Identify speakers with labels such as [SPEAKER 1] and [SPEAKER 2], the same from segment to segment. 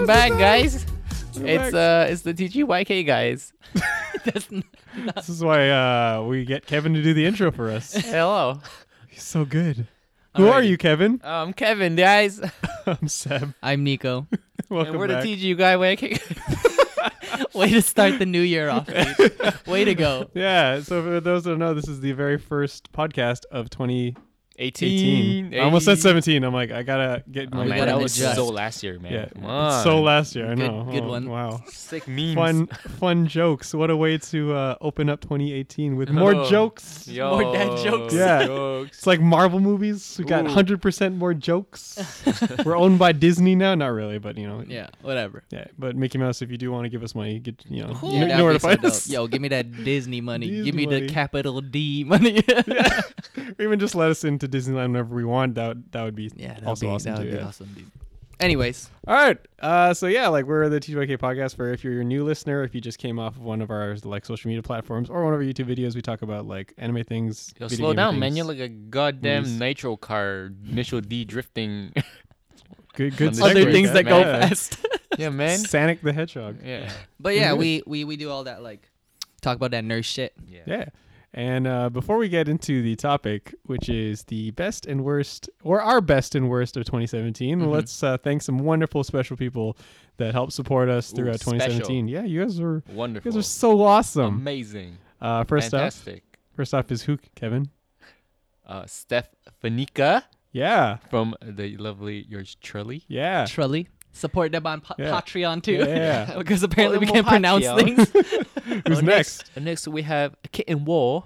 [SPEAKER 1] guys.
[SPEAKER 2] Relax.
[SPEAKER 1] It's uh, it's the TGYK guys. That's n-
[SPEAKER 2] This is why uh, we get Kevin to do the intro for us.
[SPEAKER 1] Hello,
[SPEAKER 2] He's so good. Who are
[SPEAKER 1] Alrighty. Uh,
[SPEAKER 2] you, Kevin?
[SPEAKER 1] I'm Kevin, guys,
[SPEAKER 2] I'm Seb.
[SPEAKER 3] I'm Nico.
[SPEAKER 2] Welcome
[SPEAKER 1] and we're
[SPEAKER 2] back.
[SPEAKER 1] the TGYK.
[SPEAKER 3] Way to start the new year off. dude. Way to go.
[SPEAKER 2] yeah. So for those that don't know, this is the very first podcast of 2018.
[SPEAKER 1] 18.
[SPEAKER 2] I almost said
[SPEAKER 1] seven.
[SPEAKER 2] 17. I'm like, I gotta get
[SPEAKER 1] Oh,
[SPEAKER 2] my
[SPEAKER 3] We
[SPEAKER 1] man,
[SPEAKER 3] gotta
[SPEAKER 1] that was
[SPEAKER 3] adjust.
[SPEAKER 1] so last year, man.
[SPEAKER 2] yeah.
[SPEAKER 1] Come on.
[SPEAKER 2] So last year, I
[SPEAKER 3] Good-
[SPEAKER 2] know.
[SPEAKER 3] good
[SPEAKER 2] Oh,
[SPEAKER 3] one.
[SPEAKER 2] Wow.
[SPEAKER 1] sick memes.
[SPEAKER 2] Fun, fun jokes. What a way to uh, open up 2018 with more
[SPEAKER 1] Oh.
[SPEAKER 2] jokes.
[SPEAKER 1] Yo,
[SPEAKER 3] More dad jokes.
[SPEAKER 2] Yeah.
[SPEAKER 1] jokes.
[SPEAKER 2] It's like Marvel movies. We got
[SPEAKER 1] Ooh.
[SPEAKER 2] 100% more jokes. We're owned by Disney now. Not really, but you know.
[SPEAKER 3] Yeah, whatever.
[SPEAKER 2] Yeah, but Mickey Mouse, if you do want to give us money, get you know,
[SPEAKER 3] Yeah,
[SPEAKER 2] you
[SPEAKER 3] that'd
[SPEAKER 2] know where
[SPEAKER 3] be
[SPEAKER 2] to find
[SPEAKER 3] so dope.
[SPEAKER 2] us.
[SPEAKER 3] Yo, give me that Disney money. give
[SPEAKER 2] Disney
[SPEAKER 3] me
[SPEAKER 2] money.
[SPEAKER 3] the capital D money.
[SPEAKER 2] Or even just let us into Disneyland whenever we want. That that would be
[SPEAKER 3] yeah, that'd
[SPEAKER 2] also
[SPEAKER 3] be,
[SPEAKER 2] awesome
[SPEAKER 3] that
[SPEAKER 2] too.
[SPEAKER 3] would be
[SPEAKER 2] yeah.
[SPEAKER 3] awesome, dude. Anyways,
[SPEAKER 2] All right, uh, so yeah, like we're the TYK podcast. For if you're a new listener, if you just came off of one of our like social media platforms or one of our YouTube videos, we talk about like anime things.
[SPEAKER 1] Yo,
[SPEAKER 2] video
[SPEAKER 1] slow
[SPEAKER 2] game
[SPEAKER 1] down,
[SPEAKER 2] things.
[SPEAKER 1] man. You're like a goddamn
[SPEAKER 2] Movies.
[SPEAKER 1] nitro car, initial D drifting.
[SPEAKER 2] good, good
[SPEAKER 1] Other
[SPEAKER 2] segue,
[SPEAKER 1] things that
[SPEAKER 2] man.
[SPEAKER 1] go
[SPEAKER 2] Yeah.
[SPEAKER 3] fast.
[SPEAKER 1] yeah,
[SPEAKER 2] Yeah.
[SPEAKER 1] man.
[SPEAKER 2] Sonic the Hedgehog.
[SPEAKER 1] Yeah.
[SPEAKER 3] but yeah,
[SPEAKER 2] Indeed.
[SPEAKER 3] we, we we do all that like talk about that nurse shit.
[SPEAKER 2] Yeah. And uh, before we get into the topic, which is the best and worst, or our best and worst of 2017,
[SPEAKER 3] Mhm.
[SPEAKER 2] let's uh, thank some wonderful special people that helped support us
[SPEAKER 1] Ooh,
[SPEAKER 2] throughout 2017. Yeah, you guys were you
[SPEAKER 1] Wonderful.
[SPEAKER 2] guys are so awesome.
[SPEAKER 1] Amazing.
[SPEAKER 2] Uh, first off,
[SPEAKER 1] Fantastic.
[SPEAKER 2] first off is who Kevin?
[SPEAKER 1] Uh, Steph Fanica
[SPEAKER 2] Yeah,
[SPEAKER 1] from the lovely yours truly.
[SPEAKER 2] yeah.
[SPEAKER 3] Trully. Support them on pa-
[SPEAKER 2] Yeah.
[SPEAKER 3] Patreon too.
[SPEAKER 2] Yeah.
[SPEAKER 3] because apparently we
[SPEAKER 1] Olemo
[SPEAKER 3] can't pronounce
[SPEAKER 1] Patreon.
[SPEAKER 3] things.
[SPEAKER 2] Who's
[SPEAKER 1] Uh,
[SPEAKER 2] next?
[SPEAKER 1] And next we have Kitten War,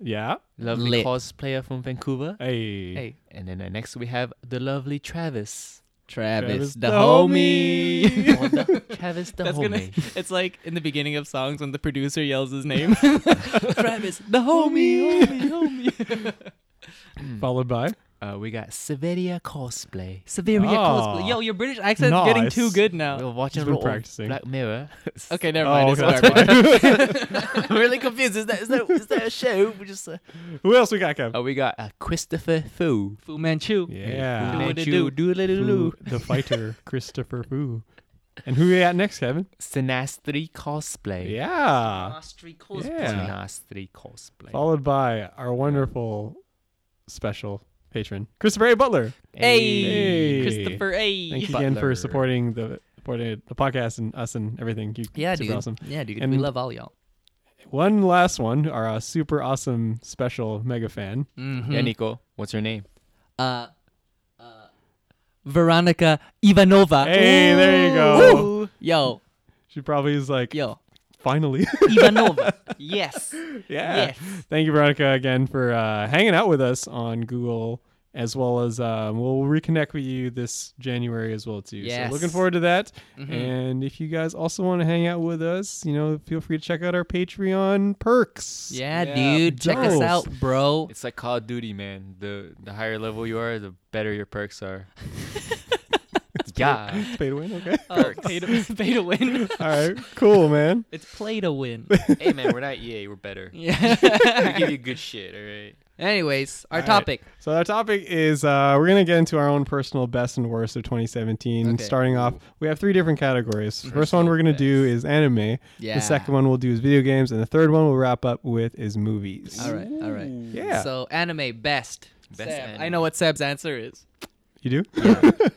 [SPEAKER 2] Yeah.
[SPEAKER 1] lovely
[SPEAKER 3] Lit.
[SPEAKER 1] cosplayer from Vancouver.
[SPEAKER 2] Hey.
[SPEAKER 3] hey,
[SPEAKER 1] And then uh, next we have the lovely Travis.
[SPEAKER 3] Travis,
[SPEAKER 2] Travis
[SPEAKER 3] the,
[SPEAKER 2] the
[SPEAKER 3] homie.
[SPEAKER 2] homie.
[SPEAKER 1] Or the- Travis the
[SPEAKER 3] That's gonna.
[SPEAKER 1] homie.
[SPEAKER 3] It's like in the beginning of songs when the producer yells his name. Travis, the homie, homie, homie.
[SPEAKER 2] Followed by
[SPEAKER 1] Uh, we got Severia cosplay.
[SPEAKER 3] Severia
[SPEAKER 2] Aw.
[SPEAKER 3] cosplay. Yo, your British accent's getting too
[SPEAKER 2] Nice.
[SPEAKER 3] good
[SPEAKER 1] we
[SPEAKER 3] now.
[SPEAKER 1] were watching
[SPEAKER 2] Uh,
[SPEAKER 1] a
[SPEAKER 2] he's been
[SPEAKER 1] lot of
[SPEAKER 2] practicing.
[SPEAKER 1] Black Mirror.
[SPEAKER 3] Okay, never
[SPEAKER 2] Oh,
[SPEAKER 3] mind. it's
[SPEAKER 2] okay, that's
[SPEAKER 3] Barbie.
[SPEAKER 1] I'm really confused. Is that is that is that a show? We just uh,
[SPEAKER 2] who else we got, Kevin?
[SPEAKER 1] uh, we got uh, Christopher Fu.
[SPEAKER 3] Fu Manchu.
[SPEAKER 2] Yeah.
[SPEAKER 1] Fu
[SPEAKER 3] Do what it
[SPEAKER 1] Manchu,
[SPEAKER 3] do.
[SPEAKER 2] Fu,
[SPEAKER 1] doodle-doodle-doo.
[SPEAKER 2] the fighter, Christopher Fu. And who we got next, Kevin?
[SPEAKER 1] Sinastri cosplay.
[SPEAKER 2] Yeah.
[SPEAKER 1] Sinastri cosplay.
[SPEAKER 2] Yeah.
[SPEAKER 1] Sinastri cosplay.
[SPEAKER 2] followed by our wonderful special patron, Christopher A. Butler.
[SPEAKER 3] Hey.
[SPEAKER 2] Hey.
[SPEAKER 3] Christopher A.
[SPEAKER 2] Thank you again for
[SPEAKER 1] Butler.
[SPEAKER 2] supporting the supporting the podcast and us and everything. You
[SPEAKER 3] Yeah,
[SPEAKER 2] super
[SPEAKER 3] dude.
[SPEAKER 2] awesome.
[SPEAKER 3] Yeah, dude.
[SPEAKER 2] And-
[SPEAKER 3] we love all y'all.
[SPEAKER 2] One last one, our uh, super awesome special mega fan.
[SPEAKER 3] Mhm.
[SPEAKER 1] Yeah, Nico. What's your name?
[SPEAKER 3] uh, uh, Veronica Ivanova.
[SPEAKER 2] Hey, there you go.
[SPEAKER 3] Uh, Ooh. Yo,
[SPEAKER 2] She probably is like,
[SPEAKER 3] yo,
[SPEAKER 2] finally.
[SPEAKER 3] Ivanova. yes.
[SPEAKER 2] yeah.
[SPEAKER 3] Yes.
[SPEAKER 2] Thank you, Veronica, again for uh, hanging out with us on Google. As well as um, we'll reconnect with you this January as well too.
[SPEAKER 3] Yes.
[SPEAKER 2] So looking forward to that.
[SPEAKER 3] Mhm.
[SPEAKER 2] And if you guys also want to hang out with us, you know, feel free to check out our Patreon perks.
[SPEAKER 3] Yeah,
[SPEAKER 1] Yeah,
[SPEAKER 3] dude. Check us
[SPEAKER 2] dope.
[SPEAKER 3] out, bro.
[SPEAKER 1] It's like Call of Duty, man. The the higher level you are, the better your perks are. yeah.
[SPEAKER 2] Pay to win, okay.
[SPEAKER 3] Oh, pay, to, pay to win.
[SPEAKER 2] All right, cool, man.
[SPEAKER 3] It's play to win.
[SPEAKER 1] hey, man, we're not EA. We're better. we
[SPEAKER 3] Yeah.
[SPEAKER 1] give you good shit, all right?
[SPEAKER 3] Anyways, our
[SPEAKER 2] All right.
[SPEAKER 3] topic.
[SPEAKER 2] So our topic is uh, we're gonna get into our own personal best and worst of 2017.
[SPEAKER 3] Okay. Mm-hmm.
[SPEAKER 2] Starting off,
[SPEAKER 1] Ooh.
[SPEAKER 2] we have three different categories. First
[SPEAKER 1] Personal
[SPEAKER 2] one we're gonna do
[SPEAKER 1] best.
[SPEAKER 2] is anime.
[SPEAKER 3] Yeah.
[SPEAKER 2] The second one we'll do is video games, and the third one we'll wrap up with is movies.
[SPEAKER 3] All right. All right.
[SPEAKER 2] Yeah,
[SPEAKER 3] So anime best.
[SPEAKER 1] Best
[SPEAKER 3] Seb, I
[SPEAKER 1] anime.
[SPEAKER 3] know what Seb's answer is.
[SPEAKER 2] you do.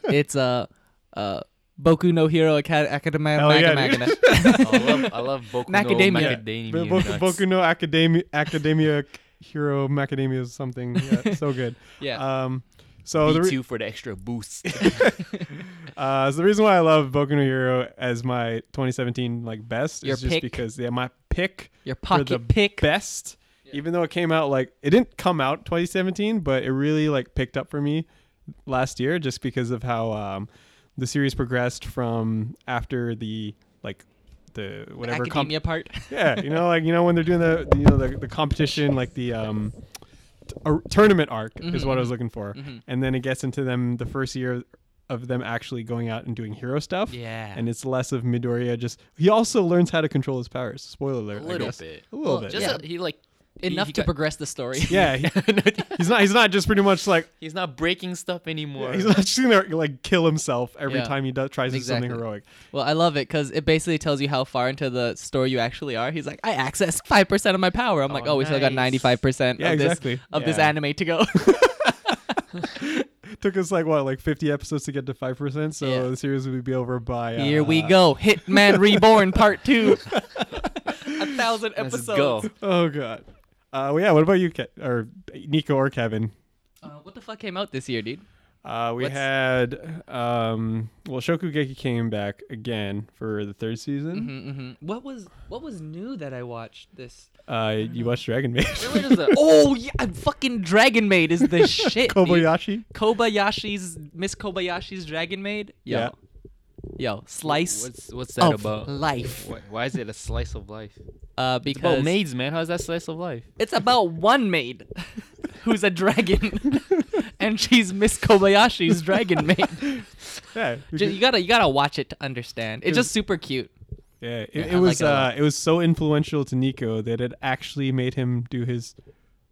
[SPEAKER 3] it's uh, uh, Boku no Hero Acad- Academia.
[SPEAKER 2] Hell Oh, yeah,
[SPEAKER 3] Maga-
[SPEAKER 2] dude.
[SPEAKER 3] Maga-
[SPEAKER 1] I love, I love Boku
[SPEAKER 3] Macadamia.
[SPEAKER 1] no
[SPEAKER 2] Bo-
[SPEAKER 1] Macadamia.
[SPEAKER 2] Boku,
[SPEAKER 1] nuts.
[SPEAKER 2] Boku no Academia, Academia Hero Macadamia is something. Yeah, so good.
[SPEAKER 3] yeah.
[SPEAKER 2] Um, so the re-
[SPEAKER 1] B2 for the extra boost.
[SPEAKER 2] Uh, so the reason why I love Boku no Hero as my 2017 like best
[SPEAKER 3] Your
[SPEAKER 2] is just
[SPEAKER 3] pick?
[SPEAKER 2] because yeah, my pick
[SPEAKER 3] Your
[SPEAKER 2] for the
[SPEAKER 3] pocket pick.
[SPEAKER 2] best, even though it came out like it didn't come out 2017, but it really like picked up for me last year just because of how um, the series progressed from after the like the whatever comp-
[SPEAKER 3] academia part.
[SPEAKER 2] yeah, you know, like you know when they're doing the, the you know the, the competition, like the um, t- a tournament arc is
[SPEAKER 3] Mm-hmm.
[SPEAKER 2] what I was looking for, and then it gets into them the first year of them actually going out and doing hero stuff.
[SPEAKER 3] Yeah.
[SPEAKER 2] and it's less of Midoriya. Just he also learns how to control his powers. Spoiler alert.
[SPEAKER 1] a
[SPEAKER 2] I
[SPEAKER 1] little
[SPEAKER 2] guess.
[SPEAKER 1] bit.
[SPEAKER 2] A little bit.
[SPEAKER 1] Just
[SPEAKER 2] yeah.
[SPEAKER 1] a- he like He-
[SPEAKER 3] enough
[SPEAKER 1] he
[SPEAKER 3] to
[SPEAKER 1] got-
[SPEAKER 3] progress the story.
[SPEAKER 2] Yeah, he- he's not. He's not just pretty much like
[SPEAKER 1] He's not breaking stuff anymore.
[SPEAKER 2] he's not just gonna like kill himself every
[SPEAKER 3] Yeah.
[SPEAKER 2] time he does, tries to do
[SPEAKER 3] Exactly.
[SPEAKER 2] something heroic.
[SPEAKER 3] Well, I love it because it basically tells you how far into the story you actually are. He's like, I access five percent of my power. I'm like,
[SPEAKER 1] Oh,
[SPEAKER 3] oh, we still got
[SPEAKER 1] nice.
[SPEAKER 3] ninety five percent
[SPEAKER 2] Yeah,
[SPEAKER 3] of this
[SPEAKER 2] exactly.
[SPEAKER 3] of this
[SPEAKER 1] Yeah.
[SPEAKER 3] anime to go.
[SPEAKER 2] Took us like what, like fifty episodes to get to five percent. So
[SPEAKER 3] Yeah.
[SPEAKER 2] the series would be over by. Uh,
[SPEAKER 3] Here we go, Hitman Reborn Part Two. A thousand
[SPEAKER 1] Let's
[SPEAKER 3] episodes.
[SPEAKER 1] go.
[SPEAKER 2] Oh god. Uh, well, yeah. What about you, Ke- or Nico or Kevin?
[SPEAKER 3] Uh, what the fuck came out this year, dude?
[SPEAKER 2] Uh, we
[SPEAKER 3] What's-
[SPEAKER 2] had um, well, Shokugeki came back again for the third season.
[SPEAKER 3] Mm-hmm, What was what was new that I watched this?
[SPEAKER 2] Uh, you watched Dragon Maid.
[SPEAKER 1] Where does the-
[SPEAKER 3] Oh yeah, I'm fucking Dragon Maid is the shit. dude.
[SPEAKER 2] Kobayashi.
[SPEAKER 3] Kobayashi's Miss Kobayashi's Dragon Maid. Yo.
[SPEAKER 2] Yeah.
[SPEAKER 3] Yo, slice
[SPEAKER 1] what's what's that
[SPEAKER 3] of
[SPEAKER 1] about?
[SPEAKER 3] life.
[SPEAKER 1] Why, why is it a slice of life?
[SPEAKER 3] Uh,
[SPEAKER 1] It's about
[SPEAKER 3] because
[SPEAKER 1] maids, man. How's that slice of life?
[SPEAKER 3] it's about one maid who's a dragon, and she's Miss Kobayashi's Dragon Maid.
[SPEAKER 2] Yeah,
[SPEAKER 3] Ju- you gotta you gotta watch it to understand. It's just super cute.
[SPEAKER 2] Yeah, it,
[SPEAKER 3] Yeah,
[SPEAKER 2] it
[SPEAKER 3] I
[SPEAKER 2] was
[SPEAKER 3] like it a
[SPEAKER 2] uh,
[SPEAKER 3] lot.
[SPEAKER 2] it was so influential to Nico that it actually made him do his.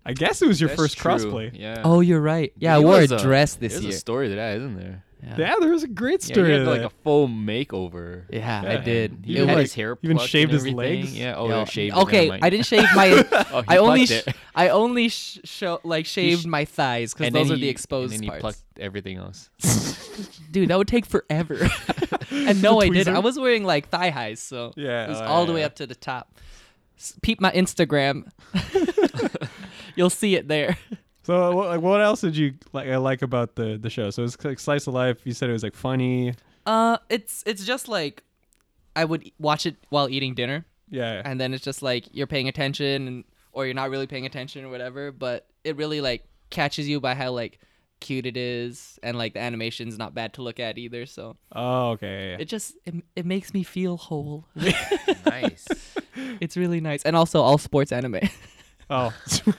[SPEAKER 2] I guess it was your
[SPEAKER 1] That's
[SPEAKER 2] first
[SPEAKER 1] true.
[SPEAKER 2] crossplay.
[SPEAKER 1] Yeah.
[SPEAKER 3] Oh, you're right. Yeah, I
[SPEAKER 1] There
[SPEAKER 3] wore a
[SPEAKER 1] was uh,
[SPEAKER 3] dress this
[SPEAKER 1] there's
[SPEAKER 3] year.
[SPEAKER 1] a story to that, isn't there?
[SPEAKER 3] yeah.
[SPEAKER 2] Yeah, there was a great
[SPEAKER 1] Yeah, you
[SPEAKER 2] story.
[SPEAKER 1] had
[SPEAKER 2] to
[SPEAKER 1] like a
[SPEAKER 2] that.
[SPEAKER 1] full makeover.
[SPEAKER 3] Yeah, I
[SPEAKER 2] Yeah.
[SPEAKER 3] did.
[SPEAKER 1] He
[SPEAKER 2] You
[SPEAKER 1] had
[SPEAKER 3] It
[SPEAKER 2] like-
[SPEAKER 3] was-
[SPEAKER 1] his hair.
[SPEAKER 2] even
[SPEAKER 1] plucked
[SPEAKER 2] shaved
[SPEAKER 1] and
[SPEAKER 2] his
[SPEAKER 1] everything.
[SPEAKER 2] legs?
[SPEAKER 1] Yeah. Oh,
[SPEAKER 3] Yo,
[SPEAKER 1] they're shaved.
[SPEAKER 3] Okay,
[SPEAKER 1] never mind.
[SPEAKER 3] I didn't shave my.
[SPEAKER 1] Oh, he
[SPEAKER 3] I only
[SPEAKER 1] plucked
[SPEAKER 3] sh-
[SPEAKER 1] it.
[SPEAKER 3] I only sh- show like shaved my thighs because
[SPEAKER 1] And then
[SPEAKER 3] those are
[SPEAKER 1] he-
[SPEAKER 3] the exposed
[SPEAKER 1] And then he
[SPEAKER 3] parts.
[SPEAKER 1] plucked everything else.
[SPEAKER 3] Dude, that would take forever. and no, I didn't.
[SPEAKER 2] tweezer?
[SPEAKER 3] I was wearing like thigh highs, so
[SPEAKER 2] Yeah,
[SPEAKER 3] it was
[SPEAKER 2] oh,
[SPEAKER 3] all the
[SPEAKER 2] yeah,
[SPEAKER 3] way
[SPEAKER 2] yeah.
[SPEAKER 3] up to the top. S- Peep my Instagram. You'll see it there.
[SPEAKER 2] So what, like, what else did you like I like about the the show? So it was like slice of life. You said it was like funny.
[SPEAKER 3] Uh, it's it's just like I would e- watch it while eating dinner,
[SPEAKER 2] Yeah,
[SPEAKER 3] and then it's just like you're paying attention, and or you're not really paying attention or whatever. But it really like catches you by how like cute it is, and like the animation's not bad to look at either. So
[SPEAKER 2] Oh, okay.
[SPEAKER 3] it just it, it makes me feel whole.
[SPEAKER 1] nice.
[SPEAKER 3] it's really nice, and also all sports anime.
[SPEAKER 2] Oh,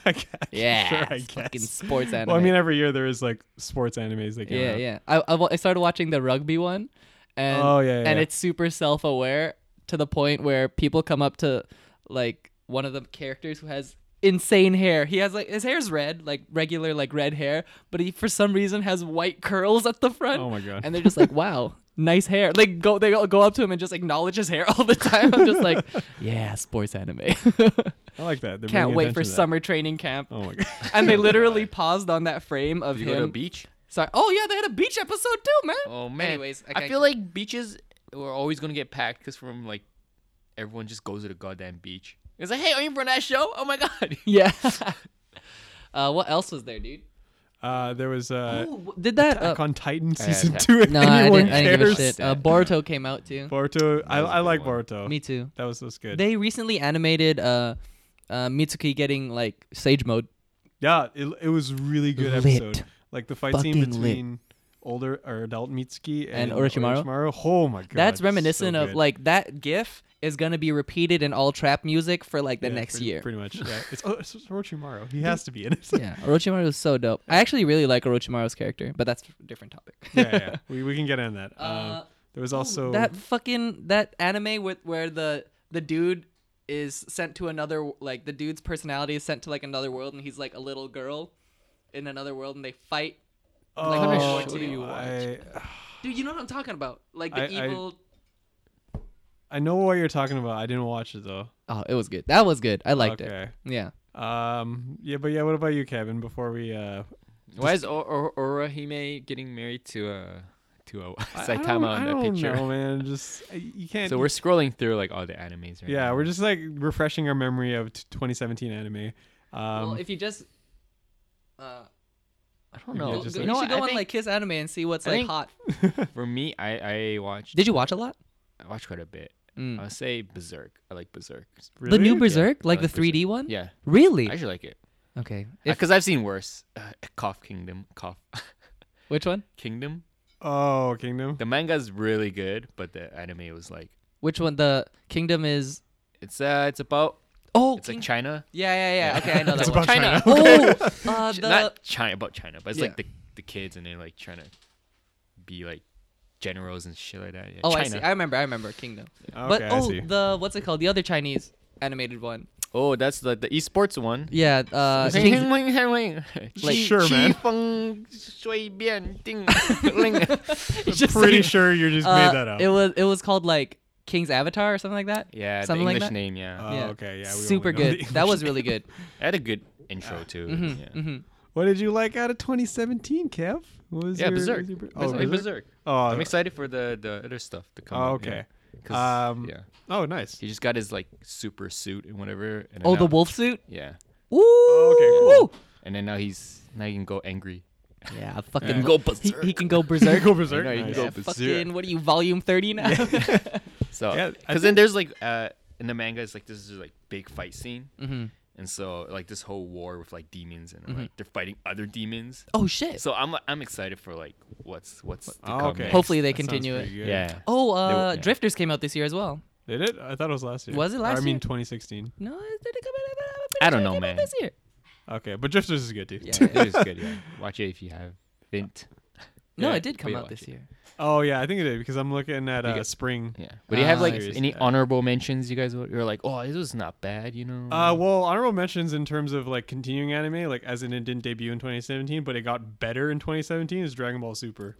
[SPEAKER 2] I guess.
[SPEAKER 3] Yeah,
[SPEAKER 2] Sure, I
[SPEAKER 3] it's fucking
[SPEAKER 2] guess.
[SPEAKER 3] sports anime.
[SPEAKER 2] Well, I mean, every year there is like sports animes that come
[SPEAKER 3] yeah,
[SPEAKER 2] out.
[SPEAKER 3] yeah. I, I wa- I started watching the rugby one, and
[SPEAKER 2] Oh, yeah, yeah,
[SPEAKER 3] and
[SPEAKER 2] yeah.
[SPEAKER 3] it's super self aware to the point where people come up to like one of the characters who has insane hair. He has like his hair's red, like regular like red hair, but he for some reason has white curls at the front.
[SPEAKER 2] Oh my god.
[SPEAKER 3] And they're just like, wow. Nice hair. Like go, they all go up to him and just acknowledge his hair all the time. I'm just like, yeah, sports anime.
[SPEAKER 2] I like that. They're
[SPEAKER 3] Can't
[SPEAKER 2] bringing
[SPEAKER 3] wait for
[SPEAKER 2] attention
[SPEAKER 3] summer training camp.
[SPEAKER 2] to that. Oh my god.
[SPEAKER 3] And they literally paused on that frame of
[SPEAKER 1] Did you
[SPEAKER 3] him.
[SPEAKER 1] go to a beach?
[SPEAKER 3] Sorry. Oh yeah, they had a beach episode too, man.
[SPEAKER 1] Oh man.
[SPEAKER 3] Anyways, I,
[SPEAKER 1] I, feel like beaches were always gonna get packed because from like everyone just goes to the goddamn beach. It's like, hey, are you from that show? Oh my god.
[SPEAKER 3] yeah. uh, what else was there, dude?
[SPEAKER 2] Uh, there was uh,
[SPEAKER 3] Ooh, wh- did that?
[SPEAKER 2] Attack
[SPEAKER 3] Uh,
[SPEAKER 2] on Titan
[SPEAKER 1] yeah,
[SPEAKER 2] season
[SPEAKER 1] Attack-
[SPEAKER 2] two. If
[SPEAKER 3] no, I
[SPEAKER 2] anyone
[SPEAKER 3] didn't, I didn't give a
[SPEAKER 2] cares.
[SPEAKER 3] shit. Uh, Boruto came out too.
[SPEAKER 2] Boruto. I,
[SPEAKER 1] was a
[SPEAKER 2] I
[SPEAKER 1] good
[SPEAKER 2] like
[SPEAKER 1] one.
[SPEAKER 2] Boruto.
[SPEAKER 3] Me too.
[SPEAKER 2] That was was good.
[SPEAKER 3] They recently animated uh, uh, Mitsuki getting like sage mode.
[SPEAKER 2] yeah, it, it was really good
[SPEAKER 3] Lit.
[SPEAKER 2] episode. Like the fight
[SPEAKER 3] Fucking
[SPEAKER 2] scene
[SPEAKER 3] lit.
[SPEAKER 2] between older or adult Mitsuki and,
[SPEAKER 3] And Orochimaru?
[SPEAKER 2] Oh my god,
[SPEAKER 3] That's
[SPEAKER 2] so
[SPEAKER 3] reminiscent of
[SPEAKER 2] good.
[SPEAKER 3] like that GIF is gonna be repeated in all trap music for like the
[SPEAKER 2] Yeah,
[SPEAKER 3] next
[SPEAKER 2] pretty,
[SPEAKER 3] year.
[SPEAKER 2] Pretty much. Yeah, it's, oh, it's Orochimaru. He has to be in it. yeah,
[SPEAKER 3] yeah, Orochimaru is so dope. I actually really like Orochimaru's character, but that's a different topic.
[SPEAKER 2] yeah, yeah. We we can get on that. Um,
[SPEAKER 3] Uh,
[SPEAKER 2] there was also
[SPEAKER 3] that fucking that anime with where the the dude is sent to another like the dude's personality is sent to like another world and he's like a little girl in another world and they fight.
[SPEAKER 2] oh,
[SPEAKER 3] like, what
[SPEAKER 1] show
[SPEAKER 2] I-
[SPEAKER 1] do you
[SPEAKER 3] watch? Dude, you know what I'm talking about? Like the
[SPEAKER 2] I- I-
[SPEAKER 3] evil.
[SPEAKER 2] I know what you're talking about. I didn't watch it though.
[SPEAKER 3] Oh, it was good. That was good. I liked it.
[SPEAKER 2] okay.
[SPEAKER 3] Yeah.
[SPEAKER 2] Um. Yeah, but yeah. What about you, Kevin? Before we uh,
[SPEAKER 1] Why is o- o- Orahime getting married to uh to a
[SPEAKER 2] I- I don't-
[SPEAKER 1] Saitama
[SPEAKER 2] I
[SPEAKER 1] on that
[SPEAKER 2] don't
[SPEAKER 1] picture?
[SPEAKER 2] know, man. Just uh, you can't.
[SPEAKER 1] So we're scrolling through like all the animes right
[SPEAKER 2] yeah,
[SPEAKER 1] now.
[SPEAKER 2] we're just like refreshing our memory of t- 2017 anime. Um,
[SPEAKER 3] well, if you just. Uh,
[SPEAKER 1] I don't
[SPEAKER 2] Yeah,
[SPEAKER 1] know.
[SPEAKER 2] Oh, just
[SPEAKER 3] go-
[SPEAKER 2] like-
[SPEAKER 3] you should
[SPEAKER 1] what?
[SPEAKER 3] go
[SPEAKER 1] I
[SPEAKER 3] on like Kiss Anime and see what's
[SPEAKER 1] I
[SPEAKER 3] like
[SPEAKER 1] think-
[SPEAKER 3] hot.
[SPEAKER 1] think for me, I I watched
[SPEAKER 3] Did you watch a lot?
[SPEAKER 1] I watched quite a bit.
[SPEAKER 3] Mm.
[SPEAKER 1] I'll say Berserk. I like Berserk.
[SPEAKER 3] The new
[SPEAKER 2] Uh, really?
[SPEAKER 3] Berserk,
[SPEAKER 1] I
[SPEAKER 3] like
[SPEAKER 1] like
[SPEAKER 3] the
[SPEAKER 1] Berserk.
[SPEAKER 3] 3D one.
[SPEAKER 1] Yeah, I
[SPEAKER 3] Really?
[SPEAKER 1] actually like it
[SPEAKER 3] okay. If,
[SPEAKER 1] because I've seen worse. Uh, Cough Kingdom. Cough
[SPEAKER 3] which one?
[SPEAKER 1] Kingdom.
[SPEAKER 2] Oh, Kingdom.
[SPEAKER 1] The manga's really good, but the anime was like
[SPEAKER 3] Which one? The Kingdom is.
[SPEAKER 1] it's uh it's about
[SPEAKER 3] Oh,
[SPEAKER 1] it's like
[SPEAKER 3] King-
[SPEAKER 1] China.
[SPEAKER 3] Yeah, yeah, yeah. Okay, I know
[SPEAKER 1] It's
[SPEAKER 3] that
[SPEAKER 1] about
[SPEAKER 3] one.
[SPEAKER 1] China.
[SPEAKER 3] Oh, uh,
[SPEAKER 1] Ch-
[SPEAKER 3] the
[SPEAKER 1] Not China about China, but it's like
[SPEAKER 3] Yeah.
[SPEAKER 1] the the kids and they're like trying to be like generals and shit like that. Yeah,
[SPEAKER 3] oh,
[SPEAKER 1] China.
[SPEAKER 3] I see. I remember. I remember Kingdom.
[SPEAKER 2] Okay,
[SPEAKER 3] but
[SPEAKER 2] I
[SPEAKER 3] oh,
[SPEAKER 2] see.
[SPEAKER 3] the what's it called? The other Chinese animated one.
[SPEAKER 1] Oh, that's the the esports one.
[SPEAKER 3] Yeah, uh,
[SPEAKER 1] Like,
[SPEAKER 3] Kings-
[SPEAKER 2] Sure, man.
[SPEAKER 3] just
[SPEAKER 2] Pretty
[SPEAKER 3] saying,
[SPEAKER 2] sure you just
[SPEAKER 3] uh,
[SPEAKER 2] made that up.
[SPEAKER 3] It was it was called like King's Avatar or something like that.
[SPEAKER 1] yeah, the
[SPEAKER 3] Something like
[SPEAKER 1] English
[SPEAKER 3] that?
[SPEAKER 1] name. Yeah,
[SPEAKER 2] oh,
[SPEAKER 3] yeah.
[SPEAKER 2] okay, yeah. we only
[SPEAKER 3] Super
[SPEAKER 2] know
[SPEAKER 3] good.
[SPEAKER 2] the
[SPEAKER 3] That was
[SPEAKER 2] English.
[SPEAKER 3] really good.
[SPEAKER 1] I had a good intro too. yeah,
[SPEAKER 3] hmm
[SPEAKER 2] What did you like out of 2017, Kev? What was
[SPEAKER 1] yeah
[SPEAKER 2] your,
[SPEAKER 1] Berserk.
[SPEAKER 2] was your-
[SPEAKER 1] Oh,
[SPEAKER 2] Oh,
[SPEAKER 1] Berserk.
[SPEAKER 2] Berserk? Oh,
[SPEAKER 1] I'm excited for the the other stuff to come.
[SPEAKER 2] oh,
[SPEAKER 1] out, Yeah.
[SPEAKER 2] okay.
[SPEAKER 1] 'Cause,
[SPEAKER 2] Um,
[SPEAKER 1] yeah.
[SPEAKER 2] Oh, nice.
[SPEAKER 1] He just got his like super suit and whatever. And then
[SPEAKER 3] Oh, the
[SPEAKER 1] now-
[SPEAKER 3] wolf suit.
[SPEAKER 1] Yeah.
[SPEAKER 3] Ooh. Oh,
[SPEAKER 2] cool.
[SPEAKER 1] And then now he's now he can go angry.
[SPEAKER 3] Yeah, I
[SPEAKER 1] can
[SPEAKER 3] fucking
[SPEAKER 1] go
[SPEAKER 3] He,
[SPEAKER 1] berserk.
[SPEAKER 3] he can go berserk.
[SPEAKER 2] Go Berserk.
[SPEAKER 1] know, you can
[SPEAKER 2] Nice.
[SPEAKER 1] go
[SPEAKER 3] yeah,
[SPEAKER 1] berserk.
[SPEAKER 3] fucking. What are you, volume thirty now?
[SPEAKER 1] So
[SPEAKER 2] Yeah, I
[SPEAKER 1] because then there's like uh in the manga it's like this is like big fight scene.
[SPEAKER 3] Mhm.
[SPEAKER 1] And so like this whole war with like demons and
[SPEAKER 3] Mm-hmm.
[SPEAKER 1] like they're fighting other demons.
[SPEAKER 3] Oh shit.
[SPEAKER 1] So I'm I'm excited for like what's what's to
[SPEAKER 2] Oh,
[SPEAKER 1] come
[SPEAKER 2] okay.
[SPEAKER 1] next.
[SPEAKER 3] Hopefully they
[SPEAKER 2] That sounds
[SPEAKER 3] continue
[SPEAKER 2] pretty
[SPEAKER 3] it.
[SPEAKER 2] good.
[SPEAKER 1] Yeah.
[SPEAKER 3] Oh, uh,
[SPEAKER 1] yeah.
[SPEAKER 3] Drifters came out this year as well.
[SPEAKER 2] Did it? I thought it was last year.
[SPEAKER 3] Was it
[SPEAKER 2] Or
[SPEAKER 3] last
[SPEAKER 2] I mean,
[SPEAKER 3] year?
[SPEAKER 2] 2016.
[SPEAKER 3] No, it didn't come out. I'm pretty
[SPEAKER 1] I don't
[SPEAKER 3] sure it
[SPEAKER 1] know,
[SPEAKER 3] came out
[SPEAKER 1] man.
[SPEAKER 3] This year.
[SPEAKER 2] Okay, but Drifters is good too.
[SPEAKER 3] Yeah.
[SPEAKER 1] it is good. Yeah. Watch it if you have not
[SPEAKER 3] No,
[SPEAKER 2] Yeah,
[SPEAKER 3] it did come
[SPEAKER 1] we
[SPEAKER 3] out
[SPEAKER 1] watch
[SPEAKER 3] this
[SPEAKER 1] it.
[SPEAKER 3] year.
[SPEAKER 2] Oh yeah, I think it did because I'm looking at
[SPEAKER 1] You
[SPEAKER 2] uh,
[SPEAKER 1] get-
[SPEAKER 2] spring.
[SPEAKER 1] Yeah. But do you have
[SPEAKER 3] Ah,
[SPEAKER 1] like
[SPEAKER 2] series,
[SPEAKER 1] any
[SPEAKER 2] yeah.
[SPEAKER 1] honorable mentions you guys were you're like, "Oh, this was not bad," you know?
[SPEAKER 2] Uh, well, honorable mentions in terms of like continuing anime, like as in it didn't debut in 2017, but it got better in 2017 is Dragon Ball Super.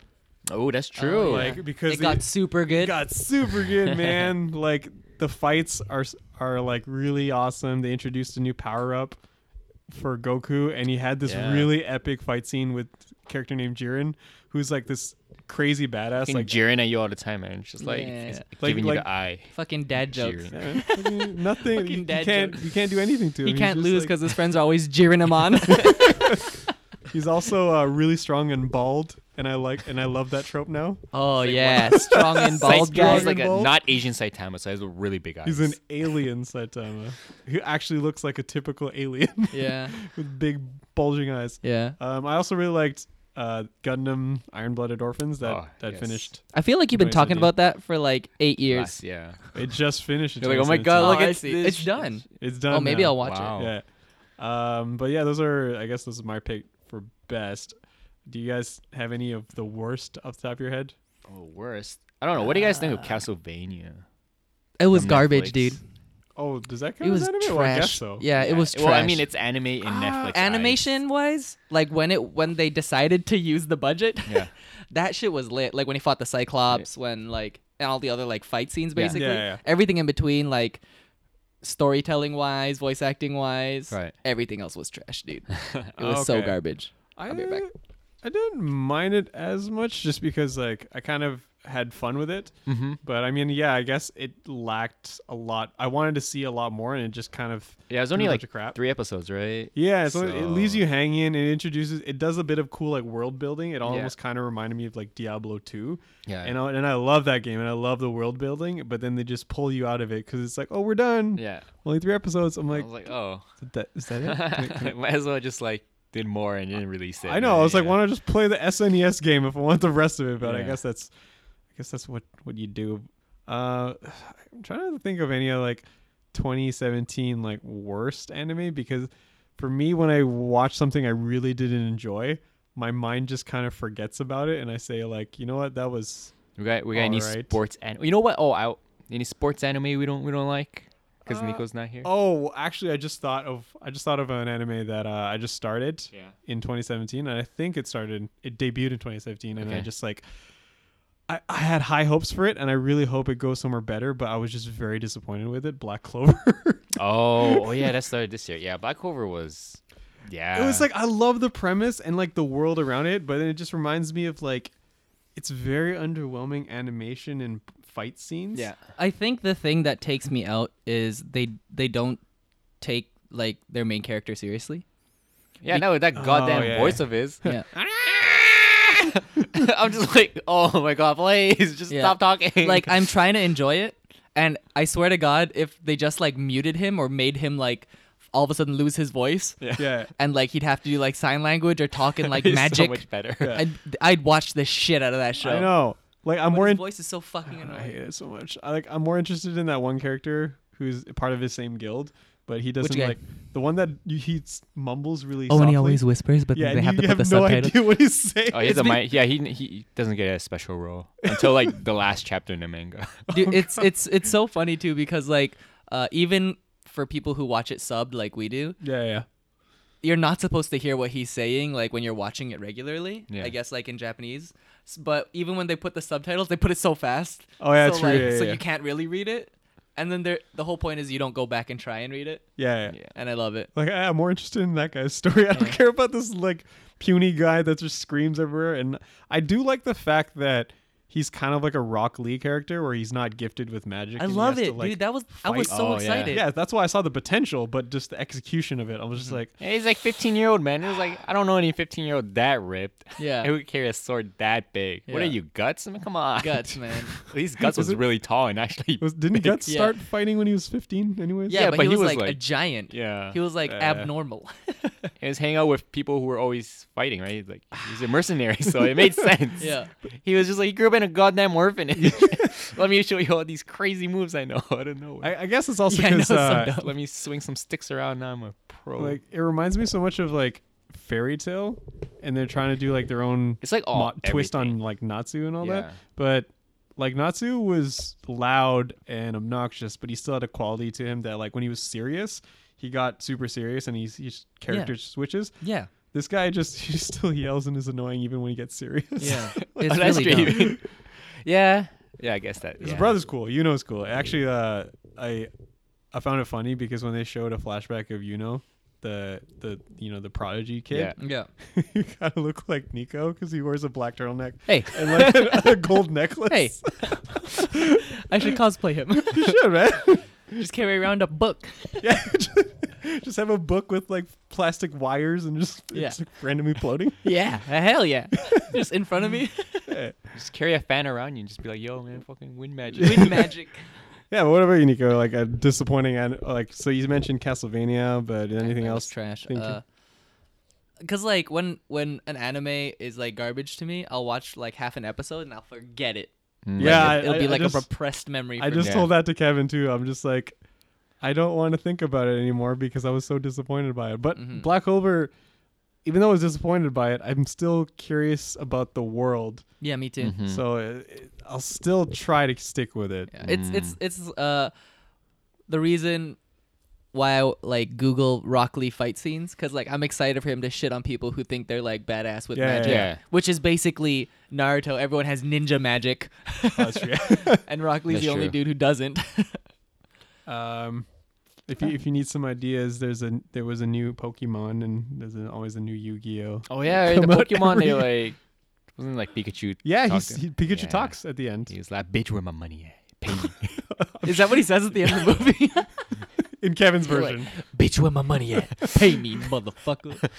[SPEAKER 1] oh, that's true.
[SPEAKER 3] yeah.
[SPEAKER 2] uh, Like because
[SPEAKER 3] It got super good.
[SPEAKER 2] It got super good, man. like the fights are are like really awesome. They introduced a new power up for Goku, and he had this
[SPEAKER 1] Yeah.
[SPEAKER 2] really epic fight scene with a character named Jiren, who's like this crazy badass.
[SPEAKER 1] Fucking
[SPEAKER 2] Like,
[SPEAKER 1] jeering at you all the time, man. It's just like
[SPEAKER 3] Yeah.
[SPEAKER 1] it's
[SPEAKER 2] Like-
[SPEAKER 1] giving you
[SPEAKER 2] like-
[SPEAKER 1] the eye.
[SPEAKER 3] Fucking dad jokes.
[SPEAKER 1] Jeering.
[SPEAKER 2] yeah, fucking nothing.
[SPEAKER 3] Fucking
[SPEAKER 2] you, you
[SPEAKER 3] dad
[SPEAKER 2] can't
[SPEAKER 3] joke.
[SPEAKER 2] you can't do anything to him.
[SPEAKER 3] He
[SPEAKER 2] He's
[SPEAKER 3] can't
[SPEAKER 2] just,
[SPEAKER 3] lose
[SPEAKER 2] like-
[SPEAKER 3] because his friends are always jeering him on.
[SPEAKER 2] he's also uh, really strong and bald. And I like and I love that trope now.
[SPEAKER 3] oh yeah, strong and bald
[SPEAKER 1] Saitama
[SPEAKER 3] guy.
[SPEAKER 1] is like a
[SPEAKER 2] Ball?
[SPEAKER 1] not Asian Saitama, so he has a really big eyes.
[SPEAKER 2] He's an alien Saitama, who actually looks like a typical alien
[SPEAKER 3] yeah,
[SPEAKER 2] with big bulging eyes.
[SPEAKER 3] yeah.
[SPEAKER 2] Um, I also really liked uh, Gundam Iron Blooded Orphans that
[SPEAKER 1] Oh,
[SPEAKER 2] that
[SPEAKER 1] yes.
[SPEAKER 2] finished.
[SPEAKER 3] I feel like you've been
[SPEAKER 2] Nice
[SPEAKER 3] talking
[SPEAKER 2] idea.
[SPEAKER 3] about that for like eight years.
[SPEAKER 1] Plus, yeah.
[SPEAKER 2] It just finished. in
[SPEAKER 1] You're like, oh my god,
[SPEAKER 2] 2017.
[SPEAKER 1] look
[SPEAKER 3] Oh, I
[SPEAKER 1] at
[SPEAKER 3] see.
[SPEAKER 1] this.
[SPEAKER 3] It's done.
[SPEAKER 2] it's done.
[SPEAKER 3] Oh, maybe
[SPEAKER 2] now.
[SPEAKER 3] I'll watch
[SPEAKER 1] Wow.
[SPEAKER 3] it.
[SPEAKER 2] Yeah. Um, but yeah, those are. I guess those are my pick for best. Do you guys have any of the worst off the top of your head?
[SPEAKER 1] Oh, worst. I don't know. What do you guys think of Castlevania?
[SPEAKER 3] It was
[SPEAKER 1] From Netflix.
[SPEAKER 3] garbage, dude.
[SPEAKER 2] Oh, does that count
[SPEAKER 3] It was
[SPEAKER 2] as anime?
[SPEAKER 3] trash.
[SPEAKER 2] Well, I guess so.
[SPEAKER 3] Yeah, it was trash.
[SPEAKER 1] Well, I mean, it's anime in Netflix. eyes.
[SPEAKER 3] animation wise, like when it when they decided to use the budget,
[SPEAKER 1] Yeah.
[SPEAKER 3] that shit was lit. Like when he fought the Cyclops, when like and all the other like fight scenes,
[SPEAKER 1] Yeah.
[SPEAKER 3] basically
[SPEAKER 2] Yeah, yeah.
[SPEAKER 3] everything in between, like storytelling wise, voice acting wise,
[SPEAKER 1] Right.
[SPEAKER 3] everything else was trash, dude. It was so
[SPEAKER 2] Okay.
[SPEAKER 3] garbage.
[SPEAKER 2] I,
[SPEAKER 3] be back.
[SPEAKER 2] I didn't mind it as much just because like I kind of had fun with it. Mm-hmm. But I mean, yeah, I guess it lacked a lot. I wanted to see a lot more, and it just kind of
[SPEAKER 1] Yeah, it was
[SPEAKER 2] threw a
[SPEAKER 1] only
[SPEAKER 2] bunch
[SPEAKER 1] like
[SPEAKER 2] of crap.
[SPEAKER 1] three episodes, right?
[SPEAKER 2] Yeah, so it leaves
[SPEAKER 1] So-
[SPEAKER 2] you hanging. It introduces. It does a bit of cool like world building. It almost
[SPEAKER 1] Yeah.
[SPEAKER 2] kind of reminded me of like Diablo two.
[SPEAKER 1] Yeah.
[SPEAKER 2] and I, and I love that game and I love the world building. But then they just pull you out of it because it's like, oh, we're done.
[SPEAKER 1] Yeah.
[SPEAKER 2] Only three episodes. I'm
[SPEAKER 1] I
[SPEAKER 2] like,
[SPEAKER 1] was like, oh,
[SPEAKER 2] is that, is that it? Can I- can I-
[SPEAKER 1] might as well just like did more and didn't release it.
[SPEAKER 2] I know. I was like,
[SPEAKER 1] Yeah.
[SPEAKER 2] why don't I just play the SNES game if I want the rest of it? But I
[SPEAKER 1] Yeah.
[SPEAKER 2] guess that's, I guess that's what what you do. Uh, I'm trying to think of any of like 2017 like worst anime because for me when I watch something I really didn't enjoy, my mind just kind of forgets about it and I say like, you know what, that was.
[SPEAKER 1] we got we got any
[SPEAKER 2] Alright.
[SPEAKER 1] sports anime? You know what? Oh, I any sports anime we don't we don't like because Nico's not here.
[SPEAKER 2] Uh, Oh, actually, I just thought of I just thought of an anime that uh, I just started.
[SPEAKER 1] Yeah.
[SPEAKER 2] in 2017 and i think it started it debuted in 2017 and i
[SPEAKER 1] Okay.
[SPEAKER 2] just like I, I had high hopes for it and i really hope it goes somewhere better but i was just very disappointed with it black clover
[SPEAKER 1] Oh, oh yeah, that started this year. Yeah, Black Clover was. Yeah.
[SPEAKER 2] it was like i love the premise and like the world around it but then it just reminds me of like it's very underwhelming animation and fight scenes
[SPEAKER 1] Yeah.
[SPEAKER 3] I think the thing that takes me out is they they don't take like their main character seriously.
[SPEAKER 1] Yeah, no, that goddamn
[SPEAKER 2] Oh, yeah.
[SPEAKER 1] voice of his.
[SPEAKER 3] Yeah.
[SPEAKER 1] I'm just like, oh my god, please just
[SPEAKER 3] Yeah.
[SPEAKER 1] stop talking.
[SPEAKER 3] like I'm trying to enjoy it, and I swear to God, if they just like muted him or made him like all of a sudden lose his voice,
[SPEAKER 2] yeah
[SPEAKER 3] and like he'd have to do like sign language or talk in like magic,
[SPEAKER 1] so much better.
[SPEAKER 3] I'd, I'd watch the shit out of that show.
[SPEAKER 2] i know like i'm
[SPEAKER 3] But
[SPEAKER 2] more
[SPEAKER 3] his
[SPEAKER 2] in-
[SPEAKER 3] voice is so fucking
[SPEAKER 2] I
[SPEAKER 3] annoying.
[SPEAKER 2] hate it so much. I like. I'm more interested in that one character who's part of his same guild, but he doesn't
[SPEAKER 3] guy?
[SPEAKER 2] like the one that you, he s- mumbles really.
[SPEAKER 3] Oh, and he
[SPEAKER 2] softly.
[SPEAKER 3] always whispers, but
[SPEAKER 2] Yeah,
[SPEAKER 3] they
[SPEAKER 2] and
[SPEAKER 3] have
[SPEAKER 2] you
[SPEAKER 3] to put
[SPEAKER 2] have
[SPEAKER 3] the
[SPEAKER 2] no
[SPEAKER 3] subtitle.
[SPEAKER 2] idea what he's saying.
[SPEAKER 1] Oh, he's
[SPEAKER 3] It's
[SPEAKER 1] a
[SPEAKER 3] be-
[SPEAKER 1] mi- yeah. He he doesn't get a special role until like the last chapter in the manga.
[SPEAKER 3] Dude, it's it's it's so funny too because like uh, even for people who watch it subbed like we do,
[SPEAKER 2] Yeah, yeah.
[SPEAKER 3] you're not supposed to hear what he's saying like when you're watching it regularly.
[SPEAKER 1] Yeah.
[SPEAKER 3] I guess like in Japanese. S- But even when they put the subtitles, they put it so fast.
[SPEAKER 2] Oh, yeah,
[SPEAKER 3] so,
[SPEAKER 2] true,
[SPEAKER 3] Like,
[SPEAKER 2] yeah, yeah,
[SPEAKER 3] so
[SPEAKER 2] yeah.
[SPEAKER 3] you can't really read it. And then there, the whole point is you don't go back and try and read it.
[SPEAKER 2] Yeah, yeah.
[SPEAKER 1] Yeah.
[SPEAKER 3] And I love it.
[SPEAKER 2] Like I- I'm more interested in that guy's story. I don't care about this like puny guy that just screams everywhere. And I do like the fact that he's kind of like a Rock Lee character where he's not gifted with magic.
[SPEAKER 3] I
[SPEAKER 2] and he
[SPEAKER 3] love
[SPEAKER 2] has to,
[SPEAKER 3] it,
[SPEAKER 2] like-
[SPEAKER 3] dude. That was I was
[SPEAKER 1] fight.
[SPEAKER 3] so
[SPEAKER 1] Oh, yeah.
[SPEAKER 3] excited.
[SPEAKER 2] yeah, that's why I saw the potential, but just the execution of it. I was just like,
[SPEAKER 1] And he's like 15 year old man. It was like I don't know any 15 year old that ripped.
[SPEAKER 3] Yeah.
[SPEAKER 1] who would carry a sword that big? What are
[SPEAKER 3] Yeah.
[SPEAKER 1] you guts? I mean, come on.
[SPEAKER 3] Guts, man.
[SPEAKER 1] At least guts
[SPEAKER 2] Was
[SPEAKER 1] was
[SPEAKER 2] it-
[SPEAKER 1] really tall and actually.
[SPEAKER 2] was didn't
[SPEAKER 1] big.
[SPEAKER 2] Guts
[SPEAKER 3] Yeah.
[SPEAKER 2] start fighting when he was 15? Anyways,
[SPEAKER 3] Yeah, but, he, was, like, a giant.
[SPEAKER 1] Yeah.
[SPEAKER 3] He was like
[SPEAKER 2] Yeah.
[SPEAKER 3] abnormal.
[SPEAKER 1] He was hanging out with people who were always fighting, right? Like he's a mercenary, so it made sense.
[SPEAKER 3] Yeah.
[SPEAKER 1] He was just like he grew up in a goddamn orphanage. Let me show you all these crazy moves I know out of nowhere.
[SPEAKER 2] I, I guess it's also
[SPEAKER 3] Yeah, I know,
[SPEAKER 2] because
[SPEAKER 3] so
[SPEAKER 2] uh,
[SPEAKER 3] dumb.
[SPEAKER 1] Let me swing some sticks around. Now I'm a pro.
[SPEAKER 2] like it reminds me so much of like fairy tale and they're trying to do like their own
[SPEAKER 1] It's like all
[SPEAKER 2] mo- twist
[SPEAKER 1] everything.
[SPEAKER 2] on like natsu and all
[SPEAKER 1] Yeah.
[SPEAKER 2] that but like natsu was loud and obnoxious but he still had a quality to him that like when he was serious he got super serious and he's his character switches
[SPEAKER 3] yeah.
[SPEAKER 2] this guy just he still yells and is annoying even when he gets serious
[SPEAKER 3] Yeah. It's
[SPEAKER 1] Oh, that's
[SPEAKER 3] really
[SPEAKER 1] true.
[SPEAKER 3] dumb.
[SPEAKER 1] yeah. Yeah, I guess that.
[SPEAKER 2] His
[SPEAKER 1] yeah.
[SPEAKER 2] brother's cool. Yuno's cool. Actually, uh, I I found it funny because when they showed a flashback of Yuno, the the you know the prodigy kid,
[SPEAKER 3] Yeah.
[SPEAKER 2] you kind of look like Nico because he wears a black turtleneck
[SPEAKER 3] Hey.
[SPEAKER 2] and like a, gold necklace.
[SPEAKER 3] Hey. I should cosplay him.
[SPEAKER 2] you should, man.
[SPEAKER 3] Just carry around a book.
[SPEAKER 2] yeah, just, just have a book with like plastic wires and just
[SPEAKER 3] Yeah.
[SPEAKER 2] it's, like, randomly floating.
[SPEAKER 3] Yeah. Hell yeah. Just in front of me.
[SPEAKER 1] Just carry a fan around you and just be like, "Yo, man, fucking win magic."
[SPEAKER 3] With magic.
[SPEAKER 2] Yeah, but what about you, Nico? Like a disappointing and like so you mentioned Castlevania, but anything
[SPEAKER 3] That was
[SPEAKER 2] else?
[SPEAKER 3] trash
[SPEAKER 2] thinking?
[SPEAKER 3] because like when when an anime is like garbage to me i'll watch like half an episode and i'll forget it
[SPEAKER 1] Mm.
[SPEAKER 2] yeah, I-
[SPEAKER 3] it'll
[SPEAKER 2] I-
[SPEAKER 3] be
[SPEAKER 2] I
[SPEAKER 3] like
[SPEAKER 2] just-
[SPEAKER 3] a repressed memory
[SPEAKER 2] I
[SPEAKER 3] for
[SPEAKER 2] just
[SPEAKER 1] Yeah.
[SPEAKER 2] told that to Kevin too. I'm just like, I don't want to think about it anymore because I was so disappointed by it. But
[SPEAKER 1] Mm-hmm.
[SPEAKER 2] Black Clover, even though I was disappointed by it, I'm still curious about the world.
[SPEAKER 3] me. yeah me too
[SPEAKER 1] Hmm.
[SPEAKER 2] So it, it- I'll still try to stick with it.
[SPEAKER 3] Yeah, it's it's it's uh the reason why I like Google Rock Lee fight scenes because like I'm excited for him to shit on people who think they're like badass with
[SPEAKER 2] Yeah,
[SPEAKER 3] magic,
[SPEAKER 1] yeah.
[SPEAKER 3] which is basically Naruto. Everyone has ninja magic,
[SPEAKER 2] That's true.
[SPEAKER 3] and Rock Lee's
[SPEAKER 1] That's
[SPEAKER 3] the only
[SPEAKER 1] true.
[SPEAKER 3] dude who doesn't.
[SPEAKER 2] um, if you if you need some ideas, there's a there was a new Pokemon and there's an, always a new Yu-Gi-Oh.
[SPEAKER 1] Oh yeah, right, the
[SPEAKER 2] Come out
[SPEAKER 1] Pokemon they
[SPEAKER 2] every-
[SPEAKER 1] like wasn't it, like Pikachu.
[SPEAKER 2] Yeah,
[SPEAKER 1] talked
[SPEAKER 2] he's,
[SPEAKER 1] to
[SPEAKER 2] he,
[SPEAKER 1] him?
[SPEAKER 2] Pikachu
[SPEAKER 1] Yeah.
[SPEAKER 2] talks at the end
[SPEAKER 1] He was like, "Bitch, where my money at? Pay me."
[SPEAKER 3] is that what he says at the end of the movie?
[SPEAKER 2] in Kevin's
[SPEAKER 3] You're like,
[SPEAKER 2] version.
[SPEAKER 3] Bitch, where my money at? Pay me, motherfucker.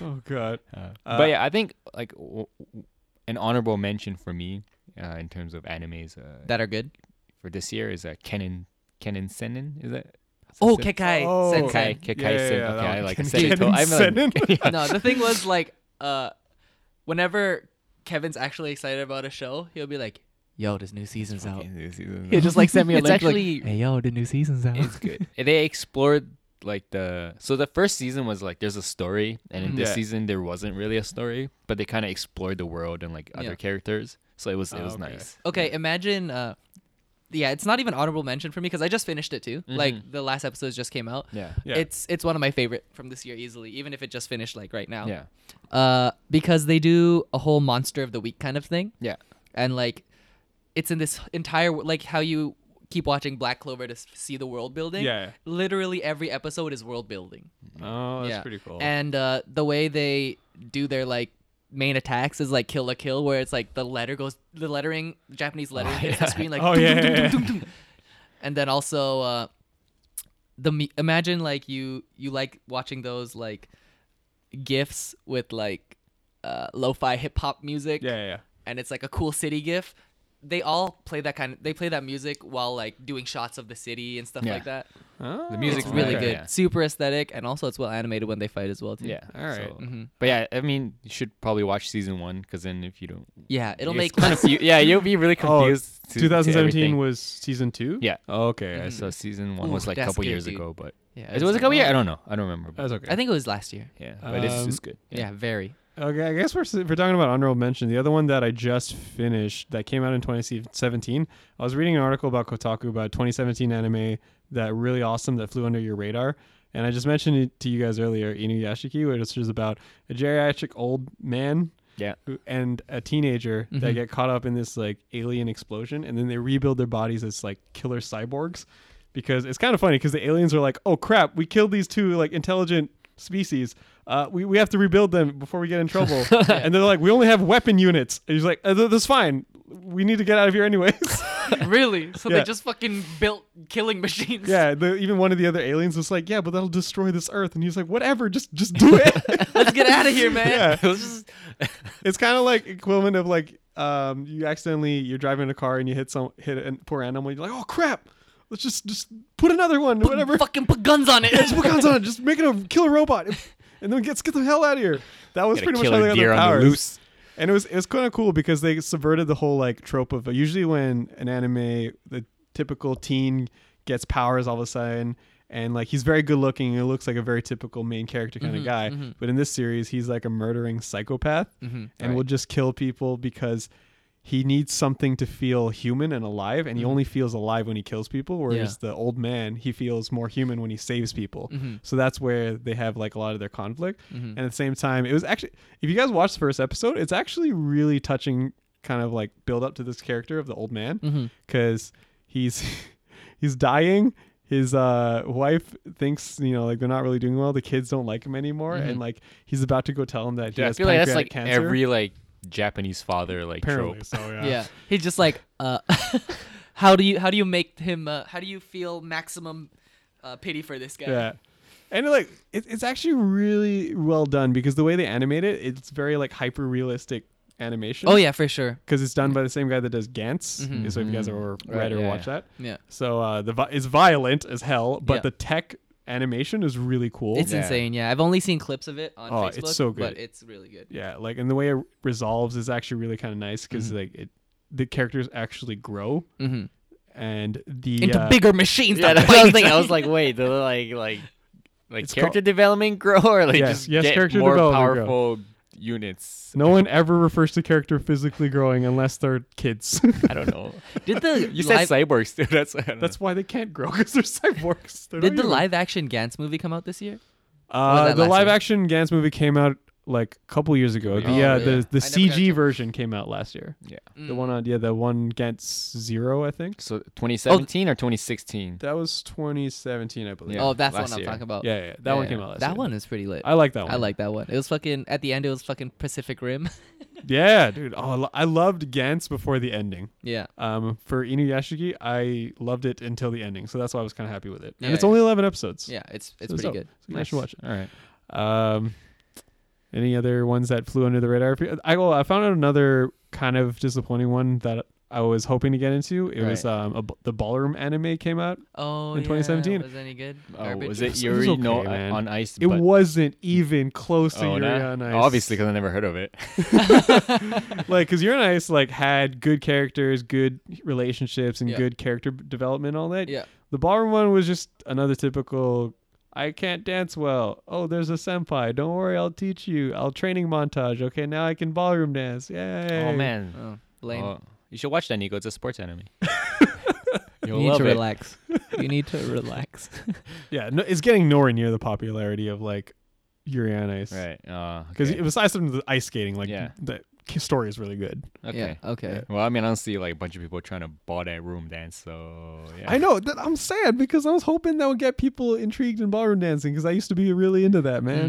[SPEAKER 2] oh God.
[SPEAKER 1] Uh, but yeah, I think like w- w- an honorable mention for me uh, in terms of animes uh,
[SPEAKER 3] that are good.
[SPEAKER 1] for this year is uh, Kenan Kenan Senin. Is that?
[SPEAKER 3] Oh,
[SPEAKER 1] Kekai
[SPEAKER 3] Kekai
[SPEAKER 2] Oh.
[SPEAKER 3] Sensei.
[SPEAKER 1] Kekai
[SPEAKER 2] Kekai.
[SPEAKER 1] Kekai
[SPEAKER 2] Yeah, yeah,
[SPEAKER 1] Sen.
[SPEAKER 2] yeah, that
[SPEAKER 1] okay, I
[SPEAKER 2] one.
[SPEAKER 1] like
[SPEAKER 2] Kenan
[SPEAKER 1] said it to- I'm like,
[SPEAKER 2] Senin.
[SPEAKER 1] yeah.
[SPEAKER 3] No, the thing was like, uh, whenever Kevin's actually excited about a show, he'll be like, "Yo, this new season's out." He'll just like send me a
[SPEAKER 1] It's
[SPEAKER 3] link. like,
[SPEAKER 1] actually-
[SPEAKER 3] hey, yo, the new season's out.
[SPEAKER 1] it's good. And They explored like the so the first season was like there's a story, and in this
[SPEAKER 2] Yeah.
[SPEAKER 1] season there wasn't really a story, but they kind of explored the world and like other
[SPEAKER 3] Yeah.
[SPEAKER 1] characters. So it was it
[SPEAKER 2] Oh,
[SPEAKER 1] was
[SPEAKER 2] okay.
[SPEAKER 1] nice.
[SPEAKER 3] okay, imagine. Uh, yeah, it's not even honorable mention for me because I just finished it too. Like the last episodes just came out.
[SPEAKER 1] Yeah.
[SPEAKER 2] Yeah.
[SPEAKER 3] It's it's one of my favorite from this year easily, even if it just finished like right now.
[SPEAKER 1] Yeah.
[SPEAKER 3] Uh, because they do a whole monster of the week kind of thing.
[SPEAKER 1] Yeah.
[SPEAKER 3] and like it's in this entire like how you keep watching black clover to s- see the world building
[SPEAKER 2] Yeah.
[SPEAKER 3] literally every episode is world building
[SPEAKER 2] Oh, that's
[SPEAKER 3] yeah
[SPEAKER 2] pretty cool.
[SPEAKER 3] and uh the way they do their like main attacks is like kill a kill where it's like the letter goes the lettering japanese lettering hits the screen like
[SPEAKER 2] oh
[SPEAKER 3] dum,
[SPEAKER 2] yeah,
[SPEAKER 3] dum, dum,
[SPEAKER 2] yeah, yeah.
[SPEAKER 3] and then also uh the mu- imagine like you you like watching those like gifs with like uh lo-fi hip-hop music
[SPEAKER 2] Yeah, yeah, yeah.
[SPEAKER 3] and it's like a cool city gif they all play that kind of they play that music while like doing shots of the city and stuff
[SPEAKER 1] Yeah.
[SPEAKER 3] like that
[SPEAKER 2] Oh,
[SPEAKER 1] The music's
[SPEAKER 3] it's really
[SPEAKER 1] Right.
[SPEAKER 3] good
[SPEAKER 1] Yeah.
[SPEAKER 3] super aesthetic and also it's well animated when they fight as well too
[SPEAKER 1] Yeah.
[SPEAKER 2] All right. Mm-hmm.
[SPEAKER 1] So- But yeah, I mean, you should probably watch season one because then if you don't,
[SPEAKER 3] yeah it'll
[SPEAKER 1] it's
[SPEAKER 3] make
[SPEAKER 1] kind of- you- yeah, you'll be really
[SPEAKER 2] Oh,
[SPEAKER 1] confused. to- to
[SPEAKER 2] 2017
[SPEAKER 1] everything.
[SPEAKER 2] was season two.
[SPEAKER 1] Yeah.
[SPEAKER 2] Oh, okay.
[SPEAKER 3] Mm-hmm.
[SPEAKER 2] I see.
[SPEAKER 1] so season one
[SPEAKER 3] Ooh,
[SPEAKER 1] was like a
[SPEAKER 3] that's
[SPEAKER 1] couple
[SPEAKER 3] good,
[SPEAKER 1] years
[SPEAKER 3] dude.
[SPEAKER 1] ago, but
[SPEAKER 3] yeah
[SPEAKER 1] it was a couple years. I don't know. I don't remember. but-
[SPEAKER 2] That's okay.
[SPEAKER 3] i think it was last year
[SPEAKER 1] yeah, but it's
[SPEAKER 2] Um,
[SPEAKER 1] it's good.
[SPEAKER 3] yeah, very
[SPEAKER 2] Okay, I guess we're s- if we're talking about honorable mention. The other one that I just finished that came out in 2017. I was reading an article about Kotaku about 2017 anime that really awesome that flew under your radar, and I just mentioned it to you guys earlier. Inuyashiki, which is about a geriatric old man
[SPEAKER 1] Yeah.
[SPEAKER 2] who- and a teenager that get caught up in this like alien explosion and then they rebuild their bodies as like killer cyborgs because it's kind of funny because the aliens are like oh crap we killed these two like intelligent species uh, we, we have to rebuild them before we get in trouble and they're like we only have weapon units and he's like "Uh, th- that's fine we need to get out of here anyways
[SPEAKER 3] really? So
[SPEAKER 2] Yeah.
[SPEAKER 3] they just fucking built killing machines.
[SPEAKER 2] yeah the, even one of the other aliens was like yeah but that'll destroy this earth and he's like whatever just just do it
[SPEAKER 3] Let's get out of here, man.
[SPEAKER 2] Yeah.
[SPEAKER 1] Let's just-
[SPEAKER 2] it's kind of like equivalent of like um you accidentally you're driving a car and you hit some hit a poor animal you're like oh crap let's just just put another one whatever
[SPEAKER 3] Fucking put guns on it.
[SPEAKER 2] just put guns on it just make it a kill a robot and then get get the hell out of here that was
[SPEAKER 1] Gotta
[SPEAKER 2] pretty much
[SPEAKER 1] kill
[SPEAKER 2] how
[SPEAKER 1] a
[SPEAKER 2] they got
[SPEAKER 1] deer
[SPEAKER 2] their
[SPEAKER 1] on the
[SPEAKER 2] powers
[SPEAKER 1] loose.
[SPEAKER 2] and it was it was kind of cool because they subverted the whole like trope of usually when an anime the typical teen gets powers all of a sudden and like he's very good looking and he looks like a very typical main character kind of guy but in this series he's like a murdering psychopath and will just kill people because he needs something to feel human and alive and he only feels alive when he kills people whereas the old man he feels more human when he saves people
[SPEAKER 1] Mm-hmm.
[SPEAKER 2] so that's where they have like a lot of their conflict and at the same time it was actually if you guys watch the first episode it's actually really touching kind of like build up to this character of the old
[SPEAKER 1] Mm-hmm.
[SPEAKER 2] man because he's he's dying his uh, wife thinks you know like they're not really doing well the kids don't like him anymore and like he's about to go tell him that he
[SPEAKER 1] Mm-hmm. Yeah, I
[SPEAKER 2] has
[SPEAKER 1] feel like that's like
[SPEAKER 2] pancreatic cancer
[SPEAKER 1] every like Japanese father like
[SPEAKER 2] apparently
[SPEAKER 1] trope.
[SPEAKER 2] so yeah,
[SPEAKER 3] Yeah. He's just like, uh, how do you how do you make him? Uh, how do you feel maximum uh, pity for this guy?
[SPEAKER 2] Yeah. And like it, it's actually really well done because the way they animate it, it's very like hyper realistic animation.
[SPEAKER 3] Oh yeah, for sure.
[SPEAKER 2] because it's done by the same guy that does Gantz. So if you guys ever read
[SPEAKER 1] Right,
[SPEAKER 2] or
[SPEAKER 1] yeah,
[SPEAKER 2] watch
[SPEAKER 1] yeah.
[SPEAKER 2] that,
[SPEAKER 3] Yeah.
[SPEAKER 2] so uh, the vi- it's violent as hell, but
[SPEAKER 3] Yeah.
[SPEAKER 2] the tech animation is really cool.
[SPEAKER 3] It's
[SPEAKER 1] Yeah.
[SPEAKER 3] insane. Yeah, I've only seen clips of it on
[SPEAKER 2] Oh,
[SPEAKER 3] Facebook.
[SPEAKER 2] it's so good.
[SPEAKER 3] But it's really good.
[SPEAKER 2] yeah, like and the way it resolves is actually really kind of nice because
[SPEAKER 3] Mm-hmm.
[SPEAKER 2] like it, the characters actually grow
[SPEAKER 3] Mhm.
[SPEAKER 2] and the
[SPEAKER 3] Into
[SPEAKER 2] uh,
[SPEAKER 3] bigger machines.
[SPEAKER 1] Yeah,
[SPEAKER 3] that
[SPEAKER 1] that's what I was
[SPEAKER 3] fight.
[SPEAKER 1] thinking. I was like, wait, the like like like
[SPEAKER 2] It's
[SPEAKER 1] character development grow or like
[SPEAKER 2] Yes,
[SPEAKER 1] just
[SPEAKER 2] yes,
[SPEAKER 1] get
[SPEAKER 2] character
[SPEAKER 1] more
[SPEAKER 2] development grow.
[SPEAKER 1] powerful units.
[SPEAKER 2] no one ever refers to character physically growing unless they're kids.
[SPEAKER 1] I don't know.
[SPEAKER 3] did the
[SPEAKER 1] You
[SPEAKER 3] live,
[SPEAKER 1] said cyborgs too. That's I don't know.
[SPEAKER 2] That's why they can't grow because they're cyborgs. They're
[SPEAKER 3] did
[SPEAKER 2] not
[SPEAKER 3] the
[SPEAKER 2] human.
[SPEAKER 3] live action Gantz movie come out this year? was
[SPEAKER 2] Uh,
[SPEAKER 3] that
[SPEAKER 2] the
[SPEAKER 3] last
[SPEAKER 2] live
[SPEAKER 3] year?
[SPEAKER 2] action Gans movie came out like a couple years ago.
[SPEAKER 1] Oh,
[SPEAKER 2] the uh, the
[SPEAKER 3] really?
[SPEAKER 2] the
[SPEAKER 3] I never got
[SPEAKER 2] CG
[SPEAKER 3] to-
[SPEAKER 2] version came out last year.
[SPEAKER 1] yeah.
[SPEAKER 3] Hmm.
[SPEAKER 2] The
[SPEAKER 3] Mm.
[SPEAKER 2] one on yeah, the one Gantz Zero, I think.
[SPEAKER 1] So 2017 or 2016?
[SPEAKER 2] That was 2017, I believe.
[SPEAKER 1] Yeah,
[SPEAKER 3] oh, that's the
[SPEAKER 1] last
[SPEAKER 3] one I'm
[SPEAKER 1] year.
[SPEAKER 3] talking about.
[SPEAKER 2] yeah, yeah, yeah. that one came out last
[SPEAKER 3] That
[SPEAKER 2] year.
[SPEAKER 3] one is pretty lit.
[SPEAKER 2] I like that one.
[SPEAKER 3] I like that one. It was fucking at the end. It was fucking Pacific Rim.
[SPEAKER 2] Yeah, dude. Oh, I lo- I loved Gantz before the ending.
[SPEAKER 3] yeah.
[SPEAKER 2] Um, for Inuyashiki, I loved it until the ending, so that's why I was kind of happy with it. And
[SPEAKER 3] Yeah,
[SPEAKER 2] it's
[SPEAKER 3] yeah.
[SPEAKER 2] only 11 episodes.
[SPEAKER 3] Yeah. It's it's
[SPEAKER 2] So
[SPEAKER 3] pretty
[SPEAKER 2] dope.
[SPEAKER 3] good.
[SPEAKER 2] So you guys should watch it.
[SPEAKER 1] All right.
[SPEAKER 2] Um, any other ones that flew under the radar? for you? I well, I found out another kind of disappointing one that I was hoping to get into. It was
[SPEAKER 1] Right.
[SPEAKER 2] um a b the ballroom anime came out.
[SPEAKER 3] Oh,
[SPEAKER 2] In
[SPEAKER 3] yeah,
[SPEAKER 2] 2017.
[SPEAKER 3] was any good?
[SPEAKER 1] Oh,
[SPEAKER 3] Garbage?
[SPEAKER 1] was
[SPEAKER 2] It
[SPEAKER 1] it
[SPEAKER 2] was
[SPEAKER 1] Yuri
[SPEAKER 2] okay,
[SPEAKER 1] no
[SPEAKER 2] man.
[SPEAKER 1] on ice?
[SPEAKER 2] It
[SPEAKER 1] but-
[SPEAKER 2] wasn't even close to
[SPEAKER 1] Oh,
[SPEAKER 2] Yuri
[SPEAKER 1] nah?
[SPEAKER 2] on Ice.
[SPEAKER 1] Obviously, because I never heard of it.
[SPEAKER 2] like because Yuri on Ice like had good characters, good relationships, and
[SPEAKER 3] Yeah.
[SPEAKER 2] good character b- development. All that.
[SPEAKER 3] Yeah.
[SPEAKER 2] The ballroom one was just another typical. I can't dance well. Oh, there's a senpai. Don't worry, I'll teach you. I'll training montage. Okay, now I can ballroom dance. Yay!
[SPEAKER 1] Oh man,
[SPEAKER 3] Oh, lame.
[SPEAKER 1] Oh, you should watch that, Nico. It's a sports anime.
[SPEAKER 3] you
[SPEAKER 1] You'll
[SPEAKER 3] need
[SPEAKER 1] love
[SPEAKER 3] to
[SPEAKER 1] it.
[SPEAKER 3] relax. you need to relax.
[SPEAKER 2] Yeah, no, it's getting nowhere near the popularity of like Yuri on Ice.
[SPEAKER 1] Right. Uh,
[SPEAKER 2] Because
[SPEAKER 1] okay.
[SPEAKER 2] besides from the ice skating, like
[SPEAKER 1] Yeah.
[SPEAKER 2] the k- story is really good.
[SPEAKER 1] okay.
[SPEAKER 3] Yeah. Okay.
[SPEAKER 1] Well, I mean, I don't see like a bunch of people trying to ball that room dance. So yeah.
[SPEAKER 2] I know that I'm sad because I was hoping that would get people intrigued in ballroom dancing because I used to be really into that, man.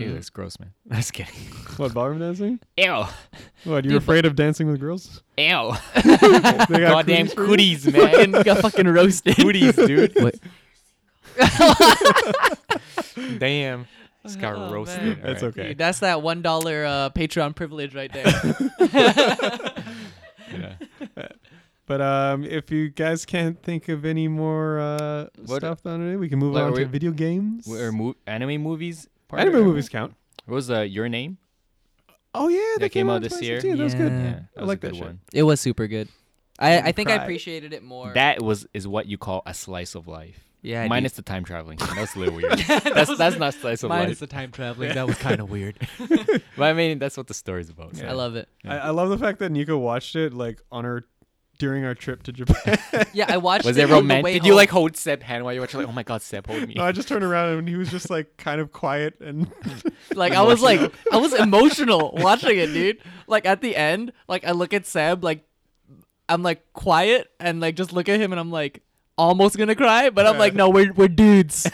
[SPEAKER 3] Mm, mm,
[SPEAKER 1] Ew,
[SPEAKER 3] mm.
[SPEAKER 1] that's gross, man. That's kidding.
[SPEAKER 2] What ballroom dancing?
[SPEAKER 1] Ew.
[SPEAKER 2] What you're afraid of dancing with girls?
[SPEAKER 1] Ew.
[SPEAKER 2] They got
[SPEAKER 1] Goddamn
[SPEAKER 2] cooties for you?
[SPEAKER 1] cooties, man.
[SPEAKER 3] Got fucking roasted.
[SPEAKER 1] cooties, dude.
[SPEAKER 3] What?
[SPEAKER 1] Damn. This got
[SPEAKER 3] Oh,
[SPEAKER 1] roasted.
[SPEAKER 3] man.
[SPEAKER 1] All
[SPEAKER 2] That's
[SPEAKER 1] right.
[SPEAKER 2] okay.
[SPEAKER 3] Dude, that's that one dollar uh, Patreon privilege right there.
[SPEAKER 1] Yeah.
[SPEAKER 2] But um, if you guys can't think of any more uh,
[SPEAKER 1] What-
[SPEAKER 2] stuff on it, we can move
[SPEAKER 1] Wait,
[SPEAKER 2] on
[SPEAKER 1] are
[SPEAKER 2] to
[SPEAKER 1] we-
[SPEAKER 2] video games.
[SPEAKER 1] Were mo- anime movies? part
[SPEAKER 2] Anime
[SPEAKER 1] of it?
[SPEAKER 2] movies count.
[SPEAKER 1] What was uh, your name?
[SPEAKER 2] Oh yeah, they
[SPEAKER 1] came out
[SPEAKER 2] in
[SPEAKER 1] this year.
[SPEAKER 2] 2017. That was good.
[SPEAKER 3] Yeah.
[SPEAKER 1] that
[SPEAKER 2] I
[SPEAKER 1] was
[SPEAKER 2] like
[SPEAKER 1] a
[SPEAKER 2] that
[SPEAKER 1] good
[SPEAKER 2] shit.
[SPEAKER 1] one.
[SPEAKER 3] it was super good. I, I think I
[SPEAKER 2] Cried.
[SPEAKER 3] appreciated it more.
[SPEAKER 1] That was is what you call a slice of life.
[SPEAKER 3] Yeah.
[SPEAKER 1] Minus the time traveling. That's a little weird. that's that's not slice of
[SPEAKER 3] minus
[SPEAKER 1] life.
[SPEAKER 3] the time traveling. That was kind of weird.
[SPEAKER 1] But I mean, that's what the story's about. so.
[SPEAKER 3] I love it.
[SPEAKER 2] I, I love the fact that Nico watched it like on her during our trip to Japan.
[SPEAKER 3] Yeah, I watched.
[SPEAKER 1] Was it
[SPEAKER 3] it on the way
[SPEAKER 1] romantic? Did you
[SPEAKER 3] home.
[SPEAKER 1] like hold Seb hand while you were watching? Like, oh my god, Seb, hold me.
[SPEAKER 2] no, I just turned around and he was just like kind of quiet and
[SPEAKER 3] Like I was like I was emotional watching it, dude. Like at the end, like I look at Seb, like I'm like quiet and like just look at him and I'm like almost gonna cry, but I'm like, no, we're we're dudes.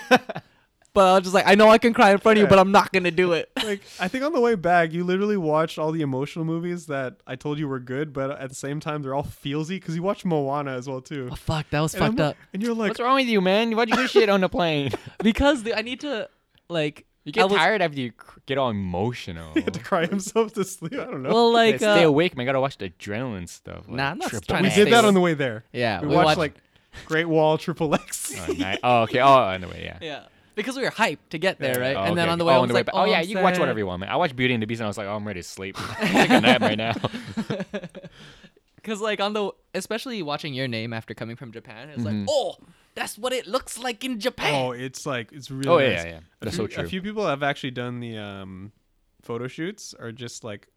[SPEAKER 3] but I was just like, I know I can cry in front of you, but I'm not gonna do it.
[SPEAKER 2] like I think on the way back you literally watched all the emotional movies that I told you were good, but at the same time they're all feelsy because you watched Moana as well too.
[SPEAKER 3] Fuck, that was
[SPEAKER 2] And I'm
[SPEAKER 3] Oh, fucked
[SPEAKER 2] like-
[SPEAKER 3] up.
[SPEAKER 2] And you're like,
[SPEAKER 1] What's wrong with you, man? Why'd you do shit on the plane?
[SPEAKER 3] Because the, I need to like
[SPEAKER 1] You get
[SPEAKER 3] I was-
[SPEAKER 1] tired after you cr- get all emotional.
[SPEAKER 2] he had to cry himself to sleep. I don't know.
[SPEAKER 3] Well,
[SPEAKER 1] Yeah,
[SPEAKER 3] like
[SPEAKER 1] stay
[SPEAKER 3] uh,
[SPEAKER 1] awake, man. Gotta watch the adrenaline stuff. like,
[SPEAKER 3] Nah, I'm not
[SPEAKER 1] triple
[SPEAKER 3] trying
[SPEAKER 2] we
[SPEAKER 3] to
[SPEAKER 2] did
[SPEAKER 3] stay
[SPEAKER 2] that on
[SPEAKER 3] awake.
[SPEAKER 2] the way there.
[SPEAKER 3] yeah,
[SPEAKER 2] We, watched, like Great Wall, Triple X.
[SPEAKER 1] Oh, ni- oh, okay. Oh, anyway, yeah.
[SPEAKER 3] yeah because we were hyped to get there, right?
[SPEAKER 1] Oh,
[SPEAKER 3] and then
[SPEAKER 1] okay,
[SPEAKER 3] on the
[SPEAKER 1] okay.
[SPEAKER 3] way,
[SPEAKER 1] oh,
[SPEAKER 3] I was like,
[SPEAKER 1] back- oh, yeah,
[SPEAKER 3] I'm
[SPEAKER 1] you can watch
[SPEAKER 3] sad."
[SPEAKER 1] whatever you want, man. I watched Beauty and the Beast, and I was like, oh, I'm ready to sleep. Take a nap right now.
[SPEAKER 3] Cause like on the especially watching your name after coming from Japan, it's
[SPEAKER 1] Mm-hmm.
[SPEAKER 3] like, oh, that's what it looks like in Japan.
[SPEAKER 2] Oh, it's like it's really.
[SPEAKER 1] Oh, yeah,
[SPEAKER 2] nice.
[SPEAKER 1] yeah, yeah.
[SPEAKER 2] A
[SPEAKER 1] That's
[SPEAKER 2] few-
[SPEAKER 1] so true.
[SPEAKER 2] A few people have actually done the um, photo shoots or just like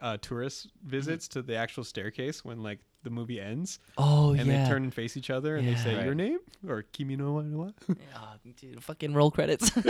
[SPEAKER 2] uh, tourist visits to the actual staircase when like the movie ends
[SPEAKER 3] Oh,
[SPEAKER 2] and they turn and face each other and they say
[SPEAKER 1] Yeah.
[SPEAKER 2] your
[SPEAKER 1] Right.
[SPEAKER 2] name or Kimi no wa- wa.
[SPEAKER 3] Ah, dude, fucking roll credits.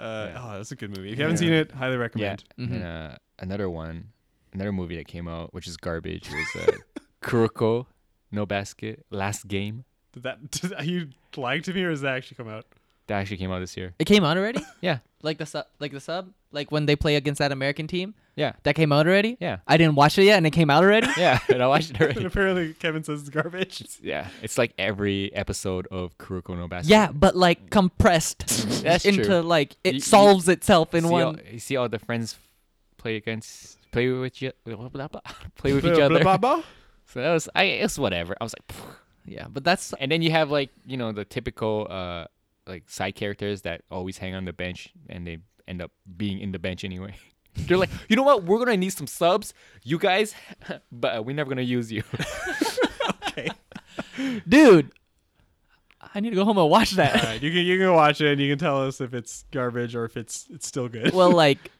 [SPEAKER 2] Uh, Oh, that's a good movie. If you
[SPEAKER 1] Yeah.
[SPEAKER 2] haven't seen it, highly
[SPEAKER 1] yeah.
[SPEAKER 2] recommend.
[SPEAKER 1] And, uh, another one, another movie that came out, which is garbage, was uh, Kuroko, No Basket, Last Game.
[SPEAKER 2] Did that did, are you lying to me or does that actually come out?
[SPEAKER 1] That actually came out this year.
[SPEAKER 3] it came out already.
[SPEAKER 1] Yeah.
[SPEAKER 3] Like the sub, like the sub, like when they play against that American team
[SPEAKER 1] Yeah.
[SPEAKER 3] that came out already.
[SPEAKER 1] Yeah.
[SPEAKER 3] I didn't watch it yet, and it came out already.
[SPEAKER 1] Yeah. And I watched it
[SPEAKER 2] And
[SPEAKER 1] already.
[SPEAKER 2] apparently Kevin says it's garbage.
[SPEAKER 1] Yeah. It's like every episode of Kuroko, No Basket.
[SPEAKER 3] yeah, but like compressed
[SPEAKER 1] That's
[SPEAKER 3] into
[SPEAKER 1] true.
[SPEAKER 3] like it
[SPEAKER 1] You- you-
[SPEAKER 3] solves itself in
[SPEAKER 1] see
[SPEAKER 3] one.
[SPEAKER 1] all, you see all the friends play against play with you blah, blah, blah, play with
[SPEAKER 2] Blah,
[SPEAKER 1] each
[SPEAKER 2] blah,
[SPEAKER 1] other.
[SPEAKER 2] blah, blah.
[SPEAKER 1] So that was I it's whatever. I was like "Pfft."
[SPEAKER 3] Yeah, but that's
[SPEAKER 1] and then you have like, you know, the typical uh like side characters that always hang on the bench and they end up being in the bench anyway. They're like, you know what? We're gonna need some subs, you guys, but we're never gonna use you.
[SPEAKER 3] dude. I need to go home and watch that.
[SPEAKER 2] All right, you can you can watch it and you can tell us if it's garbage or if it's it's still good.
[SPEAKER 3] well, like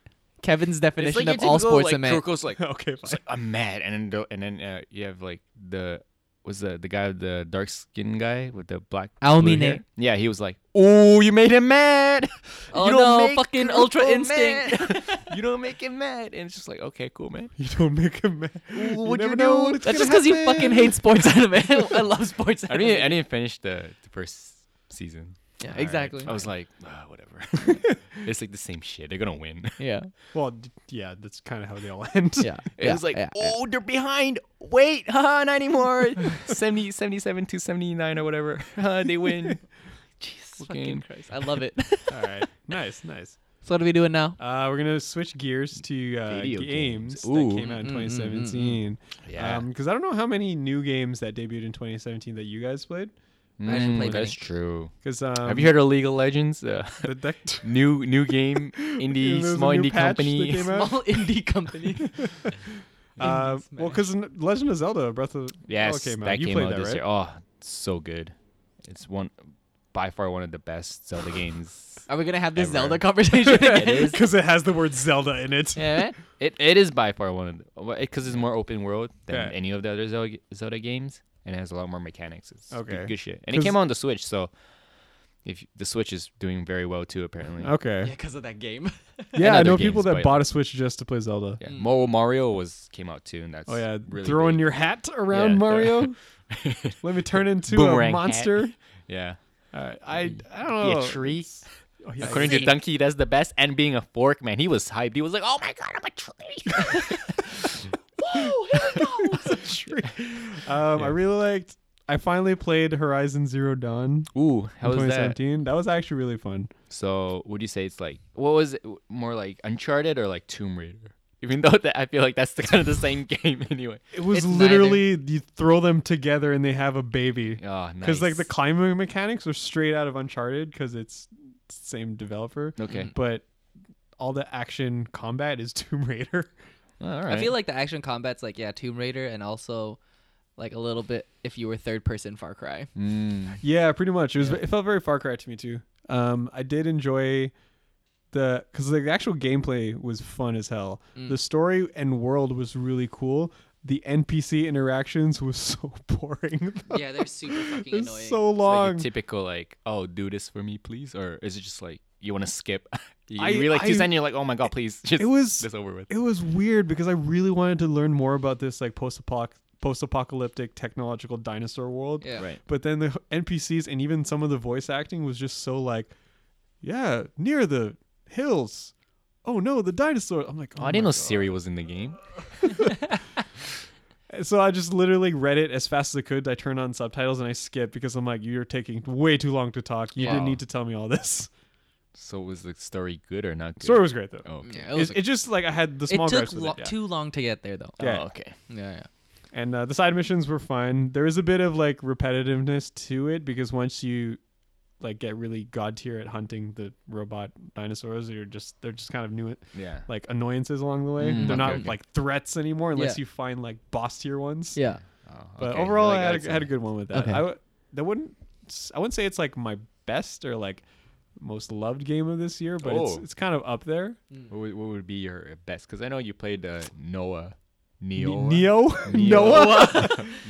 [SPEAKER 3] Kevin's definition of all sports
[SPEAKER 1] like,
[SPEAKER 3] and man.
[SPEAKER 1] Kuroko's like,
[SPEAKER 2] okay,
[SPEAKER 1] It's
[SPEAKER 2] fine.
[SPEAKER 1] like, I'm mad, and then the- and then uh, you have like the was the the guy with the dark skin guy with the black blue
[SPEAKER 3] Almine.
[SPEAKER 1] hair? Yeah, he was like, "Oh, you made him mad.
[SPEAKER 3] Oh,
[SPEAKER 1] you
[SPEAKER 3] no,
[SPEAKER 1] don't make
[SPEAKER 3] fucking
[SPEAKER 1] Kuroko
[SPEAKER 3] Ultra
[SPEAKER 1] mad.
[SPEAKER 3] Instinct."
[SPEAKER 1] you don't make him mad." And it's just like, okay, cool, man.
[SPEAKER 2] You don't make him mad. You
[SPEAKER 1] what'd you
[SPEAKER 2] never know
[SPEAKER 1] do?
[SPEAKER 2] when it's
[SPEAKER 3] That's
[SPEAKER 2] gonna
[SPEAKER 3] just because you
[SPEAKER 2] happen.
[SPEAKER 3] fucking hate sports anime. I love sports
[SPEAKER 1] I
[SPEAKER 3] anime.
[SPEAKER 1] didn't I didn't finish the the first season.
[SPEAKER 3] yeah,
[SPEAKER 1] All right.
[SPEAKER 3] exactly.
[SPEAKER 1] I was like, ah, whatever. it's like the same shit. They're gonna win.
[SPEAKER 3] yeah,
[SPEAKER 2] Well, d- yeah, that's kind of how they all end.
[SPEAKER 3] yeah.
[SPEAKER 1] It
[SPEAKER 3] yeah,
[SPEAKER 1] was like,
[SPEAKER 3] yeah, yeah.
[SPEAKER 1] oh, they're behind. Wait, haha, not anymore. 70, 77 to 79 or whatever. Uh, they win.
[SPEAKER 3] Jesus
[SPEAKER 1] fucking-
[SPEAKER 3] fucking Christ. I love it.
[SPEAKER 2] all right. Nice, nice.
[SPEAKER 3] so what are we doing now?
[SPEAKER 2] Uh, we're gonna switch gears to uh,
[SPEAKER 1] Video games.
[SPEAKER 2] games, that
[SPEAKER 1] Ooh.
[SPEAKER 2] came out in
[SPEAKER 3] Mm, mm, mm, mm,
[SPEAKER 2] 2017.
[SPEAKER 1] Yeah.
[SPEAKER 2] Because I don't know how many new games that debuted in 2017 that you guys played.
[SPEAKER 3] I didn't play
[SPEAKER 1] Mm, that's
[SPEAKER 3] many.
[SPEAKER 1] true.
[SPEAKER 2] Because um,
[SPEAKER 1] Have you heard of League of Legends? Uh,
[SPEAKER 2] The deck
[SPEAKER 1] new new game
[SPEAKER 2] Yeah,
[SPEAKER 1] indie
[SPEAKER 2] there's a
[SPEAKER 1] small
[SPEAKER 2] new
[SPEAKER 1] indie
[SPEAKER 2] patch that
[SPEAKER 1] company.
[SPEAKER 2] came out.
[SPEAKER 3] Small indie company.
[SPEAKER 2] uh, well, because Legend of Zelda Breath of the Wild
[SPEAKER 1] Yes,
[SPEAKER 2] came out.
[SPEAKER 1] that
[SPEAKER 2] you
[SPEAKER 1] came
[SPEAKER 2] played
[SPEAKER 1] out
[SPEAKER 2] that,
[SPEAKER 1] this
[SPEAKER 2] right?
[SPEAKER 1] year. Oh, it's so good. It's one by far one of the best Zelda games.
[SPEAKER 3] Are we gonna have this
[SPEAKER 1] Ever.
[SPEAKER 3] Zelda conversation again?
[SPEAKER 1] It is.
[SPEAKER 2] Because it has the word Zelda in it.
[SPEAKER 1] yeah, it it is by far one of the because it's more open world than
[SPEAKER 2] Yeah.
[SPEAKER 1] any of the other Zelda, Zelda games, and it has a lot more mechanics. It's good-
[SPEAKER 2] Okay.
[SPEAKER 1] good shit. And it
[SPEAKER 2] 'Cause-
[SPEAKER 1] came out on the Switch, so if you- the Switch is doing very well too, apparently.
[SPEAKER 3] Yeah,
[SPEAKER 2] Okay.
[SPEAKER 3] because of that game.
[SPEAKER 2] Yeah,
[SPEAKER 1] and
[SPEAKER 2] I
[SPEAKER 1] other
[SPEAKER 2] know people
[SPEAKER 1] games,
[SPEAKER 2] that
[SPEAKER 1] but-
[SPEAKER 2] bought a Switch just to play Zelda.
[SPEAKER 1] Yeah, Mo Mario was came out too, and that's
[SPEAKER 2] Oh yeah,
[SPEAKER 1] really
[SPEAKER 2] throwing
[SPEAKER 1] big.
[SPEAKER 2] your hat around
[SPEAKER 1] Yeah,
[SPEAKER 2] Mario. Let me turn into a
[SPEAKER 1] Boomerang hat.
[SPEAKER 2] monster.
[SPEAKER 1] yeah.
[SPEAKER 2] Alright, Uh, I I don't
[SPEAKER 1] Be
[SPEAKER 2] know.
[SPEAKER 1] a tree.
[SPEAKER 2] Oh, yeah,
[SPEAKER 1] According to Donkey, that's the best. And being a fork, man, he was hyped. He was like, "Oh my god, I'm a tree!"
[SPEAKER 2] Um, I really liked. I finally played Horizon Zero Dawn
[SPEAKER 1] Ooh,
[SPEAKER 2] in
[SPEAKER 1] how was that?
[SPEAKER 2] 2017. That? was actually really fun.
[SPEAKER 1] So, would you say it's like what was it more like Uncharted or like Tomb Raider? Even though that I feel like that's the, kind of the same game anyway.
[SPEAKER 2] It was
[SPEAKER 3] It's neither.
[SPEAKER 2] literally you throw them together and they have a baby.
[SPEAKER 1] Oh, nice.
[SPEAKER 2] Because like the climbing mechanics are straight out of Uncharted because it's same developer,
[SPEAKER 1] okay,
[SPEAKER 2] but all the action combat is Tomb Raider.
[SPEAKER 1] all right.
[SPEAKER 3] I feel like the action combat's like yeah, Tomb Raider, and also like a little bit if you were third person Far Cry.
[SPEAKER 1] Mm.
[SPEAKER 2] Yeah, pretty much. It was. It felt very Far Cry to me too. Um, I did enjoy the because the actual gameplay was fun as hell. The story and world was really cool. The NPC interactions was so boring.
[SPEAKER 3] Yeah, they're super fucking
[SPEAKER 2] it's so long.
[SPEAKER 1] Like a typical like, oh, do this for me, please, or is it just like you want to skip? you
[SPEAKER 2] I-
[SPEAKER 1] really like two
[SPEAKER 2] I-
[SPEAKER 1] and you're like, oh my god, please, just
[SPEAKER 2] it was-
[SPEAKER 1] this over with.
[SPEAKER 2] it was weird because I really wanted to learn more about this like post-apoc- post-apocalyptic technological dinosaur world.
[SPEAKER 3] Yeah.
[SPEAKER 1] Right.
[SPEAKER 2] But then the NPCs and even some of the voice acting was just so like, yeah, near the hills. Oh no, the dinosaur! I'm like, oh,
[SPEAKER 1] Oh, I didn't
[SPEAKER 2] my
[SPEAKER 1] know
[SPEAKER 2] God.
[SPEAKER 1] Siri was in the game.
[SPEAKER 2] So I just literally read it as fast as I could. I turned on subtitles and I skipped because I'm like, you're taking way too long to talk. You didn't
[SPEAKER 1] Yeah.
[SPEAKER 2] need to tell me all this.
[SPEAKER 1] So was the story good or not good?
[SPEAKER 2] Story was great though.
[SPEAKER 1] Oh, okay.
[SPEAKER 3] Yeah, it,
[SPEAKER 2] It,
[SPEAKER 3] was a-
[SPEAKER 2] it just like I had the
[SPEAKER 3] it
[SPEAKER 2] small
[SPEAKER 3] took
[SPEAKER 2] gripes with
[SPEAKER 3] lo-
[SPEAKER 2] it, yeah.
[SPEAKER 3] too long to get there though.
[SPEAKER 2] Yeah.
[SPEAKER 1] Oh, okay.
[SPEAKER 3] Yeah, yeah.
[SPEAKER 2] and uh, the side missions were fine. There is a bit of like repetitiveness to it because once you like get really god tier at hunting the robot dinosaurs, you're just they're just kind of new
[SPEAKER 1] Yeah.
[SPEAKER 2] like annoyances along the way.
[SPEAKER 3] Mm.
[SPEAKER 2] they're
[SPEAKER 1] Okay,
[SPEAKER 2] not
[SPEAKER 1] okay.
[SPEAKER 2] like threats anymore unless
[SPEAKER 3] Yeah.
[SPEAKER 2] you find like boss tier ones.
[SPEAKER 3] Yeah.
[SPEAKER 1] Oh,
[SPEAKER 2] But
[SPEAKER 1] okay.
[SPEAKER 2] overall,
[SPEAKER 1] Really
[SPEAKER 2] I had
[SPEAKER 1] got
[SPEAKER 2] a, had a good one with that.
[SPEAKER 3] Okay.
[SPEAKER 2] I w- that wouldn't s- I wouldn't say it's like my best or like most loved game of this year, but it's
[SPEAKER 1] Oh.
[SPEAKER 2] it's kind of up there.
[SPEAKER 1] What would, what would be your best? Because I know you played uh, Noah,
[SPEAKER 2] Ne-
[SPEAKER 1] Neo,
[SPEAKER 2] Neo, Noah.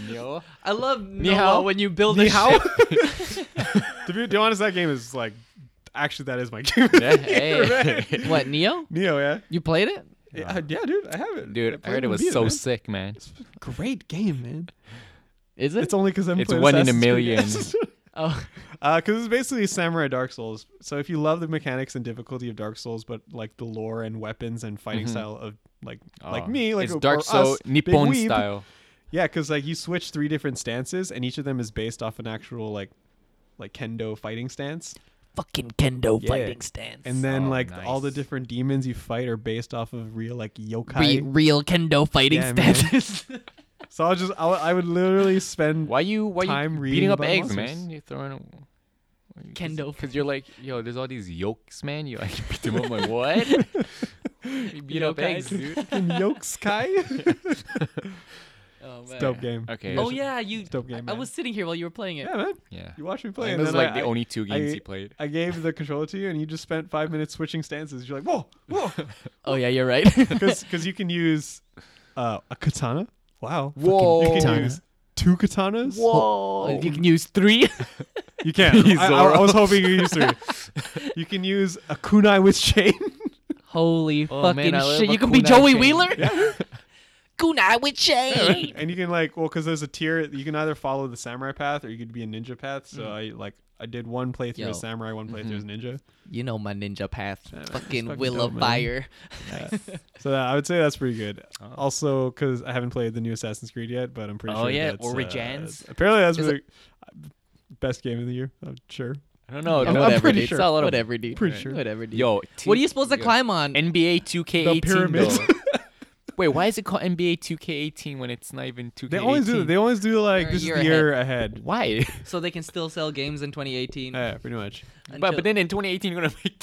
[SPEAKER 1] Neo.
[SPEAKER 3] I love
[SPEAKER 1] Ni hao.
[SPEAKER 3] Noah when you build
[SPEAKER 2] Ni
[SPEAKER 3] a
[SPEAKER 2] hao?
[SPEAKER 3] ship.
[SPEAKER 2] to be to be honest, that game is like actually that is my game.
[SPEAKER 1] Yeah, hey.
[SPEAKER 3] What Neo?
[SPEAKER 2] Neo, yeah.
[SPEAKER 3] You played it?
[SPEAKER 2] Yeah, uh, yeah, dude, I have it.
[SPEAKER 1] Dude, I
[SPEAKER 2] played
[SPEAKER 1] heard it was
[SPEAKER 2] beat
[SPEAKER 1] so
[SPEAKER 2] man.
[SPEAKER 1] sick, man.
[SPEAKER 2] It's a great game, man.
[SPEAKER 3] Is it?
[SPEAKER 2] It's only because I'm.
[SPEAKER 1] It's
[SPEAKER 2] playing
[SPEAKER 1] one in a
[SPEAKER 2] Assassin's Creed.
[SPEAKER 1] million.
[SPEAKER 3] oh,
[SPEAKER 2] Uh, because it's basically Samurai Dark Souls. So if you love the mechanics and difficulty of Dark Souls, but like the lore and weapons and fighting style of like like
[SPEAKER 1] Oh,
[SPEAKER 2] me, like
[SPEAKER 1] Mm-hmm. it's
[SPEAKER 2] or- or
[SPEAKER 1] Dark Souls,
[SPEAKER 2] us, big
[SPEAKER 1] Nippon
[SPEAKER 2] weeb.
[SPEAKER 1] style.
[SPEAKER 2] Yeah, because like you switch three different stances, and each of them is based off an actual like like kendo fighting stance.
[SPEAKER 3] fucking kendo
[SPEAKER 2] Yeah.
[SPEAKER 3] fighting stance.
[SPEAKER 2] And then
[SPEAKER 1] Oh,
[SPEAKER 2] like all the
[SPEAKER 1] nice.
[SPEAKER 2] different demons you fight are based off of real like yokai.
[SPEAKER 3] Re- real kendo fighting
[SPEAKER 2] Yeah, man.
[SPEAKER 3] stances.
[SPEAKER 2] so I'll just I'll, I would literally spend
[SPEAKER 1] Why you why
[SPEAKER 2] Time
[SPEAKER 1] you
[SPEAKER 2] reading
[SPEAKER 1] beating up
[SPEAKER 2] about
[SPEAKER 1] eggs,
[SPEAKER 2] monsters.
[SPEAKER 1] man? You're throwing
[SPEAKER 3] Kendo
[SPEAKER 1] because you're like, yo, there's all these yolks, man. You like beat them up. I'm like what? you beat up
[SPEAKER 3] Yokai.
[SPEAKER 1] eggs, dude.
[SPEAKER 2] fucking yokes kai.
[SPEAKER 3] Oh, man.
[SPEAKER 2] Dope game.
[SPEAKER 1] Okay.
[SPEAKER 3] Oh yeah, you.
[SPEAKER 2] Dope game,
[SPEAKER 3] I
[SPEAKER 2] man.
[SPEAKER 3] was sitting here while you were playing it.
[SPEAKER 2] Yeah, man.
[SPEAKER 1] Yeah.
[SPEAKER 2] You watch me
[SPEAKER 1] I
[SPEAKER 2] play.
[SPEAKER 1] think
[SPEAKER 2] And
[SPEAKER 1] those
[SPEAKER 2] then
[SPEAKER 1] are like
[SPEAKER 2] I,
[SPEAKER 1] the
[SPEAKER 2] I-
[SPEAKER 1] only two games
[SPEAKER 2] I-
[SPEAKER 1] he played.
[SPEAKER 2] I gave the controller to you, and you just spent five minutes switching stances. You're like, whoa, whoa,
[SPEAKER 3] Oh yeah, you're right.
[SPEAKER 2] because you can use uh, a katana. Wow. Fucking-
[SPEAKER 1] Whoa.
[SPEAKER 2] You can
[SPEAKER 1] Katana.
[SPEAKER 2] use two katanas.
[SPEAKER 3] Whoa!
[SPEAKER 2] oh.
[SPEAKER 3] You can use Oh, three.
[SPEAKER 2] You can. I, I,
[SPEAKER 1] Zoro.
[SPEAKER 2] I was hoping you use three. you can use a kunai with chain.
[SPEAKER 3] Holy
[SPEAKER 1] Oh,
[SPEAKER 3] fucking
[SPEAKER 1] man, I
[SPEAKER 3] shit!
[SPEAKER 1] love
[SPEAKER 3] You
[SPEAKER 1] a
[SPEAKER 3] can be
[SPEAKER 1] kunai
[SPEAKER 3] Joey
[SPEAKER 1] chain.
[SPEAKER 3] Wheeler. kunai with chain.
[SPEAKER 2] and you can like, well, because there's a tier. You can either follow the samurai path or you could be a ninja path. So I like. I did one playthrough
[SPEAKER 3] Mm. Yo. Mm-hmm.
[SPEAKER 2] as samurai, one playthrough as ninja.
[SPEAKER 3] You know my ninja path. fucking
[SPEAKER 2] fucking
[SPEAKER 3] will
[SPEAKER 2] dope,
[SPEAKER 3] of
[SPEAKER 2] man.
[SPEAKER 3] fire.
[SPEAKER 2] So that, I would say that's pretty good. Also, because I haven't played the new Assassin's Creed yet, but I'm pretty
[SPEAKER 1] Oh,
[SPEAKER 2] sure.
[SPEAKER 1] yeah,
[SPEAKER 2] that's, uh,
[SPEAKER 1] Origins.
[SPEAKER 2] apparently, that's
[SPEAKER 3] Is
[SPEAKER 2] the best game of the year. I'm sure.
[SPEAKER 1] I don't know.
[SPEAKER 2] I'm-
[SPEAKER 1] dude.
[SPEAKER 2] I'm
[SPEAKER 3] whatever,
[SPEAKER 2] pretty
[SPEAKER 3] dude.
[SPEAKER 2] sure.
[SPEAKER 3] It's all out of whatever, dude.
[SPEAKER 2] Pretty sure.
[SPEAKER 3] Whatever, dude.
[SPEAKER 1] Yo,
[SPEAKER 3] what are
[SPEAKER 1] T-
[SPEAKER 3] you supposed to
[SPEAKER 1] yo,
[SPEAKER 3] climb on?
[SPEAKER 1] NBA 2K18
[SPEAKER 2] pyramid.
[SPEAKER 1] though. Wait, why is it called NBA 2K18 when it's not even 2K18?
[SPEAKER 2] They always do. They always do like
[SPEAKER 3] You're a
[SPEAKER 2] this is
[SPEAKER 3] year
[SPEAKER 2] the year ahead.
[SPEAKER 1] why?
[SPEAKER 3] so they can still sell games in 2018.
[SPEAKER 2] Yeah, pretty much.
[SPEAKER 1] but
[SPEAKER 3] until-
[SPEAKER 1] but then in 2018 you're gonna make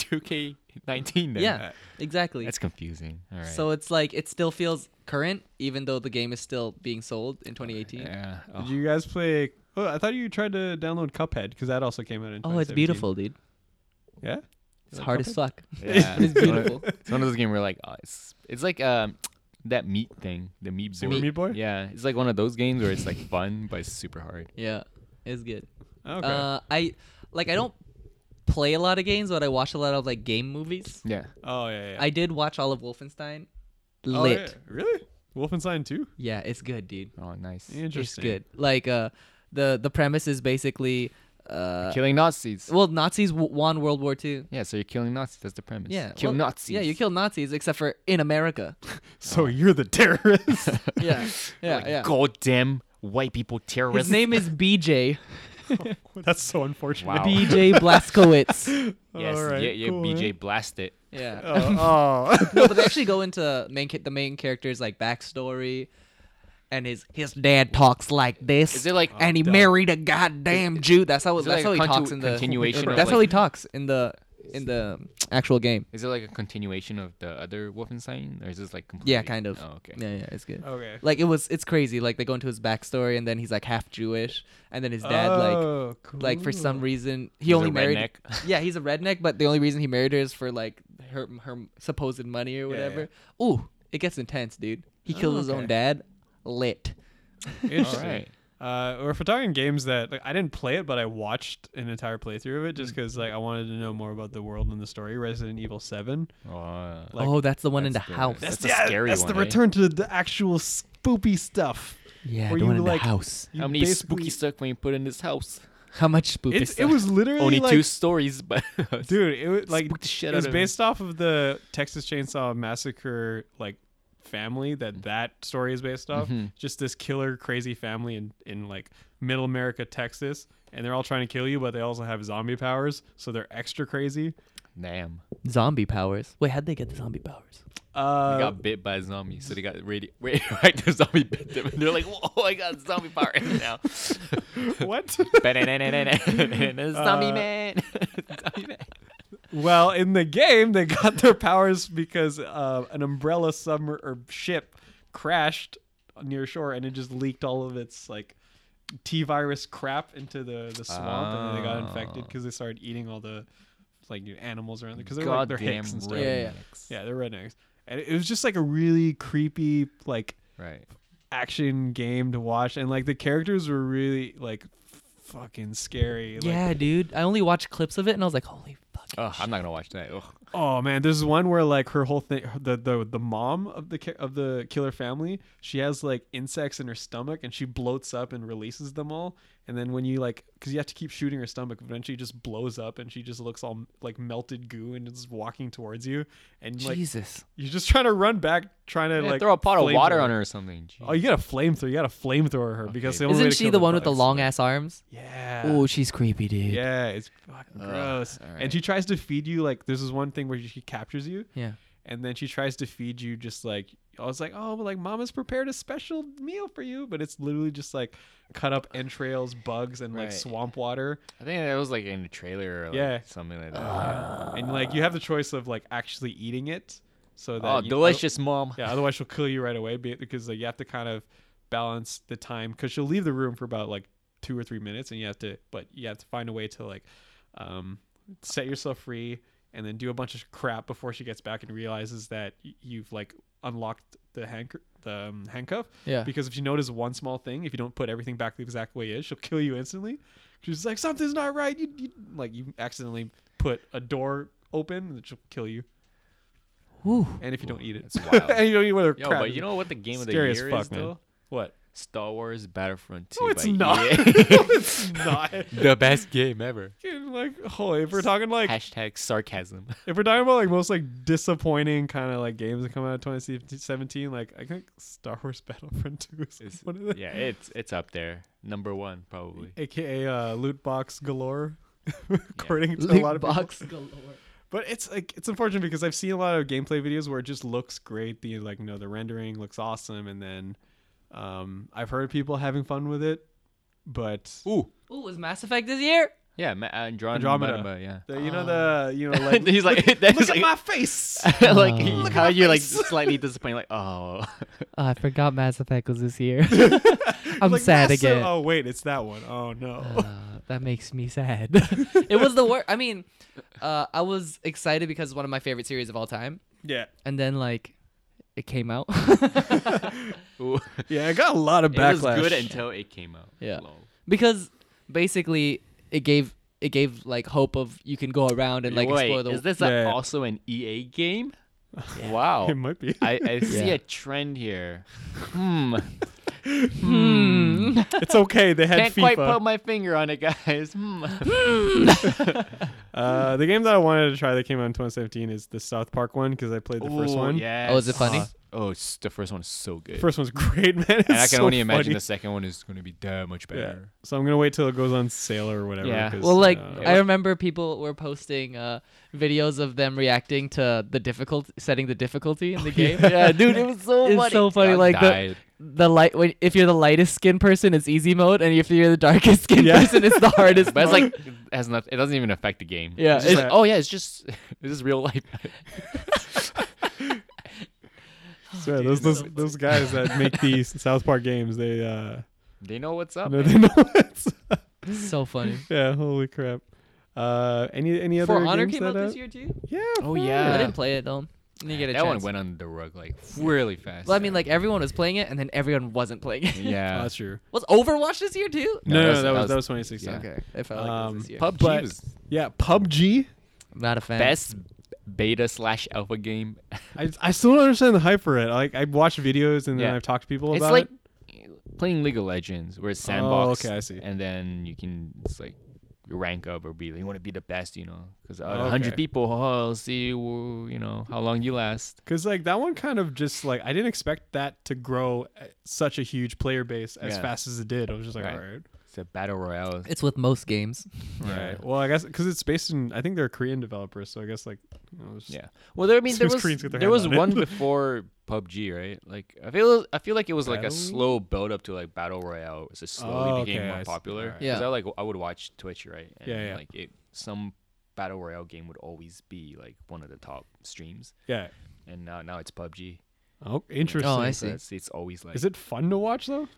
[SPEAKER 1] 2K19 then.
[SPEAKER 3] yeah, exactly.
[SPEAKER 1] That's confusing. All right.
[SPEAKER 3] So it's like it still feels current, even though the game is still being sold in 2018.
[SPEAKER 1] yeah. Oh.
[SPEAKER 2] Did you guys play? Oh, I thought you tried to download Cuphead because that also came out in.
[SPEAKER 3] Oh, it's
[SPEAKER 2] 2017.
[SPEAKER 3] beautiful, dude.
[SPEAKER 2] Yeah.
[SPEAKER 3] It's
[SPEAKER 2] like
[SPEAKER 3] hard as fuck.
[SPEAKER 1] Yeah,
[SPEAKER 3] But it's
[SPEAKER 1] one of-
[SPEAKER 3] beautiful.
[SPEAKER 1] It's one of those games where like oh, it's it's like um that meat thing, the meat
[SPEAKER 2] Super
[SPEAKER 1] board.
[SPEAKER 2] Meat Boy.
[SPEAKER 1] Yeah, it's like one of those games where it's like fun but it's super hard.
[SPEAKER 3] Yeah, it's good.
[SPEAKER 2] Oh, Okay.
[SPEAKER 3] Uh, I like I don't play a lot of games, but I watch a lot of like game movies.
[SPEAKER 1] Yeah.
[SPEAKER 2] oh yeah. yeah.
[SPEAKER 3] I did watch all of Wolfenstein.
[SPEAKER 2] Oh,
[SPEAKER 3] Lit.
[SPEAKER 2] yeah. Really? Wolfenstein 2?
[SPEAKER 3] yeah. it's good, dude.
[SPEAKER 1] Oh, nice.
[SPEAKER 3] It's
[SPEAKER 2] Interesting.
[SPEAKER 3] good. Like uh, the the premise is basically uh,
[SPEAKER 1] Killing Nazis.
[SPEAKER 3] well, Nazis w- won World War II.
[SPEAKER 1] Yeah, so you're killing Nazis. That's the premise.
[SPEAKER 3] Yeah,
[SPEAKER 1] Kill
[SPEAKER 3] well,
[SPEAKER 1] Nazis.
[SPEAKER 3] Yeah, you kill Nazis, except for in America.
[SPEAKER 2] So you're the terrorist.
[SPEAKER 3] yeah, yeah,
[SPEAKER 1] like,
[SPEAKER 3] yeah.
[SPEAKER 1] Goddamn white people terrorists.
[SPEAKER 3] His name is BJ.
[SPEAKER 2] that's so unfortunate.
[SPEAKER 1] Wow.
[SPEAKER 3] BJ Blazkowicz.
[SPEAKER 1] Yes.
[SPEAKER 2] All right,
[SPEAKER 1] yeah. Yeah.
[SPEAKER 2] cool,
[SPEAKER 1] BJ
[SPEAKER 2] man.
[SPEAKER 1] blast it.
[SPEAKER 3] Yeah.
[SPEAKER 2] Oh. oh.
[SPEAKER 3] No, but they actually go into main ca- the main character's like backstory, and his his dad talks like this.
[SPEAKER 1] Is it like-
[SPEAKER 3] And he married a goddamn Jew. That's how
[SPEAKER 1] Is it like
[SPEAKER 3] that's how
[SPEAKER 1] a
[SPEAKER 3] he
[SPEAKER 1] contu-
[SPEAKER 3] talks in the
[SPEAKER 1] continuation of,
[SPEAKER 3] That's how he
[SPEAKER 1] like-
[SPEAKER 3] talks in the in the actual game.
[SPEAKER 1] Is it like a continuation of the other Wolfenstein, or is this like completely?
[SPEAKER 3] Yeah, kind of.
[SPEAKER 1] Oh, okay.
[SPEAKER 3] Yeah, yeah, it's good.
[SPEAKER 2] Okay.
[SPEAKER 3] Like it was, it's crazy. Like they go into his backstory, and then he's like half Jewish, and then his dad like
[SPEAKER 2] Oh,
[SPEAKER 3] like for some reason he
[SPEAKER 1] He's a
[SPEAKER 3] only married
[SPEAKER 1] redneck.
[SPEAKER 3] yeah he's a redneck but the only reason he married her is for like her her supposed money or
[SPEAKER 2] Yeah,
[SPEAKER 3] whatever ooh it gets intense dude he killed his
[SPEAKER 2] okay.
[SPEAKER 3] own dad lit
[SPEAKER 1] All right.
[SPEAKER 2] Uh, or if we're talking games that like, I didn't play it, but I watched an entire playthrough of it just because like I wanted to know more about the world and the story. Resident Evil Seven.
[SPEAKER 1] Oh,
[SPEAKER 2] Like,
[SPEAKER 3] oh that's the one in the
[SPEAKER 1] that's good.
[SPEAKER 3] house
[SPEAKER 1] That's- a scary
[SPEAKER 2] That's the
[SPEAKER 1] one, eh?
[SPEAKER 2] return to the actual spoopy stuff.
[SPEAKER 3] yeah
[SPEAKER 2] where
[SPEAKER 3] the one
[SPEAKER 2] you,
[SPEAKER 3] in
[SPEAKER 2] like,
[SPEAKER 3] the house
[SPEAKER 2] You
[SPEAKER 1] How many
[SPEAKER 2] basically-
[SPEAKER 1] spooky stuff can you put in this house?
[SPEAKER 3] how much spooky
[SPEAKER 2] It's, it
[SPEAKER 3] stuff
[SPEAKER 2] was literally
[SPEAKER 1] Only
[SPEAKER 2] like,
[SPEAKER 1] two stories, but
[SPEAKER 2] dude. It was like
[SPEAKER 1] spooked the shit
[SPEAKER 2] it was
[SPEAKER 1] out of me.
[SPEAKER 2] based off of the Texas Chainsaw Massacre like family
[SPEAKER 1] Mm.
[SPEAKER 2] that that story is based off.
[SPEAKER 1] Mm-hmm.
[SPEAKER 2] Just this killer, crazy family in in like Middle America, Texas, and they're all trying to kill you, but they also have zombie powers, so they're extra crazy.
[SPEAKER 1] damn,
[SPEAKER 3] zombie powers wait how'd they get the zombie powers
[SPEAKER 1] they
[SPEAKER 2] Uh,
[SPEAKER 1] got bit by a zombie, so they got radio. Wait, right, the zombie bit them, and they're like, "Whoa, I got zombie power now."
[SPEAKER 2] Uh, what?
[SPEAKER 1] zombie
[SPEAKER 2] Uh,
[SPEAKER 1] man. zombie man.
[SPEAKER 2] well, in the game, they got their powers because uh, an umbrella summer or ship crashed near shore, and it just leaked all of its like T virus crap into the the swamp, and then they got infected
[SPEAKER 1] Ah.
[SPEAKER 2] because they started eating all the like you know, animals around there because they're like they're
[SPEAKER 1] Goddamn
[SPEAKER 2] hicks and stuff.
[SPEAKER 1] rednecks.
[SPEAKER 3] Yeah, yeah.
[SPEAKER 2] Yeah, they're rednecks, and it was just like a really creepy like
[SPEAKER 1] Right.
[SPEAKER 2] action game to watch, and like the characters were really like fucking scary. Like, Um,
[SPEAKER 3] yeah dude i only watched clips of it and i was like holy fuck
[SPEAKER 1] Oh, I'm not gonna watch that. Ugh.
[SPEAKER 2] Oh man, there's one where like her whole thing, the the the mom of the ki- of the killer family, she has like insects in her stomach, and she bloats up and releases them all. And then when you like, because you have to keep shooting her stomach, eventually it just blows up, and she just looks all like melted goo, and is walking towards you, and like
[SPEAKER 3] jesus
[SPEAKER 2] you're just trying to run back, trying to
[SPEAKER 1] Yeah,
[SPEAKER 2] like
[SPEAKER 1] throw a pot of water
[SPEAKER 2] flamethrower.
[SPEAKER 1] on her or something.
[SPEAKER 2] Oh, you got a flamethrower. You got to flamethrower her because
[SPEAKER 1] Okay.
[SPEAKER 2] the only way
[SPEAKER 3] isn't
[SPEAKER 2] to
[SPEAKER 3] she
[SPEAKER 2] kill
[SPEAKER 3] the one with the
[SPEAKER 2] bugs.
[SPEAKER 3] long ass arms
[SPEAKER 2] Yeah.
[SPEAKER 3] oh she's creepy dude
[SPEAKER 2] Yeah, it's fucking
[SPEAKER 1] Ugh,
[SPEAKER 2] gross.
[SPEAKER 1] all
[SPEAKER 2] And
[SPEAKER 1] right.
[SPEAKER 2] she tries to feed you like this is one thing where she captures you,
[SPEAKER 3] yeah
[SPEAKER 2] and then she tries to feed you just like I was like, oh, but like Mama's prepared a special meal for you, but it's literally just like cut up entrails, bugs, and like
[SPEAKER 1] Right.
[SPEAKER 2] swamp water.
[SPEAKER 1] I think that was like in the trailer or like,
[SPEAKER 2] Yeah.
[SPEAKER 1] something like that.
[SPEAKER 2] And like you have the choice of like actually eating it, so that
[SPEAKER 1] Uh. oh,
[SPEAKER 2] you-
[SPEAKER 1] delicious, mom.
[SPEAKER 2] Yeah, otherwise she'll kill you right away be- because like you have to kind of balance the time because she'll leave the room for about like two or three minutes, and you have to, but you have to find a way to like um, set yourself free and then do a bunch of crap before she gets back and realizes that y- you've like unlocked the hand the um, handcuff.
[SPEAKER 3] Yeah.
[SPEAKER 2] Because if she notices one small thing, if you don't put everything back the exact way it is, she'll kill you instantly. She's like, something's not right. You, you like you accidentally put a door open, and she'll kill you.
[SPEAKER 3] Woo.
[SPEAKER 2] And if you don't eat it,
[SPEAKER 1] that's wild.
[SPEAKER 2] and you don't eat whatever
[SPEAKER 1] Yo,
[SPEAKER 2] crap
[SPEAKER 1] but
[SPEAKER 2] is-
[SPEAKER 1] you know what the game of the
[SPEAKER 2] Scary
[SPEAKER 1] year
[SPEAKER 2] as fuck,
[SPEAKER 1] is
[SPEAKER 2] man.
[SPEAKER 1] though?
[SPEAKER 2] what?
[SPEAKER 1] Star Wars Battlefront 2.
[SPEAKER 2] No, it's
[SPEAKER 1] by
[SPEAKER 2] not.
[SPEAKER 1] EA.
[SPEAKER 2] it's not.
[SPEAKER 1] the best game ever.
[SPEAKER 2] Dude, like, oh, if we're talking like,
[SPEAKER 1] Hashtag sarcasm.
[SPEAKER 2] if we're talking about like most like disappointing kind of like games that come out of 2017, like I think Star Wars Battlefront 2 is
[SPEAKER 1] It's-
[SPEAKER 2] one of the,
[SPEAKER 1] yeah, it's it's up there. Number one, probably.
[SPEAKER 2] aka uh, loot box galore, according to a lot
[SPEAKER 3] Loot
[SPEAKER 2] of people.
[SPEAKER 3] box galore
[SPEAKER 2] But it's like it's unfortunate because I've seen a lot of gameplay videos where it just looks great. The like you know the rendering looks awesome, and then um, I've heard people having fun with it, but
[SPEAKER 1] Ooh.
[SPEAKER 3] Ooh, was Mass Effect this year?
[SPEAKER 1] Yeah, Ma- uh, Andromeda.
[SPEAKER 2] Andromeda.
[SPEAKER 1] Andromeda. Yeah.
[SPEAKER 2] the, you know the you know like
[SPEAKER 1] He's like,
[SPEAKER 2] look,
[SPEAKER 1] that's
[SPEAKER 2] look at
[SPEAKER 1] like-
[SPEAKER 2] my face.
[SPEAKER 1] like he-
[SPEAKER 3] Look
[SPEAKER 1] how you like slightly disappointed, like oh,
[SPEAKER 3] Oh, I forgot Mass Effect was this year. I'm
[SPEAKER 2] Like,
[SPEAKER 3] sad
[SPEAKER 2] that's so-
[SPEAKER 3] again.
[SPEAKER 2] oh wait, it's that one. Oh no.
[SPEAKER 3] Uh, that makes me sad. it was the worst. I mean, uh, I was excited because it's one of my favorite series of all time,
[SPEAKER 2] yeah.
[SPEAKER 3] and then like, it came out.
[SPEAKER 1] Ooh.
[SPEAKER 2] Yeah, it got a lot of
[SPEAKER 1] it was
[SPEAKER 2] backlash.
[SPEAKER 1] good until it came out.
[SPEAKER 3] Yeah.
[SPEAKER 1] Lol.
[SPEAKER 3] because basically, it gave it gave like hope of you can go around and like
[SPEAKER 1] Wait,
[SPEAKER 3] explore the.
[SPEAKER 1] is this
[SPEAKER 2] Yeah.
[SPEAKER 1] a, also an EA game? Wow,
[SPEAKER 2] it might be.
[SPEAKER 1] I, I see
[SPEAKER 3] Yeah.
[SPEAKER 1] a trend here. Hmm,
[SPEAKER 3] Hmm.
[SPEAKER 2] it's okay. They had
[SPEAKER 1] can't
[SPEAKER 2] FIFA.
[SPEAKER 1] quite put my finger on it, guys. Hmm.
[SPEAKER 2] uh, the game that I wanted to try that came out in 2017 is the South Park one because I played the first one.
[SPEAKER 1] Yeah.
[SPEAKER 3] Oh, is it funny?
[SPEAKER 1] oh, it's, the first one is so good.
[SPEAKER 2] First one's great, man. It's
[SPEAKER 1] and I can
[SPEAKER 2] so
[SPEAKER 1] only imagine
[SPEAKER 2] funny.
[SPEAKER 1] the second one is going to be that much
[SPEAKER 2] Yeah.
[SPEAKER 1] better.
[SPEAKER 2] So I'm gonna wait till it goes on sale or whatever.
[SPEAKER 1] Yeah.
[SPEAKER 2] 'cause,
[SPEAKER 3] Well, like
[SPEAKER 2] uh,
[SPEAKER 3] I remember people were posting uh, videos of them reacting to the difficult setting the difficulty in the game.
[SPEAKER 1] dude, it was so
[SPEAKER 3] It's so funny, like, the- the light when if you're the lightest skin person, it's easy mode, and if you're the darkest skin
[SPEAKER 2] Yeah.
[SPEAKER 3] person, it's the hardest.
[SPEAKER 1] But it's
[SPEAKER 3] mode.
[SPEAKER 1] like it has not. It doesn't even affect the game.
[SPEAKER 3] Yeah,
[SPEAKER 1] It's just
[SPEAKER 2] it's-
[SPEAKER 1] like, oh yeah, it's just this is real life.
[SPEAKER 2] Swear, those those those guys that make these South Park games, they uh,
[SPEAKER 1] they know what's up.
[SPEAKER 2] no,
[SPEAKER 1] Oh, man.
[SPEAKER 2] they know it's
[SPEAKER 3] so funny.
[SPEAKER 2] yeah. Holy crap. Uh, any any other
[SPEAKER 3] For Honor
[SPEAKER 2] games
[SPEAKER 3] came
[SPEAKER 2] that,
[SPEAKER 3] out
[SPEAKER 2] uh,
[SPEAKER 3] this year too.
[SPEAKER 2] Yeah.
[SPEAKER 1] Oh,
[SPEAKER 2] fuck.
[SPEAKER 1] yeah.
[SPEAKER 3] I didn't play it though. Didn't get a
[SPEAKER 1] that one
[SPEAKER 3] chance.
[SPEAKER 1] went under the rug like really fast.
[SPEAKER 3] Well, I mean, like everyone was playing it, and then everyone wasn't playing it.
[SPEAKER 2] Oh,
[SPEAKER 1] yeah,
[SPEAKER 2] that's true.
[SPEAKER 3] was Overwatch this year too?
[SPEAKER 1] No,
[SPEAKER 2] No, no,
[SPEAKER 1] that was-
[SPEAKER 2] that
[SPEAKER 1] that was-
[SPEAKER 2] was that was 2016.
[SPEAKER 1] yeah.
[SPEAKER 3] Okay, I felt like it
[SPEAKER 2] Um,
[SPEAKER 3] was this year.
[SPEAKER 1] PUBG
[SPEAKER 2] But-
[SPEAKER 1] was
[SPEAKER 2] Yeah, PUBG.
[SPEAKER 3] Not a fan.
[SPEAKER 1] best beta slash alpha game.
[SPEAKER 2] I, I still don't understand the hype for it. Like I watch videos and then
[SPEAKER 1] Yeah.
[SPEAKER 2] I've talked to people
[SPEAKER 1] It's
[SPEAKER 2] about
[SPEAKER 1] like
[SPEAKER 2] it. Oh,
[SPEAKER 1] playing League of Legends, where it's sandbox.
[SPEAKER 2] okay, I see.
[SPEAKER 1] And then you can it's like rank up or be you want to be the best, you know, because out of a
[SPEAKER 2] Okay.
[SPEAKER 1] hundred people, oh, I'll see you, you know, how long you last.
[SPEAKER 2] Cause like that one kind of just like I didn't expect that to grow at such a huge player base as
[SPEAKER 1] Yeah.
[SPEAKER 2] fast as it did. I was just like,
[SPEAKER 1] Right.
[SPEAKER 2] all right,
[SPEAKER 1] It's a battle royale.
[SPEAKER 3] It's with most games.
[SPEAKER 1] Yeah.
[SPEAKER 2] right. Well, I guess because it's based in I think they're Korean developers, so I guess like you know, it's-
[SPEAKER 1] Yeah. Well, there. I mean,
[SPEAKER 2] As soon
[SPEAKER 1] there
[SPEAKER 2] as
[SPEAKER 1] was
[SPEAKER 2] Koreans get their
[SPEAKER 1] there was
[SPEAKER 2] hand on it.
[SPEAKER 1] one before PUBG, right? Like I feel I feel like it was like a
[SPEAKER 2] Battle?
[SPEAKER 1] slow build up to like battle royale. It just slowly
[SPEAKER 2] Oh,
[SPEAKER 1] became
[SPEAKER 2] okay, I
[SPEAKER 1] more
[SPEAKER 2] see.
[SPEAKER 1] popular.
[SPEAKER 2] Alright.
[SPEAKER 1] Yeah.
[SPEAKER 3] Yeah.
[SPEAKER 1] I like I would watch Twitch, right? And
[SPEAKER 2] Yeah, yeah.
[SPEAKER 1] Like it, some battle royale game would always be like one of the top streams,
[SPEAKER 2] yeah.
[SPEAKER 1] and now now it's PUBG.
[SPEAKER 2] Oh, interesting.
[SPEAKER 3] I
[SPEAKER 1] So
[SPEAKER 3] see.
[SPEAKER 1] it's, it's always like.
[SPEAKER 2] Is it fun to watch though?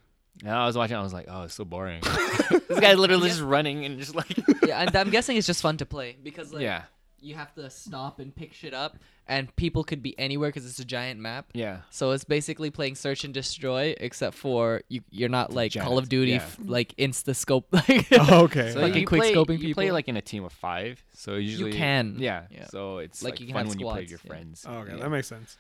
[SPEAKER 1] And I was watching. I was like, oh, it's so boring. this guy's literally just running and just like.
[SPEAKER 3] yeah, and I'm guessing it's just fun to play because like
[SPEAKER 1] yeah.
[SPEAKER 3] you have to stop and pick shit up, and people could be anywhere because it's a giant map.
[SPEAKER 1] Yeah.
[SPEAKER 3] So it's basically playing search and destroy, except for you, you're not like Call
[SPEAKER 1] Giant,
[SPEAKER 3] of Duty,
[SPEAKER 1] yeah.
[SPEAKER 3] f- like insta scope. Like,
[SPEAKER 2] Oh, okay.
[SPEAKER 1] So
[SPEAKER 3] Like
[SPEAKER 1] you
[SPEAKER 3] in quick
[SPEAKER 1] play,
[SPEAKER 3] scoping
[SPEAKER 1] you play
[SPEAKER 3] people?
[SPEAKER 1] like in a team of five, so usually
[SPEAKER 3] can.
[SPEAKER 1] Yeah,
[SPEAKER 3] Yeah.
[SPEAKER 1] so it's
[SPEAKER 3] Like,
[SPEAKER 1] like,
[SPEAKER 3] you can
[SPEAKER 1] fun
[SPEAKER 3] have
[SPEAKER 1] when you play with
[SPEAKER 3] squads,
[SPEAKER 1] your
[SPEAKER 3] yeah.
[SPEAKER 1] friends.
[SPEAKER 2] Oh, okay,
[SPEAKER 1] Yeah.
[SPEAKER 2] that makes sense.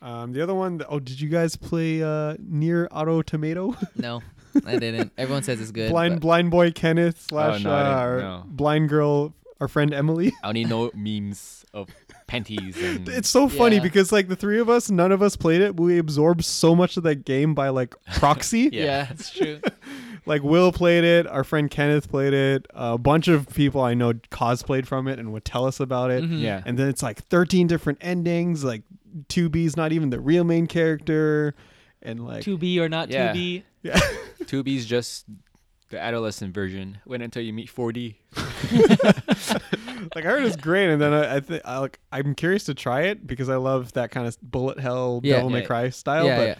[SPEAKER 2] Um, the other one, th- oh, did you guys play uh, Near Auto Tomato?
[SPEAKER 3] no, I didn't. Everyone says it's good.
[SPEAKER 2] blind
[SPEAKER 3] but-
[SPEAKER 2] blind boy Kenneth slash
[SPEAKER 1] Oh, no,
[SPEAKER 2] uh,
[SPEAKER 1] I didn't-
[SPEAKER 2] our
[SPEAKER 1] no.
[SPEAKER 2] blind girl, our friend Emily.
[SPEAKER 1] I only know memes of panties and
[SPEAKER 2] It's so funny
[SPEAKER 3] Yeah.
[SPEAKER 2] because like the three of us, none of us played it. But we absorbed so much of that game by like proxy.
[SPEAKER 1] Yeah.
[SPEAKER 3] yeah, it's true.
[SPEAKER 2] Like Will played it, our friend Kenneth played it, a bunch of people I know cosplayed from it and would tell us about it.
[SPEAKER 1] yeah.
[SPEAKER 2] And then it's like 13 different endings, like 2B's not even the real main character and like
[SPEAKER 3] To be or not
[SPEAKER 1] Yeah.
[SPEAKER 3] to be.
[SPEAKER 2] yeah.
[SPEAKER 1] Two B's just the adolescent version. Wait until you meet 4D.
[SPEAKER 2] like I heard it's great and then I I, th- I like I'm curious to try it because I love that kind of bullet hell
[SPEAKER 3] Yeah.
[SPEAKER 2] Devil May
[SPEAKER 1] Yeah.
[SPEAKER 2] Cry style,
[SPEAKER 3] yeah,
[SPEAKER 2] but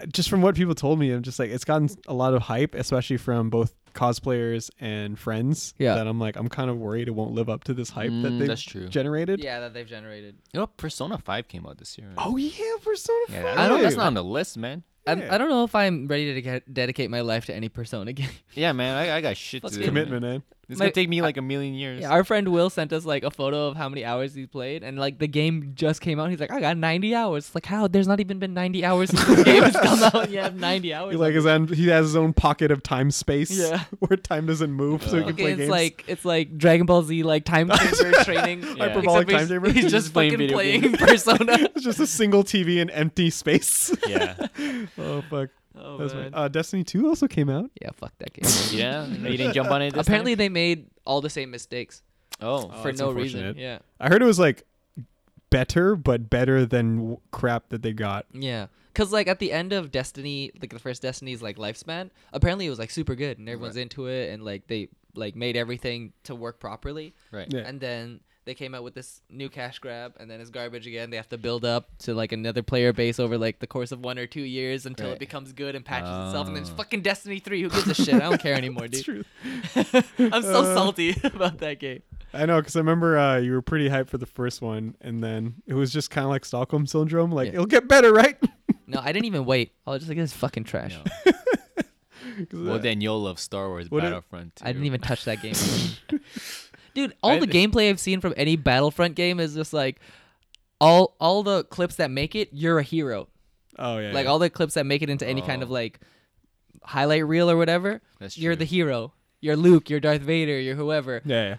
[SPEAKER 3] yeah.
[SPEAKER 2] just from what people told me, I'm just like it's gotten a lot of hype, especially from both cosplayers and friends.
[SPEAKER 3] Yeah.
[SPEAKER 2] That I'm like I'm kind of worried it won't live up to this hype that
[SPEAKER 1] Mm,
[SPEAKER 2] they
[SPEAKER 1] that's true.
[SPEAKER 2] generated.
[SPEAKER 3] yeah, that they've generated.
[SPEAKER 1] You know, Persona 5 came out this year. right?
[SPEAKER 2] Oh yeah, Persona
[SPEAKER 1] yeah,
[SPEAKER 2] 5.
[SPEAKER 1] I don't. That's not on the list, man.
[SPEAKER 3] I'm-
[SPEAKER 2] Yeah.
[SPEAKER 3] I don't know if I'm ready to dedica- dedicate my life to any Persona game.
[SPEAKER 1] Yeah, man. I, I got shit
[SPEAKER 3] Let's
[SPEAKER 1] to do,
[SPEAKER 3] get-
[SPEAKER 1] man.
[SPEAKER 2] commitment, eh? man.
[SPEAKER 1] It's
[SPEAKER 3] My-
[SPEAKER 1] gonna take me like a million years.
[SPEAKER 3] Yeah, our friend Will sent us like a photo of how many hours he played, and like the game just came out. He's like, I got 90 hours. Like, how? There's not even been 90 hours since the game has come out, and you have 90 hours.
[SPEAKER 2] He like his own, he has his own pocket of time space
[SPEAKER 3] Yeah.
[SPEAKER 2] where time doesn't move, so he
[SPEAKER 1] Yeah.
[SPEAKER 2] can
[SPEAKER 3] okay,
[SPEAKER 2] play
[SPEAKER 3] it's
[SPEAKER 2] games.
[SPEAKER 3] like it's like Dragon Ball Z like time chamber training.
[SPEAKER 2] Hyperbolic
[SPEAKER 3] except
[SPEAKER 2] time
[SPEAKER 3] he's-
[SPEAKER 2] chamber?
[SPEAKER 3] He's,
[SPEAKER 2] He's
[SPEAKER 3] just,
[SPEAKER 1] just playing
[SPEAKER 3] playing,
[SPEAKER 1] video
[SPEAKER 3] playing Persona.
[SPEAKER 2] it's just a single TV and empty space.
[SPEAKER 1] Yeah.
[SPEAKER 2] oh fuck,
[SPEAKER 3] oh,
[SPEAKER 2] that's my,
[SPEAKER 3] man.
[SPEAKER 2] uh, Destiny Two also came out.
[SPEAKER 3] yeah, fuck that game.
[SPEAKER 1] yeah. You didn't jump on it. this
[SPEAKER 3] Apparently, they made all the same mistakes
[SPEAKER 1] time? Oh.
[SPEAKER 2] Oh,
[SPEAKER 3] for
[SPEAKER 2] that's
[SPEAKER 3] no reason.
[SPEAKER 2] unfortunate.
[SPEAKER 3] Yeah,
[SPEAKER 2] I heard it was like better, but better than w- crap that they got.
[SPEAKER 3] yeah. Cause like at the end of Destiny, like the first Destiny's like lifespan, apparently it was like super good and everyone's into it and like they like made everything to work properly.
[SPEAKER 1] Right.
[SPEAKER 2] Yeah.
[SPEAKER 3] And then they came out with this new cash grab, and then it's garbage again. They have to build up to like another player base over like the course of one or two years until it
[SPEAKER 1] Right.
[SPEAKER 3] becomes good and patches itself. And then it's
[SPEAKER 1] Oh.
[SPEAKER 3] fucking Destiny Three. Who gives a shit? I don't care anymore,
[SPEAKER 2] It's
[SPEAKER 3] dude.
[SPEAKER 2] true.
[SPEAKER 3] I'm so
[SPEAKER 2] Uh,
[SPEAKER 3] salty about that game.
[SPEAKER 2] I know, because I remember uh, you were pretty hyped for the first one, and then it was just kind of like Stockholm syndrome. Like
[SPEAKER 1] Yeah.
[SPEAKER 2] it'll get better, right?
[SPEAKER 3] No, I didn't even wait. I was just like, this is fucking trash.
[SPEAKER 1] No.
[SPEAKER 2] 'Cause, uh,
[SPEAKER 1] Well, then you'll love Star Wars
[SPEAKER 2] What if-
[SPEAKER 1] Battlefront.
[SPEAKER 3] I didn't
[SPEAKER 1] too.
[SPEAKER 3] even touch that game. Dude, all the
[SPEAKER 1] I-
[SPEAKER 3] gameplay I've seen from any Battlefront game is just like all all the clips that make it, you're a hero.
[SPEAKER 2] oh yeah,
[SPEAKER 3] Like
[SPEAKER 2] yeah.
[SPEAKER 3] all the clips that make it into any kind of
[SPEAKER 1] Oh.
[SPEAKER 3] like highlight reel or whatever.
[SPEAKER 1] That's
[SPEAKER 3] you're the
[SPEAKER 1] true.
[SPEAKER 3] hero. You're Luke, you're Darth Vader, you're whoever.
[SPEAKER 2] yeah, yeah.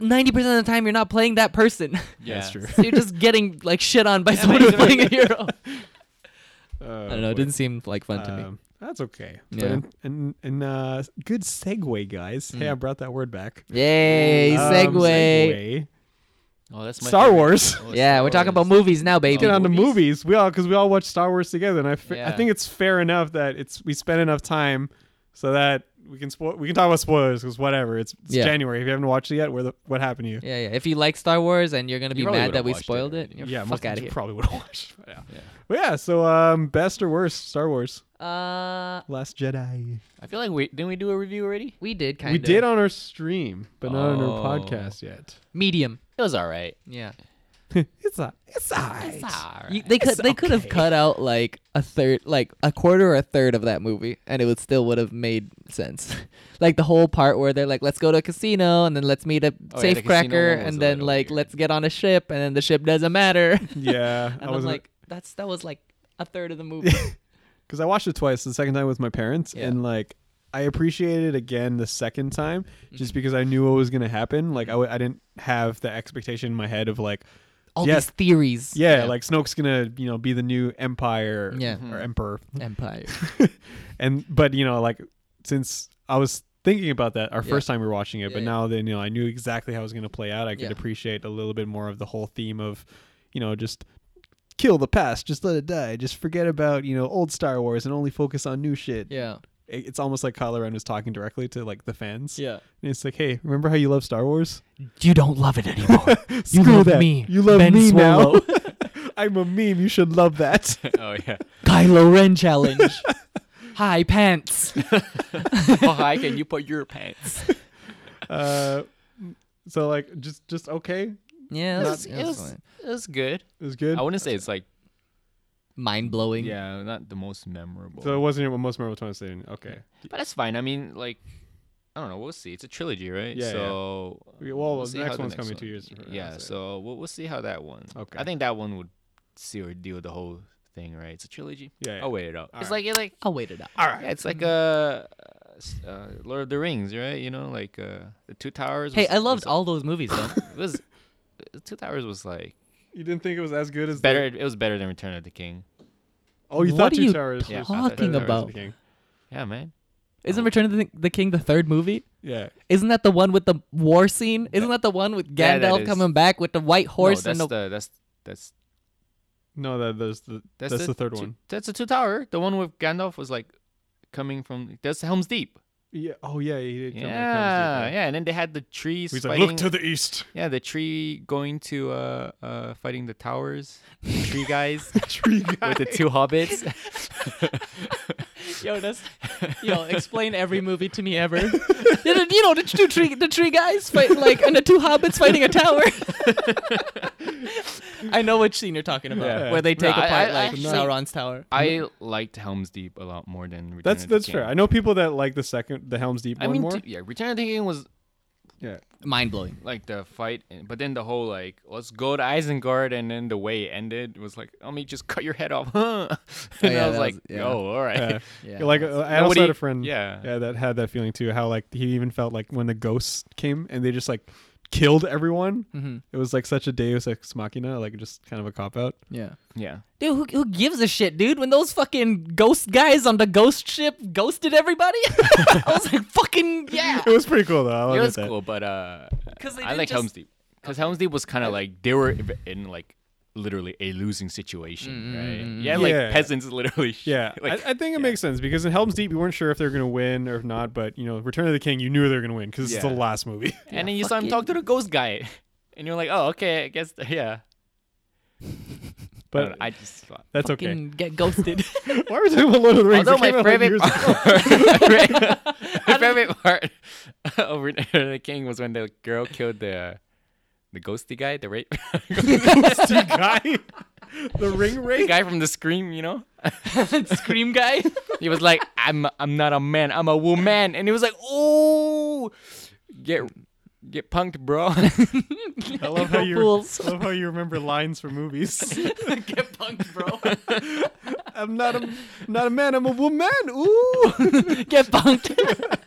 [SPEAKER 3] 90% of the time you're not playing that person.
[SPEAKER 1] Yeah.
[SPEAKER 2] that's true.
[SPEAKER 3] so you're just getting like shit on by someone who's playing a hero. I don't know, it didn't seem like fun to me.
[SPEAKER 2] Oh, Um, that's okay. But
[SPEAKER 3] Yeah. Mm.
[SPEAKER 2] in, in, in, uh, good segue, guys. Hey, I brought that word back.
[SPEAKER 3] Yay,
[SPEAKER 2] Um,
[SPEAKER 3] segue.
[SPEAKER 2] segue.
[SPEAKER 1] Oh, that's
[SPEAKER 2] Star Wars.
[SPEAKER 3] yeah, we're talking about movies now, baby.
[SPEAKER 2] Get on to movies. We all because we all watch Star Wars together, and I fi- I
[SPEAKER 1] Yeah.
[SPEAKER 2] think it's fair enough that it's we spend enough time so that we can spoil we can talk about spoilers because whatever it's, it's
[SPEAKER 3] Yeah.
[SPEAKER 2] January. If you haven't watched it yet, where the what happened to you?
[SPEAKER 3] Yeah, yeah. If you like Star Wars and you're gonna be
[SPEAKER 1] probably
[SPEAKER 3] mad
[SPEAKER 1] would've
[SPEAKER 3] that we
[SPEAKER 1] watched it
[SPEAKER 3] spoiled it,
[SPEAKER 1] already.
[SPEAKER 3] you're
[SPEAKER 2] Yeah, most
[SPEAKER 3] fuck
[SPEAKER 2] things
[SPEAKER 3] out of
[SPEAKER 2] you
[SPEAKER 3] here.
[SPEAKER 2] probably would have watched. But yeah. But yeah, so um, best or worst Star Wars:
[SPEAKER 3] uh,
[SPEAKER 2] Last Jedi.
[SPEAKER 1] I feel like we didn't we do a review already?
[SPEAKER 3] we did kind
[SPEAKER 2] we
[SPEAKER 3] of.
[SPEAKER 2] did on our stream, but not on
[SPEAKER 1] Oh.
[SPEAKER 2] our podcast yet.
[SPEAKER 3] medium.
[SPEAKER 1] It was all right.
[SPEAKER 3] Yeah.
[SPEAKER 2] It's a, it's alright.
[SPEAKER 3] You, they could
[SPEAKER 2] It's
[SPEAKER 3] they could have
[SPEAKER 2] okay.
[SPEAKER 3] cut out like a third, like a quarter or a third of that movie, and it would still would have made sense. like the whole part where they're like, "Let's go to a casino," and then let's meet a
[SPEAKER 1] Oh, yeah, the casino one
[SPEAKER 3] safecracker,
[SPEAKER 1] was a
[SPEAKER 3] and then
[SPEAKER 1] little
[SPEAKER 3] like
[SPEAKER 1] weird.
[SPEAKER 3] let's get on a ship, and then the ship doesn't matter.
[SPEAKER 2] Yeah,
[SPEAKER 3] and
[SPEAKER 2] I
[SPEAKER 3] I'm
[SPEAKER 2] was
[SPEAKER 3] like,
[SPEAKER 2] like,
[SPEAKER 3] that's that was like a third of the movie.
[SPEAKER 2] because I watched it twice. The second time with my parents,
[SPEAKER 3] Yeah.
[SPEAKER 2] and like I appreciated it again the second time,
[SPEAKER 3] Mm-hmm.
[SPEAKER 2] just because I knew what was gonna happen. Like I w- I didn't have the expectation in my head of like,
[SPEAKER 3] All
[SPEAKER 2] Yes.
[SPEAKER 3] these theories.
[SPEAKER 2] yeah, like Snoke's gonna you know be the new empire,
[SPEAKER 3] Yeah. Mm-hmm.
[SPEAKER 2] or emperor,
[SPEAKER 3] Empire.
[SPEAKER 2] and but you know like since I was thinking about that our
[SPEAKER 3] Yeah.
[SPEAKER 2] first time we were watching it,
[SPEAKER 3] Yeah,
[SPEAKER 2] but
[SPEAKER 3] yeah.
[SPEAKER 2] now then you know I knew exactly how it was gonna play out. I could
[SPEAKER 3] Yeah.
[SPEAKER 2] appreciate a little bit more of the whole theme of, you know, just kill the past, just let it die, just forget about you know old Star Wars and only focus on new shit.
[SPEAKER 3] Yeah.
[SPEAKER 2] It- It's almost like Kylo Ren was talking directly to like the fans.
[SPEAKER 3] Yeah.
[SPEAKER 2] and it's like, hey, remember how you love Star Wars?
[SPEAKER 3] You don't love it anymore.
[SPEAKER 2] Screw
[SPEAKER 3] love
[SPEAKER 2] that.
[SPEAKER 3] me,
[SPEAKER 2] You love
[SPEAKER 3] Ben
[SPEAKER 2] me
[SPEAKER 3] Swallow.
[SPEAKER 2] now. I'm a meme. You should love that.
[SPEAKER 1] oh yeah.
[SPEAKER 3] Kylo Ren challenge. High pants.
[SPEAKER 1] How high Oh, can you put your pants?
[SPEAKER 2] Uh, so like, just just okay.
[SPEAKER 3] Yeah.
[SPEAKER 1] It
[SPEAKER 3] that's-
[SPEAKER 1] was,
[SPEAKER 3] that's
[SPEAKER 1] it, was,
[SPEAKER 3] fine.
[SPEAKER 1] it was good.
[SPEAKER 2] It was good.
[SPEAKER 1] I wouldn't say it's like
[SPEAKER 3] mind blowing.
[SPEAKER 1] yeah, not the most memorable.
[SPEAKER 2] So it wasn't your most memorable Thomas Hayden. Okay.
[SPEAKER 1] but that's fine. I mean, like I don't know. We'll see. It's a trilogy, right?
[SPEAKER 2] Yeah, yeah.
[SPEAKER 1] So
[SPEAKER 2] We- well, the
[SPEAKER 1] see
[SPEAKER 2] next
[SPEAKER 1] how
[SPEAKER 2] one's coming two years from now,
[SPEAKER 1] Yeah.
[SPEAKER 2] so-
[SPEAKER 1] So we'll we'll see how that one.
[SPEAKER 2] Okay.
[SPEAKER 1] I think that one would see or deal with the whole thing, right? It's a trilogy.
[SPEAKER 2] Yeah,
[SPEAKER 3] Oh,
[SPEAKER 2] yeah.
[SPEAKER 1] I'll wait it out.
[SPEAKER 2] All
[SPEAKER 1] it's like
[SPEAKER 2] right.
[SPEAKER 1] it like
[SPEAKER 3] I'll wait it out.
[SPEAKER 1] all right. It's like uh, s-
[SPEAKER 2] Mm-hmm.
[SPEAKER 1] uh, Lord of the Rings, right? You know, like uh, the Two Towers.
[SPEAKER 3] Hey,
[SPEAKER 1] was-
[SPEAKER 3] I loved
[SPEAKER 1] was-
[SPEAKER 3] all those movies though.
[SPEAKER 1] It was uh, Two Towers was like
[SPEAKER 2] You didn't think it was as good as the-
[SPEAKER 1] better. It was better than Return of the King.
[SPEAKER 2] oh, you
[SPEAKER 3] What
[SPEAKER 2] thought
[SPEAKER 3] are
[SPEAKER 2] Two
[SPEAKER 3] you
[SPEAKER 2] Towers.
[SPEAKER 1] Yeah, I
[SPEAKER 2] was
[SPEAKER 1] thought
[SPEAKER 2] better than
[SPEAKER 1] Two
[SPEAKER 2] Return
[SPEAKER 3] Towers
[SPEAKER 2] of the King.
[SPEAKER 1] Yeah, man.
[SPEAKER 3] Isn't Return of the, the King the third movie?
[SPEAKER 2] Yeah.
[SPEAKER 3] Isn't that the one with the war scene? Isn't that the one with
[SPEAKER 1] Yeah, that
[SPEAKER 3] Gandalf
[SPEAKER 1] is.
[SPEAKER 3] coming back with the white horse
[SPEAKER 1] no,
[SPEAKER 3] and
[SPEAKER 1] that's
[SPEAKER 3] the,
[SPEAKER 1] the that's that's
[SPEAKER 2] No, that there's the
[SPEAKER 1] that's,
[SPEAKER 2] that's, the, third
[SPEAKER 1] two-
[SPEAKER 2] one.
[SPEAKER 1] That's the Two Tower. The one with Gandalf was like coming from. That's Helm's Deep.
[SPEAKER 2] Yeah. Oh yeah. He did come
[SPEAKER 1] yeah,
[SPEAKER 2] back, that was it,
[SPEAKER 1] yeah. And then they had the trees
[SPEAKER 2] He's like,
[SPEAKER 1] fighting.
[SPEAKER 2] look to the east.
[SPEAKER 1] yeah, the tree going to uh uh fighting the towers, the tree guys
[SPEAKER 2] Tree guy.
[SPEAKER 1] with the two hobbits.
[SPEAKER 3] yo, that's yo. Explain every movie to me ever. you know, you know, the two tree the tree guys fighting like and the two hobbits fighting a tower. I know which scene you're talking about,
[SPEAKER 2] Yeah.
[SPEAKER 3] where they take
[SPEAKER 1] No, I-
[SPEAKER 3] apart
[SPEAKER 1] I
[SPEAKER 3] like
[SPEAKER 1] actually-
[SPEAKER 3] Sauron's tower.
[SPEAKER 1] I liked Helm's Deep a lot more than Return
[SPEAKER 2] That's
[SPEAKER 1] of the
[SPEAKER 2] that's
[SPEAKER 1] King.
[SPEAKER 2] fair. I know people that like the second, the Helm's Deep
[SPEAKER 1] I
[SPEAKER 2] one
[SPEAKER 1] mean,
[SPEAKER 2] more.
[SPEAKER 1] t- yeah, Return of the King was
[SPEAKER 2] yeah.
[SPEAKER 3] Mind blowing.
[SPEAKER 1] like the fight, and, but then the whole like let's go to Isengard, and then the way it ended was like, let me just cut your head off, huh? and
[SPEAKER 3] yeah,
[SPEAKER 1] I was
[SPEAKER 3] that
[SPEAKER 1] like,
[SPEAKER 3] was- yeah.
[SPEAKER 1] oh, all right.
[SPEAKER 2] Yeah.
[SPEAKER 3] Yeah.
[SPEAKER 2] Like uh,
[SPEAKER 1] Nobody-
[SPEAKER 2] I also had a friend.
[SPEAKER 1] yeah.
[SPEAKER 2] Yeah, that had that feeling too. How like he even felt like when the ghosts came and they just like killed everyone.
[SPEAKER 1] Mm-hmm.
[SPEAKER 2] It was like such a Deus ex machina, like just kind of a cop out.
[SPEAKER 3] Yeah.
[SPEAKER 1] yeah.
[SPEAKER 3] Dude, who, who gives a shit, dude? When those fucking ghost guys on the ghost ship ghosted everybody, I was like, fucking yeah.
[SPEAKER 2] It was pretty cool though. I
[SPEAKER 1] It
[SPEAKER 2] loved
[SPEAKER 1] was
[SPEAKER 2] that.
[SPEAKER 1] cool, but uh,
[SPEAKER 3] 'Cause they
[SPEAKER 1] I
[SPEAKER 3] didn't
[SPEAKER 1] liked
[SPEAKER 3] just-
[SPEAKER 1] Helm's Deep because Helm's Deep was kind of like they were ev- in like literally a losing
[SPEAKER 3] Mm-hmm.
[SPEAKER 1] situation, right? Yeah,
[SPEAKER 2] Yeah.
[SPEAKER 1] like peasants literally.
[SPEAKER 2] Yeah,
[SPEAKER 1] like
[SPEAKER 2] I, I think it makes sense because in Helm's Deep, you weren't sure if they were going to win or if not, but you know, Return of the King, you knew they were going to win because it's the
[SPEAKER 1] Yeah.
[SPEAKER 2] last movie.
[SPEAKER 1] and then you saw him talk to the ghost guy, and you're like, oh, okay, I guess yeah. But
[SPEAKER 2] But
[SPEAKER 1] I, just thought.
[SPEAKER 2] that's okay.
[SPEAKER 3] Fucking get ghosted.
[SPEAKER 2] Why are we talking about Lord of the Rings?
[SPEAKER 1] Although
[SPEAKER 2] It
[SPEAKER 1] my
[SPEAKER 2] came out, like,
[SPEAKER 1] favorite
[SPEAKER 2] years ago.
[SPEAKER 1] part, my favorite part of Return of the King was when the girl killed the the ghosty guy, the rape
[SPEAKER 2] Steve guy, the ring
[SPEAKER 1] the
[SPEAKER 2] ring.
[SPEAKER 1] guy from the Scream. You know,
[SPEAKER 3] Scream guy.
[SPEAKER 1] he was like, "I'm I'm not a man, I'm a woman," and he was like, "Oh, get get punked, bro."
[SPEAKER 2] I love how you
[SPEAKER 3] Fools.
[SPEAKER 2] I love how you remember lines from movies.
[SPEAKER 3] get punked, bro.
[SPEAKER 2] I'm not a not a man. I'm a woman. Ooh.
[SPEAKER 3] get punked.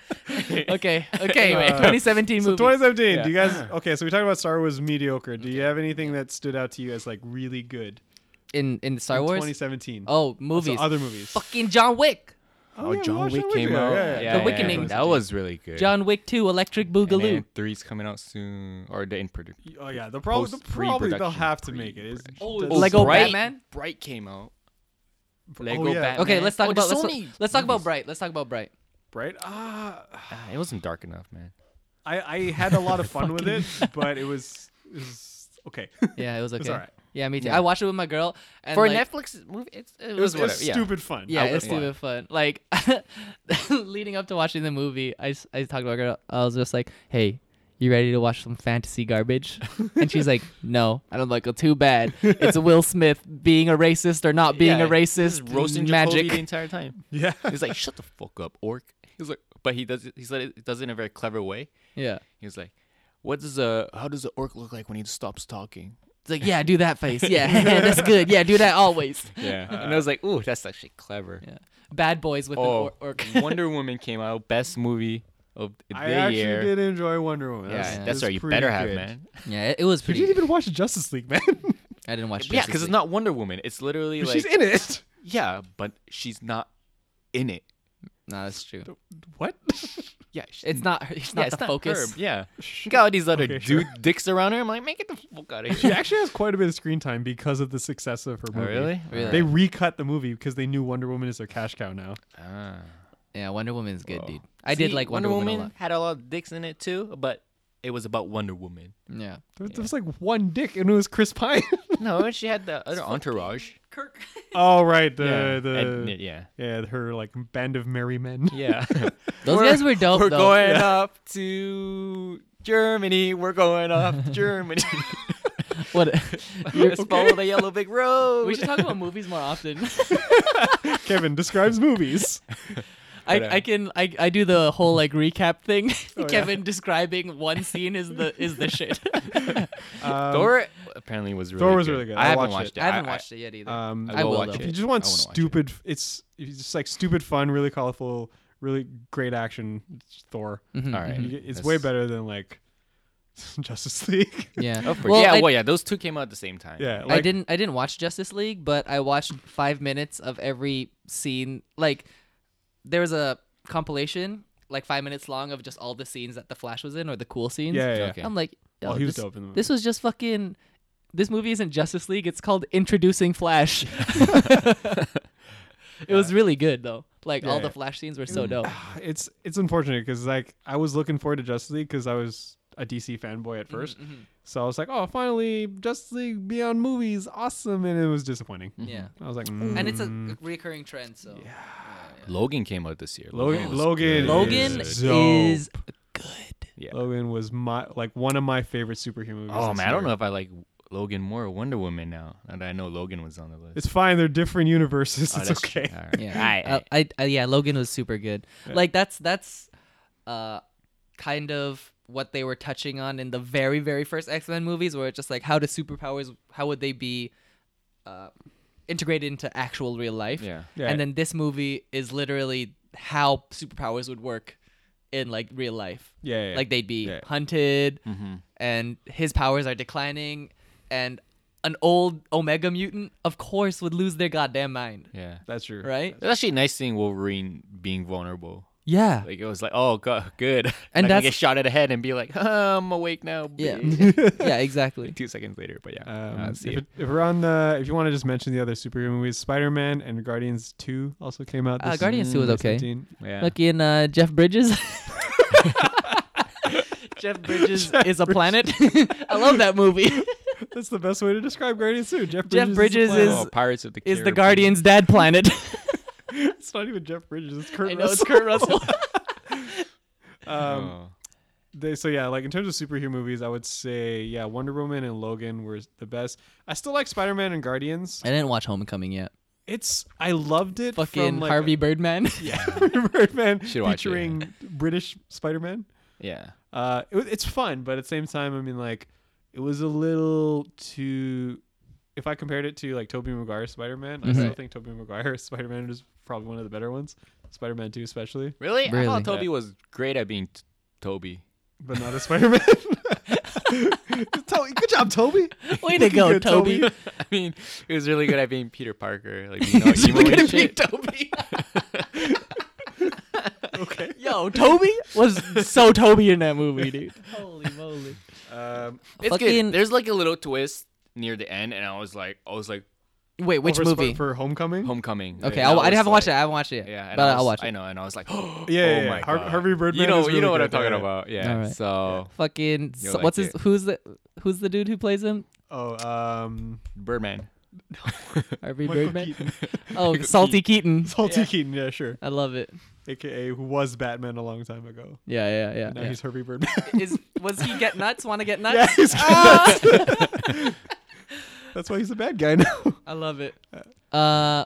[SPEAKER 3] okay. Okay.
[SPEAKER 1] Uh,
[SPEAKER 3] Anyway, 2017
[SPEAKER 2] So
[SPEAKER 3] movie.
[SPEAKER 2] 2017.
[SPEAKER 1] Yeah.
[SPEAKER 2] Do you guys okay? So we talked about Star Wars mediocre. Do you have anything that stood out to you as like really good?
[SPEAKER 3] in in Star
[SPEAKER 2] in
[SPEAKER 3] Wars.
[SPEAKER 2] 2017.
[SPEAKER 3] Oh, movies.
[SPEAKER 2] other movies.
[SPEAKER 3] Fucking John Wick.
[SPEAKER 2] Oh,
[SPEAKER 1] Oh,
[SPEAKER 2] yeah, we
[SPEAKER 1] John
[SPEAKER 2] watched
[SPEAKER 1] Wick
[SPEAKER 2] that with
[SPEAKER 1] came
[SPEAKER 2] you.
[SPEAKER 1] out.
[SPEAKER 2] Yeah, yeah.
[SPEAKER 1] Yeah,
[SPEAKER 3] The
[SPEAKER 1] yeah,
[SPEAKER 3] Awakening.
[SPEAKER 1] yeah. That was really good.
[SPEAKER 3] John Wick 2 Electric
[SPEAKER 1] and
[SPEAKER 3] Boogaloo.
[SPEAKER 1] then three's coming out soon, or the in production.
[SPEAKER 2] Oh yeah, the problem. The
[SPEAKER 1] Post-
[SPEAKER 2] probably they'll
[SPEAKER 1] pre-production,
[SPEAKER 2] have to make it. It's-
[SPEAKER 3] Oh,
[SPEAKER 2] does-
[SPEAKER 3] it's Lego
[SPEAKER 1] Bright-
[SPEAKER 3] Batman?
[SPEAKER 1] Bright came out.
[SPEAKER 2] Oh,
[SPEAKER 1] Lego
[SPEAKER 2] yeah.
[SPEAKER 1] Batman.
[SPEAKER 3] Okay, let's talk
[SPEAKER 1] Oh,
[SPEAKER 3] about
[SPEAKER 1] there's
[SPEAKER 3] let's,
[SPEAKER 1] so
[SPEAKER 3] ta-
[SPEAKER 1] many
[SPEAKER 3] let's talk about
[SPEAKER 1] movies.
[SPEAKER 3] Bright. Let's talk about Bright.
[SPEAKER 2] Bright. Ah,
[SPEAKER 1] Ah, it wasn't dark enough, man.
[SPEAKER 2] I I had a lot of fun with it, but it was, it was okay.
[SPEAKER 3] Yeah, it was okay.
[SPEAKER 2] It's alright.
[SPEAKER 3] Yeah, me too.
[SPEAKER 1] Yeah.
[SPEAKER 3] I watched it with my girl. And
[SPEAKER 1] For
[SPEAKER 3] like,
[SPEAKER 1] a Netflix movie, it's, it, was,
[SPEAKER 2] It was, it was
[SPEAKER 1] whatever. Yeah.
[SPEAKER 2] stupid fun.
[SPEAKER 3] Yeah,
[SPEAKER 1] Out
[SPEAKER 3] it's
[SPEAKER 1] with fun.
[SPEAKER 3] stupid fun. Like leading up to watching the movie, I, s- I talked to my girl. I was just like, "Hey, you ready to watch some fantasy garbage?" and she's like, "No." And I'm like, "Well, too bad. It's Will Smith being a racist or not being
[SPEAKER 1] Yeah,
[SPEAKER 3] a racist.
[SPEAKER 1] just roasting Jacoby
[SPEAKER 3] magic."
[SPEAKER 1] the entire time.
[SPEAKER 2] Yeah.
[SPEAKER 1] He's like, "Shut the fuck up, orc." He's like, but he does. It, he said it does it in a very clever way.
[SPEAKER 3] Yeah.
[SPEAKER 1] He was like, "What does a how does an orc look like when he stops talking?"
[SPEAKER 3] It's like, "Yeah, do that face. Yeah, that's good. Yeah, do that always."
[SPEAKER 1] Yeah, and I was like, "Ooh, that's actually clever."
[SPEAKER 3] Yeah. Bad boys with
[SPEAKER 1] Oh,
[SPEAKER 3] an or- orc.
[SPEAKER 1] Wonder Woman came out, best movie of the
[SPEAKER 2] I actually
[SPEAKER 1] year.
[SPEAKER 2] did enjoy Wonder Woman.
[SPEAKER 1] Yeah,
[SPEAKER 2] That was-
[SPEAKER 3] Yeah.
[SPEAKER 2] that
[SPEAKER 1] that's
[SPEAKER 2] was
[SPEAKER 1] right. You
[SPEAKER 2] pretty
[SPEAKER 1] better have,
[SPEAKER 2] good.
[SPEAKER 1] man.
[SPEAKER 3] yeah, it, it was
[SPEAKER 2] You
[SPEAKER 3] pretty.
[SPEAKER 2] didn't even watch Justice League, man.
[SPEAKER 3] I didn't watch.
[SPEAKER 1] Yeah,
[SPEAKER 3] Justice
[SPEAKER 1] because it's
[SPEAKER 3] League.
[SPEAKER 1] not Wonder Woman. It's literally like
[SPEAKER 2] She's in it.
[SPEAKER 1] yeah, but she's not in it.
[SPEAKER 3] No, that's true.
[SPEAKER 2] What?
[SPEAKER 1] Yeah, she-
[SPEAKER 3] It's not. her- It's not
[SPEAKER 1] yeah,
[SPEAKER 3] the focus.
[SPEAKER 1] Her. Yeah, she got all these other
[SPEAKER 2] Okay,
[SPEAKER 1] dude
[SPEAKER 2] sure.
[SPEAKER 1] dicks around her. I'm like, make it the fuck out of
[SPEAKER 2] she
[SPEAKER 1] here.
[SPEAKER 2] actually has quite a bit of screen time because of the success of her
[SPEAKER 1] Oh,
[SPEAKER 2] movie.
[SPEAKER 1] really?
[SPEAKER 3] Really?
[SPEAKER 2] They recut the movie because they knew Wonder Woman is their cash cow now.
[SPEAKER 1] Ah.
[SPEAKER 3] Yeah, Wonder Woman's good,
[SPEAKER 1] Whoa.
[SPEAKER 3] dude. I did
[SPEAKER 1] Oh. See,
[SPEAKER 3] like Wonder, Woman, a lot.
[SPEAKER 1] Had a lot of dicks in it too, but it was about Wonder Woman.
[SPEAKER 3] Yeah.
[SPEAKER 2] There, there was like one dick, and it was Chris Pine.
[SPEAKER 1] No, she had the other entourage.
[SPEAKER 3] Kirk.
[SPEAKER 2] oh right, the
[SPEAKER 1] yeah.
[SPEAKER 2] the
[SPEAKER 1] And- yeah.
[SPEAKER 2] yeah, her like band of merry men.
[SPEAKER 1] Yeah.
[SPEAKER 3] Those guys were dope
[SPEAKER 1] We're
[SPEAKER 3] though.
[SPEAKER 1] going up to Germany. We're going up to Germany.
[SPEAKER 3] What?
[SPEAKER 1] Just follow the yellow big road.
[SPEAKER 3] we should talk about movies more often.
[SPEAKER 2] Kevin describes movies.
[SPEAKER 3] I,
[SPEAKER 1] But, uh,
[SPEAKER 3] I can I, I do the whole like recap thing.
[SPEAKER 2] yeah.
[SPEAKER 3] Kevin describing one scene is the is the shit.
[SPEAKER 2] Um,
[SPEAKER 1] Thor apparently was really
[SPEAKER 2] Thor
[SPEAKER 1] good.
[SPEAKER 2] was really good.
[SPEAKER 1] I,
[SPEAKER 2] I
[SPEAKER 1] haven't
[SPEAKER 2] watched
[SPEAKER 1] watched
[SPEAKER 2] it.
[SPEAKER 1] it.
[SPEAKER 3] I haven't watched it yet either.
[SPEAKER 2] Um,
[SPEAKER 1] I
[SPEAKER 3] I
[SPEAKER 1] will
[SPEAKER 3] will,
[SPEAKER 1] watch
[SPEAKER 3] though.
[SPEAKER 1] it.
[SPEAKER 2] If you just want
[SPEAKER 1] I wanna watch it.
[SPEAKER 2] stupid, f it's if you just like stupid fun, really colorful, really great action. It's Thor.
[SPEAKER 1] All right.
[SPEAKER 2] You get- It's way
[SPEAKER 1] Mm-hmm. That's-
[SPEAKER 2] better than like Justice League.
[SPEAKER 3] Yeah.
[SPEAKER 1] Oh, for-
[SPEAKER 3] well,
[SPEAKER 1] yeah,
[SPEAKER 3] I,
[SPEAKER 1] well, yeah. Those two came out at the same time.
[SPEAKER 2] yeah,
[SPEAKER 3] I
[SPEAKER 2] like,
[SPEAKER 3] didn't I didn't watch Justice League, but I watched five minutes of every scene. Like there was a compilation, like five minutes long of just all the scenes that the Flash was in or the cool scenes.
[SPEAKER 2] Yeah, yeah.
[SPEAKER 1] Okay.
[SPEAKER 3] I'm like,
[SPEAKER 2] Well,
[SPEAKER 3] "Yo,
[SPEAKER 2] he was
[SPEAKER 3] this-
[SPEAKER 2] dope in the movie.
[SPEAKER 3] This was just fucking. This movie isn't Justice League. It's called Introducing Flash. it was really good though. Like all
[SPEAKER 2] Yeah.
[SPEAKER 3] the Flash scenes were so dope.
[SPEAKER 2] It's it's unfortunate because like I was looking forward to Justice League because I was a DC fanboy
[SPEAKER 1] Mm-hmm,
[SPEAKER 2] at 1st so I was like, oh, finally Justice League Beyond movies, awesome, and it was disappointing.
[SPEAKER 1] Mm-hmm.
[SPEAKER 3] Yeah,
[SPEAKER 2] I was like,
[SPEAKER 3] and it's a
[SPEAKER 2] mm.
[SPEAKER 3] recurring trend. So yeah.
[SPEAKER 1] Logan came out this year.
[SPEAKER 2] Logan.
[SPEAKER 1] was
[SPEAKER 2] Logan.
[SPEAKER 1] good.
[SPEAKER 3] Logan
[SPEAKER 2] is
[SPEAKER 3] is,
[SPEAKER 2] dope.
[SPEAKER 3] good.
[SPEAKER 1] Yeah.
[SPEAKER 2] Logan was my like one of my favorite superhero movies.
[SPEAKER 1] Oh
[SPEAKER 2] this
[SPEAKER 1] man, I don't
[SPEAKER 2] year.
[SPEAKER 1] know if I like Logan more or Wonder Woman now. And I know Logan was on the list.
[SPEAKER 2] It's fine. They're different universes.
[SPEAKER 1] Oh,
[SPEAKER 2] it's
[SPEAKER 1] that's true.
[SPEAKER 2] okay.
[SPEAKER 1] All right.
[SPEAKER 3] Yeah,
[SPEAKER 1] All right, all
[SPEAKER 3] Uh,
[SPEAKER 1] right.
[SPEAKER 3] I, I yeah, Logan was super good. Like that's that's, uh, kind of what they were touching on in the very very first X Men movies, where it's just like how do superpowers how would they be, uh, integrated into actual real life?
[SPEAKER 1] Yeah.
[SPEAKER 2] Yeah.
[SPEAKER 3] And then this movie is literally how superpowers would work in like real life.
[SPEAKER 2] Yeah, yeah,
[SPEAKER 3] Like they'd be
[SPEAKER 2] yeah.
[SPEAKER 3] hunted
[SPEAKER 1] Mm-hmm.
[SPEAKER 3] and his powers are declining and an old Omega mutant of course would lose their goddamn mind,
[SPEAKER 1] Yeah.
[SPEAKER 2] That's true.
[SPEAKER 3] right?
[SPEAKER 1] It's actually nice seeing Wolverine being vulnerable.
[SPEAKER 3] Yeah.
[SPEAKER 1] Like it was like, oh god, good.
[SPEAKER 3] And
[SPEAKER 1] And I
[SPEAKER 3] that's-
[SPEAKER 1] can get shot at the head and be like, "Huh, I'm awake now.
[SPEAKER 3] Yeah. Mm-hmm.
[SPEAKER 1] bitch."
[SPEAKER 3] yeah, exactly.
[SPEAKER 1] Two seconds later, but yeah.
[SPEAKER 2] Um,
[SPEAKER 1] uh,
[SPEAKER 2] if,
[SPEAKER 1] see
[SPEAKER 2] it- if we're on the, if you want to just mention the other superhero movies, Spider Man and Guardians Two also came out.
[SPEAKER 3] Uh,
[SPEAKER 2] This
[SPEAKER 3] Guardians 2 was okay.
[SPEAKER 2] 2017.
[SPEAKER 1] it. yeah.
[SPEAKER 3] Fucking uh, Jeff Bridges. Jeff Bridges is a planet. I love that movie.
[SPEAKER 2] That's the best way to describe Guardians Two. Jeff Bridges,
[SPEAKER 3] Jeff
[SPEAKER 2] is,
[SPEAKER 3] Bridges
[SPEAKER 2] the
[SPEAKER 1] oh,
[SPEAKER 2] planet.
[SPEAKER 3] is-
[SPEAKER 1] Pirates of the
[SPEAKER 3] Is the
[SPEAKER 1] Caribbean.
[SPEAKER 3] Guardian's dad planet?
[SPEAKER 2] it's not even Jeff Bridges. It's Kurt
[SPEAKER 3] I know it's
[SPEAKER 2] Russell.
[SPEAKER 3] Kurt Russell.
[SPEAKER 2] Um,
[SPEAKER 1] Oh.
[SPEAKER 2] they, so yeah, like in terms of superhero movies, I would say yeah, Wonder Woman and Logan were the best. I still like Spider Man and Guardians.
[SPEAKER 3] I didn't watch Homecoming yet.
[SPEAKER 2] It's I loved it. from,
[SPEAKER 3] Fucking
[SPEAKER 2] like,
[SPEAKER 3] Harvey Birdman.
[SPEAKER 2] yeah, Birdman
[SPEAKER 1] Should watch it,
[SPEAKER 2] featuring British Spider Man.
[SPEAKER 1] Yeah.
[SPEAKER 2] Uh, it, was- it's fun, but at the same time, I mean, like, it was a little too. If I compared it to like Tobey Maguire's Spider Man, I still
[SPEAKER 3] Right.
[SPEAKER 2] think Tobey Maguire's Spider Man is probably one of the better ones. Spider Man Two, especially,
[SPEAKER 1] Really? I
[SPEAKER 3] Really.
[SPEAKER 1] thought Toby was great at being t- Toby.
[SPEAKER 2] but not a Spider Man. Toby, good job, Toby.
[SPEAKER 3] Way to go,
[SPEAKER 2] Good,
[SPEAKER 3] Toby.
[SPEAKER 1] I mean, he was really good at being Peter Parker, like you know,
[SPEAKER 3] He's
[SPEAKER 1] emo
[SPEAKER 3] really
[SPEAKER 1] and
[SPEAKER 3] good at
[SPEAKER 1] shit.
[SPEAKER 3] being Toby.
[SPEAKER 2] okay.
[SPEAKER 3] Yo, Toby was so Toby in that movie, dude. Holy moly.
[SPEAKER 2] Um,
[SPEAKER 1] It's
[SPEAKER 3] Fucking-
[SPEAKER 1] good. There's like a little twist near the end, and I was like, I was like,
[SPEAKER 3] Wait, which
[SPEAKER 2] over Spo-
[SPEAKER 3] movie?
[SPEAKER 2] for Homecoming?
[SPEAKER 1] Homecoming.
[SPEAKER 3] okay,
[SPEAKER 1] And
[SPEAKER 3] I'll, I
[SPEAKER 1] was
[SPEAKER 3] haven't watched it.
[SPEAKER 1] like-
[SPEAKER 3] I haven't watched it.
[SPEAKER 1] Yeah,
[SPEAKER 3] Yeah,
[SPEAKER 1] and
[SPEAKER 3] but
[SPEAKER 1] I was,
[SPEAKER 3] I'll watch
[SPEAKER 1] I
[SPEAKER 3] it.
[SPEAKER 1] know, and I was like, oh
[SPEAKER 2] yeah, yeah.
[SPEAKER 1] my
[SPEAKER 2] Har-
[SPEAKER 1] God.
[SPEAKER 2] Harvey Birdman.
[SPEAKER 1] you know,
[SPEAKER 2] is
[SPEAKER 1] you know
[SPEAKER 2] really
[SPEAKER 1] what I'm
[SPEAKER 2] good,
[SPEAKER 1] talking
[SPEAKER 2] yeah.
[SPEAKER 1] about. Yeah.
[SPEAKER 3] Alright.
[SPEAKER 1] So
[SPEAKER 3] Fucking
[SPEAKER 1] You'll
[SPEAKER 3] so-
[SPEAKER 1] like
[SPEAKER 3] what's
[SPEAKER 1] it.
[SPEAKER 3] his? Who's the who's the dude who plays him?
[SPEAKER 2] Oh, um,
[SPEAKER 1] Birdman.
[SPEAKER 3] Harvey
[SPEAKER 2] Michael
[SPEAKER 3] Birdman.
[SPEAKER 2] Keaton.
[SPEAKER 3] Oh, Salty Keaton.
[SPEAKER 2] Salty Keaton, yeah, sure.
[SPEAKER 3] I love it.
[SPEAKER 2] AKA who was Batman a long time ago.
[SPEAKER 3] Yeah, yeah,
[SPEAKER 2] Now
[SPEAKER 3] yeah.
[SPEAKER 2] he's Harvey Birdman.
[SPEAKER 3] Is was he get nuts? Want to get nuts?
[SPEAKER 2] yeah, he's
[SPEAKER 3] Ah!
[SPEAKER 2] That's why he's the bad guy now.
[SPEAKER 3] I love it. Uh,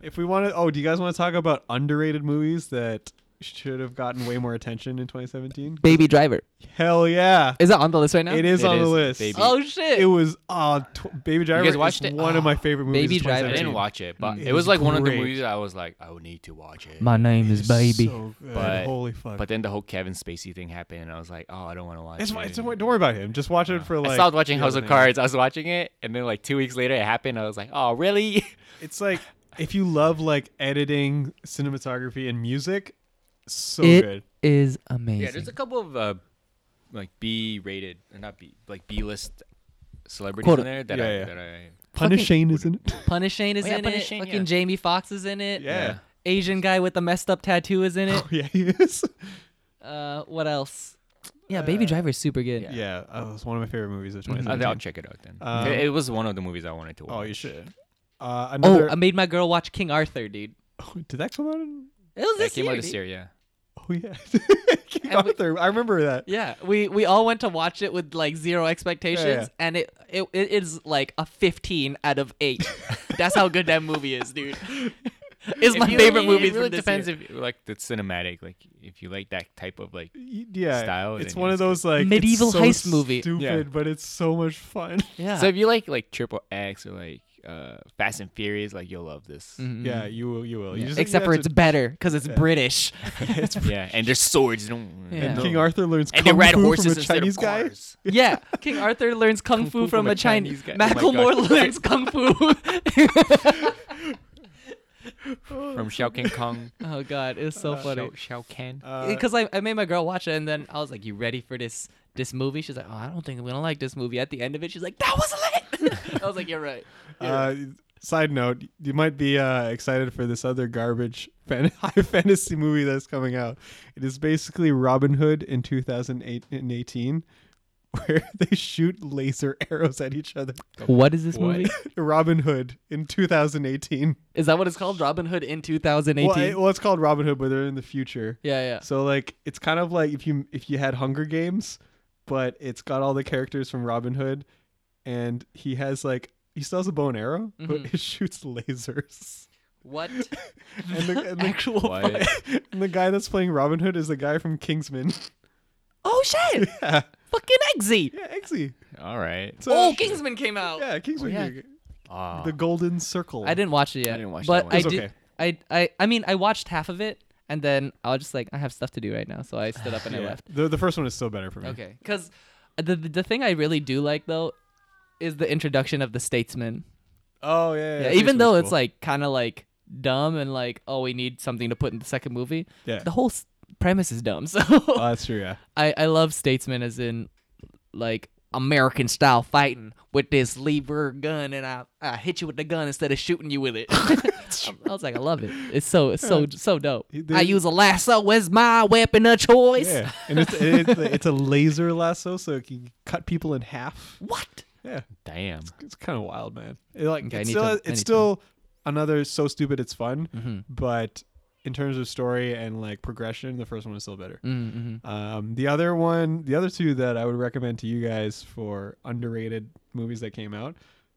[SPEAKER 2] if we want to, oh, do you guys want to talk about underrated movies that should have gotten way more attention in 2017?
[SPEAKER 3] Baby Driver.
[SPEAKER 2] Hell yeah,
[SPEAKER 3] Is that on the list right now?
[SPEAKER 2] it is
[SPEAKER 1] It
[SPEAKER 2] on the
[SPEAKER 1] is,
[SPEAKER 2] list.
[SPEAKER 1] baby.
[SPEAKER 3] Oh shit!
[SPEAKER 2] It was uh, tw- Baby Driver.
[SPEAKER 1] guys
[SPEAKER 2] is
[SPEAKER 1] watched it?
[SPEAKER 2] One of my favorite movies.
[SPEAKER 3] Baby
[SPEAKER 2] of
[SPEAKER 3] Driver.
[SPEAKER 1] I didn't
[SPEAKER 2] 2017.
[SPEAKER 1] watch it, but
[SPEAKER 2] It
[SPEAKER 1] it,
[SPEAKER 2] was
[SPEAKER 1] was like one of the
[SPEAKER 2] great.
[SPEAKER 1] movies that I was like, I would need to watch it.
[SPEAKER 3] name
[SPEAKER 2] It's so good.
[SPEAKER 1] But-
[SPEAKER 2] holy fuck.
[SPEAKER 1] but then the whole Kevin Spacey thing happened, and I was like, oh, I don't want to watch
[SPEAKER 2] it's,
[SPEAKER 1] it.
[SPEAKER 2] fine, it's, don't worry about him. Just watch it for like.
[SPEAKER 1] I stopped watching
[SPEAKER 2] the
[SPEAKER 1] House
[SPEAKER 2] other
[SPEAKER 1] of
[SPEAKER 2] thing.
[SPEAKER 1] Cards. I was watching it, and then like two weeks later, it happened. I was like, "Oh, really?"
[SPEAKER 2] It's like if you love like editing, cinematography, and music, so
[SPEAKER 3] It-
[SPEAKER 2] good.
[SPEAKER 3] is amazing.
[SPEAKER 1] Yeah, there's a couple of uh, like B-rated, or not B, like B-list celebrities
[SPEAKER 3] Quote-
[SPEAKER 1] in there that
[SPEAKER 2] Yeah,
[SPEAKER 1] I
[SPEAKER 2] yeah.
[SPEAKER 1] that I
[SPEAKER 2] Punish
[SPEAKER 3] fucking-
[SPEAKER 2] Shane, isn't it?
[SPEAKER 3] Punish Shane is
[SPEAKER 1] Oh, yeah,
[SPEAKER 3] in
[SPEAKER 1] Punish
[SPEAKER 3] it.
[SPEAKER 1] Shane,
[SPEAKER 3] Fucking
[SPEAKER 1] yeah.
[SPEAKER 3] Jamie Foxx is in it.
[SPEAKER 2] Yeah.
[SPEAKER 3] Asian guy with the messed up tattoo is in it.
[SPEAKER 2] Oh, yeah, he is.
[SPEAKER 3] Uh, what else? Yeah, Baby Driver is super good.
[SPEAKER 1] yeah.
[SPEAKER 2] Uh, Yeah, uh, it's one of my favorite movies of
[SPEAKER 3] Mm-hmm.
[SPEAKER 1] Uh, I'll
[SPEAKER 2] 2017.
[SPEAKER 1] check it out then.
[SPEAKER 2] Um,
[SPEAKER 1] it, it was one of the movies I wanted to watch.
[SPEAKER 2] Oh, you should. Uh,
[SPEAKER 3] Oh,
[SPEAKER 2] another.
[SPEAKER 3] I made my girl watch King Arthur, dude.
[SPEAKER 2] did that come out? In,
[SPEAKER 3] It was
[SPEAKER 1] that
[SPEAKER 3] this
[SPEAKER 1] came
[SPEAKER 3] year.
[SPEAKER 1] out
[SPEAKER 3] dude.
[SPEAKER 1] this year, yeah.
[SPEAKER 2] oh yeah, King
[SPEAKER 3] And we-
[SPEAKER 2] Arthur. I remember that.
[SPEAKER 3] Yeah, we we all went to watch it with like zero expectations,
[SPEAKER 2] Yeah, yeah.
[SPEAKER 3] and it, it it is like a fifteen out of eight. That's how good that movie is, dude. It's my
[SPEAKER 1] If you-
[SPEAKER 3] favorite
[SPEAKER 1] it
[SPEAKER 3] movie
[SPEAKER 1] really
[SPEAKER 3] from this
[SPEAKER 1] depends
[SPEAKER 3] year.
[SPEAKER 1] if you like the cinematic, like if you like that type of like.
[SPEAKER 2] Y- Yeah,
[SPEAKER 1] Style,
[SPEAKER 2] It's
[SPEAKER 1] then
[SPEAKER 2] one
[SPEAKER 1] yeah,
[SPEAKER 2] of
[SPEAKER 1] it's good.
[SPEAKER 2] those like it's
[SPEAKER 3] Medieval
[SPEAKER 2] so
[SPEAKER 3] heist movie.
[SPEAKER 2] Stupid,
[SPEAKER 1] Yeah.
[SPEAKER 2] but it's so much fun.
[SPEAKER 3] Yeah.
[SPEAKER 1] So if you like like Triple X or like uh, Fast and Furious, like you'll love this.
[SPEAKER 3] Mm-hmm.
[SPEAKER 2] Yeah, you will. You will. You just
[SPEAKER 3] Except for
[SPEAKER 2] you
[SPEAKER 3] it's better because it's British.
[SPEAKER 1] Yeah, and there's swords. And,
[SPEAKER 3] Yeah.
[SPEAKER 2] King Arthur learns
[SPEAKER 1] And they
[SPEAKER 2] kung
[SPEAKER 1] ride
[SPEAKER 2] fu
[SPEAKER 1] horses
[SPEAKER 2] from a
[SPEAKER 1] instead
[SPEAKER 2] Chinese
[SPEAKER 1] of
[SPEAKER 2] guy.
[SPEAKER 1] cars.
[SPEAKER 3] Yeah, King Arthur learns kung, fu, from, a Chinese,
[SPEAKER 1] guy. Oh my
[SPEAKER 3] Macklemore
[SPEAKER 1] God.
[SPEAKER 3] learns kung fu.
[SPEAKER 1] from Shao King Kong.
[SPEAKER 3] oh god, it's so funny.
[SPEAKER 1] Shao, Shao Ken.
[SPEAKER 2] Uh,
[SPEAKER 3] Because I, I made my girl watch it, and then I was like, "You ready for this this movie?" She's like, "Oh, I don't think I'm gonna like this movie." At the end of it, she's like, "That was lit." I was like, "You're right."
[SPEAKER 2] uh, side note: You might be uh, excited for this other garbage fan- high fantasy movie that's coming out. It is basically Robin Hood in 2018, where they shoot laser arrows at each other.
[SPEAKER 3] What is this
[SPEAKER 1] What?
[SPEAKER 3] movie?
[SPEAKER 2] Robin Hood in 2018.
[SPEAKER 3] Is that what it's called? Robin Hood in
[SPEAKER 2] Well,
[SPEAKER 3] 2018.
[SPEAKER 2] it- well, it's called Robin Hood, but they're in the future.
[SPEAKER 3] yeah, yeah.
[SPEAKER 2] So like it's kind of like if you if you had Hunger Games, but it's got all the characters from Robin Hood, and he has like he still has a bow and arrow, but
[SPEAKER 3] Mhm.
[SPEAKER 2] it shoots lasers.
[SPEAKER 3] What
[SPEAKER 2] And the, and, the,
[SPEAKER 3] actual?
[SPEAKER 1] What?
[SPEAKER 3] fuck-
[SPEAKER 2] and the guy that's playing Robin Hood is the guy from Kingsman.
[SPEAKER 3] Oh shit!
[SPEAKER 2] yeah,
[SPEAKER 3] Fucking Eggsy.
[SPEAKER 2] yeah, Exy.
[SPEAKER 1] All right.
[SPEAKER 2] So,
[SPEAKER 3] Oh, Kingsman came out.
[SPEAKER 2] Yeah, Kingsman.
[SPEAKER 1] Oh, yeah.
[SPEAKER 2] dude.
[SPEAKER 1] Ah.
[SPEAKER 2] The Golden Circle.
[SPEAKER 3] I didn't watch it yet.
[SPEAKER 1] I didn't watch that
[SPEAKER 3] but
[SPEAKER 1] one.
[SPEAKER 3] I
[SPEAKER 1] It
[SPEAKER 2] was
[SPEAKER 3] did.
[SPEAKER 2] okay.
[SPEAKER 3] I, I I mean I watched half of it and then I was just like I have stuff to do right now, so I stood up and I
[SPEAKER 2] Yeah.
[SPEAKER 3] left.
[SPEAKER 2] The, the first one is still better for me.
[SPEAKER 3] Okay, because the, the the thing I really do like though is the introduction of the statesman.
[SPEAKER 2] Oh yeah. yeah,
[SPEAKER 3] Yeah,
[SPEAKER 2] yeah,
[SPEAKER 3] even
[SPEAKER 2] Kingsman's
[SPEAKER 3] though it's
[SPEAKER 2] cool.
[SPEAKER 3] like kind of like dumb and like oh we need something to put in the second movie.
[SPEAKER 2] Yeah.
[SPEAKER 3] The whole s- premise is dumb. So
[SPEAKER 2] Oh, that's true. Yeah.
[SPEAKER 3] I I love statesman as in like American style fighting with this lever gun and I I hit you with the gun instead of shooting you with it. I was like, I love it. It's so it's so so dope.
[SPEAKER 2] He- they-
[SPEAKER 3] I use a lasso as my weapon of choice.
[SPEAKER 2] Yeah, and it's it, it's a- it's a laser lasso, so it can cut people in half.
[SPEAKER 3] What?
[SPEAKER 2] Yeah,
[SPEAKER 1] Damn.
[SPEAKER 2] it's kind of wild, man. It, like
[SPEAKER 3] Okay, I
[SPEAKER 2] it's
[SPEAKER 3] need
[SPEAKER 2] still
[SPEAKER 3] to- I need
[SPEAKER 2] it's
[SPEAKER 3] to-
[SPEAKER 2] still another so stupid it's fun,
[SPEAKER 3] Mhm.
[SPEAKER 2] but in terms of story and like progression, the first one is still better.
[SPEAKER 3] Mm-hmm.
[SPEAKER 2] Um, the other one, the other two that I would recommend to you guys for underrated movies that came out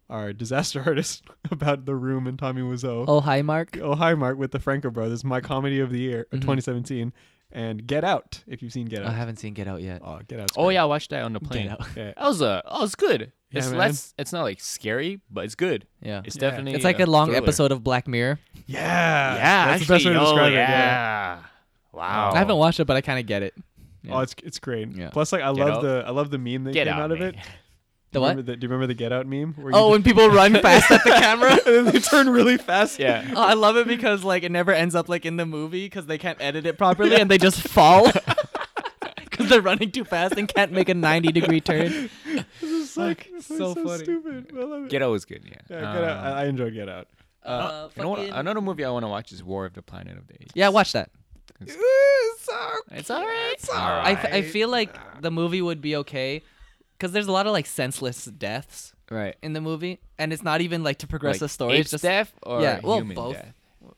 [SPEAKER 2] are Disaster Artist about the room and Tommy Wiseau.
[SPEAKER 3] Oh, hi, Mark.
[SPEAKER 2] Oh hi, Mark with the Franco Brothers, my comedy of the year of 2017, and Get Out if you've seen Get
[SPEAKER 3] Mm-hmm. I
[SPEAKER 2] Out.
[SPEAKER 3] haven't seen Get Out yet.
[SPEAKER 2] Oh, Get Out.
[SPEAKER 1] Oh yeah, I watched that on the plane.
[SPEAKER 3] Out.
[SPEAKER 2] Yeah.
[SPEAKER 1] That was uh, oh, it's good.
[SPEAKER 2] Yeah,
[SPEAKER 1] it's
[SPEAKER 2] man.
[SPEAKER 1] less. It's not like scary, but it's good.
[SPEAKER 3] Yeah.
[SPEAKER 1] It's
[SPEAKER 3] It's,
[SPEAKER 2] Yeah.
[SPEAKER 1] definitely.
[SPEAKER 3] like a long
[SPEAKER 1] thriller.
[SPEAKER 3] episode of Black Mirror.
[SPEAKER 2] Yeah.
[SPEAKER 1] Yeah,
[SPEAKER 2] That's the best way
[SPEAKER 1] actually,
[SPEAKER 2] to
[SPEAKER 1] oh,
[SPEAKER 2] describe it. Yeah.
[SPEAKER 1] yeah. Wow.
[SPEAKER 3] I haven't watched it, but I kind of get it.
[SPEAKER 2] Oh, it's it's great.
[SPEAKER 3] Yeah.
[SPEAKER 2] Plus, like I
[SPEAKER 1] Get
[SPEAKER 2] love
[SPEAKER 1] out.
[SPEAKER 2] the I love the meme that
[SPEAKER 1] Get
[SPEAKER 2] came
[SPEAKER 1] out,
[SPEAKER 2] out, of
[SPEAKER 1] man.
[SPEAKER 2] it.
[SPEAKER 3] The
[SPEAKER 2] remember
[SPEAKER 3] what?
[SPEAKER 2] The, do you remember the Get Out meme? Where
[SPEAKER 3] Oh,
[SPEAKER 2] you
[SPEAKER 3] when people run fast at the camera.
[SPEAKER 2] and they turn really fast.
[SPEAKER 1] Yeah.
[SPEAKER 3] Oh, I love it because like it never ends up like in the movie because they can't edit it properly and they just fall because they're running too fast and can't make a ninety degree turn.
[SPEAKER 2] It's like, it's like so,
[SPEAKER 3] so funny.
[SPEAKER 2] stupid. I love it.
[SPEAKER 1] Get Out was good. Yeah.
[SPEAKER 2] yeah, Get Out. I,
[SPEAKER 1] Um,
[SPEAKER 2] I enjoy Get Out.
[SPEAKER 3] Uh,
[SPEAKER 1] you know what-
[SPEAKER 3] fucking-
[SPEAKER 1] another movie I want to watch is War of the Planet of the Apes.
[SPEAKER 3] yeah, watch that.
[SPEAKER 1] It's all right. It's all
[SPEAKER 3] I f- I feel like the movie would be okay because there's a lot of like senseless deaths
[SPEAKER 1] right.
[SPEAKER 3] in the movie and it's not even like to progress
[SPEAKER 1] Like
[SPEAKER 3] the story.
[SPEAKER 1] apes
[SPEAKER 3] It's just
[SPEAKER 1] death or
[SPEAKER 3] yeah, well,
[SPEAKER 1] human
[SPEAKER 3] both.
[SPEAKER 1] death?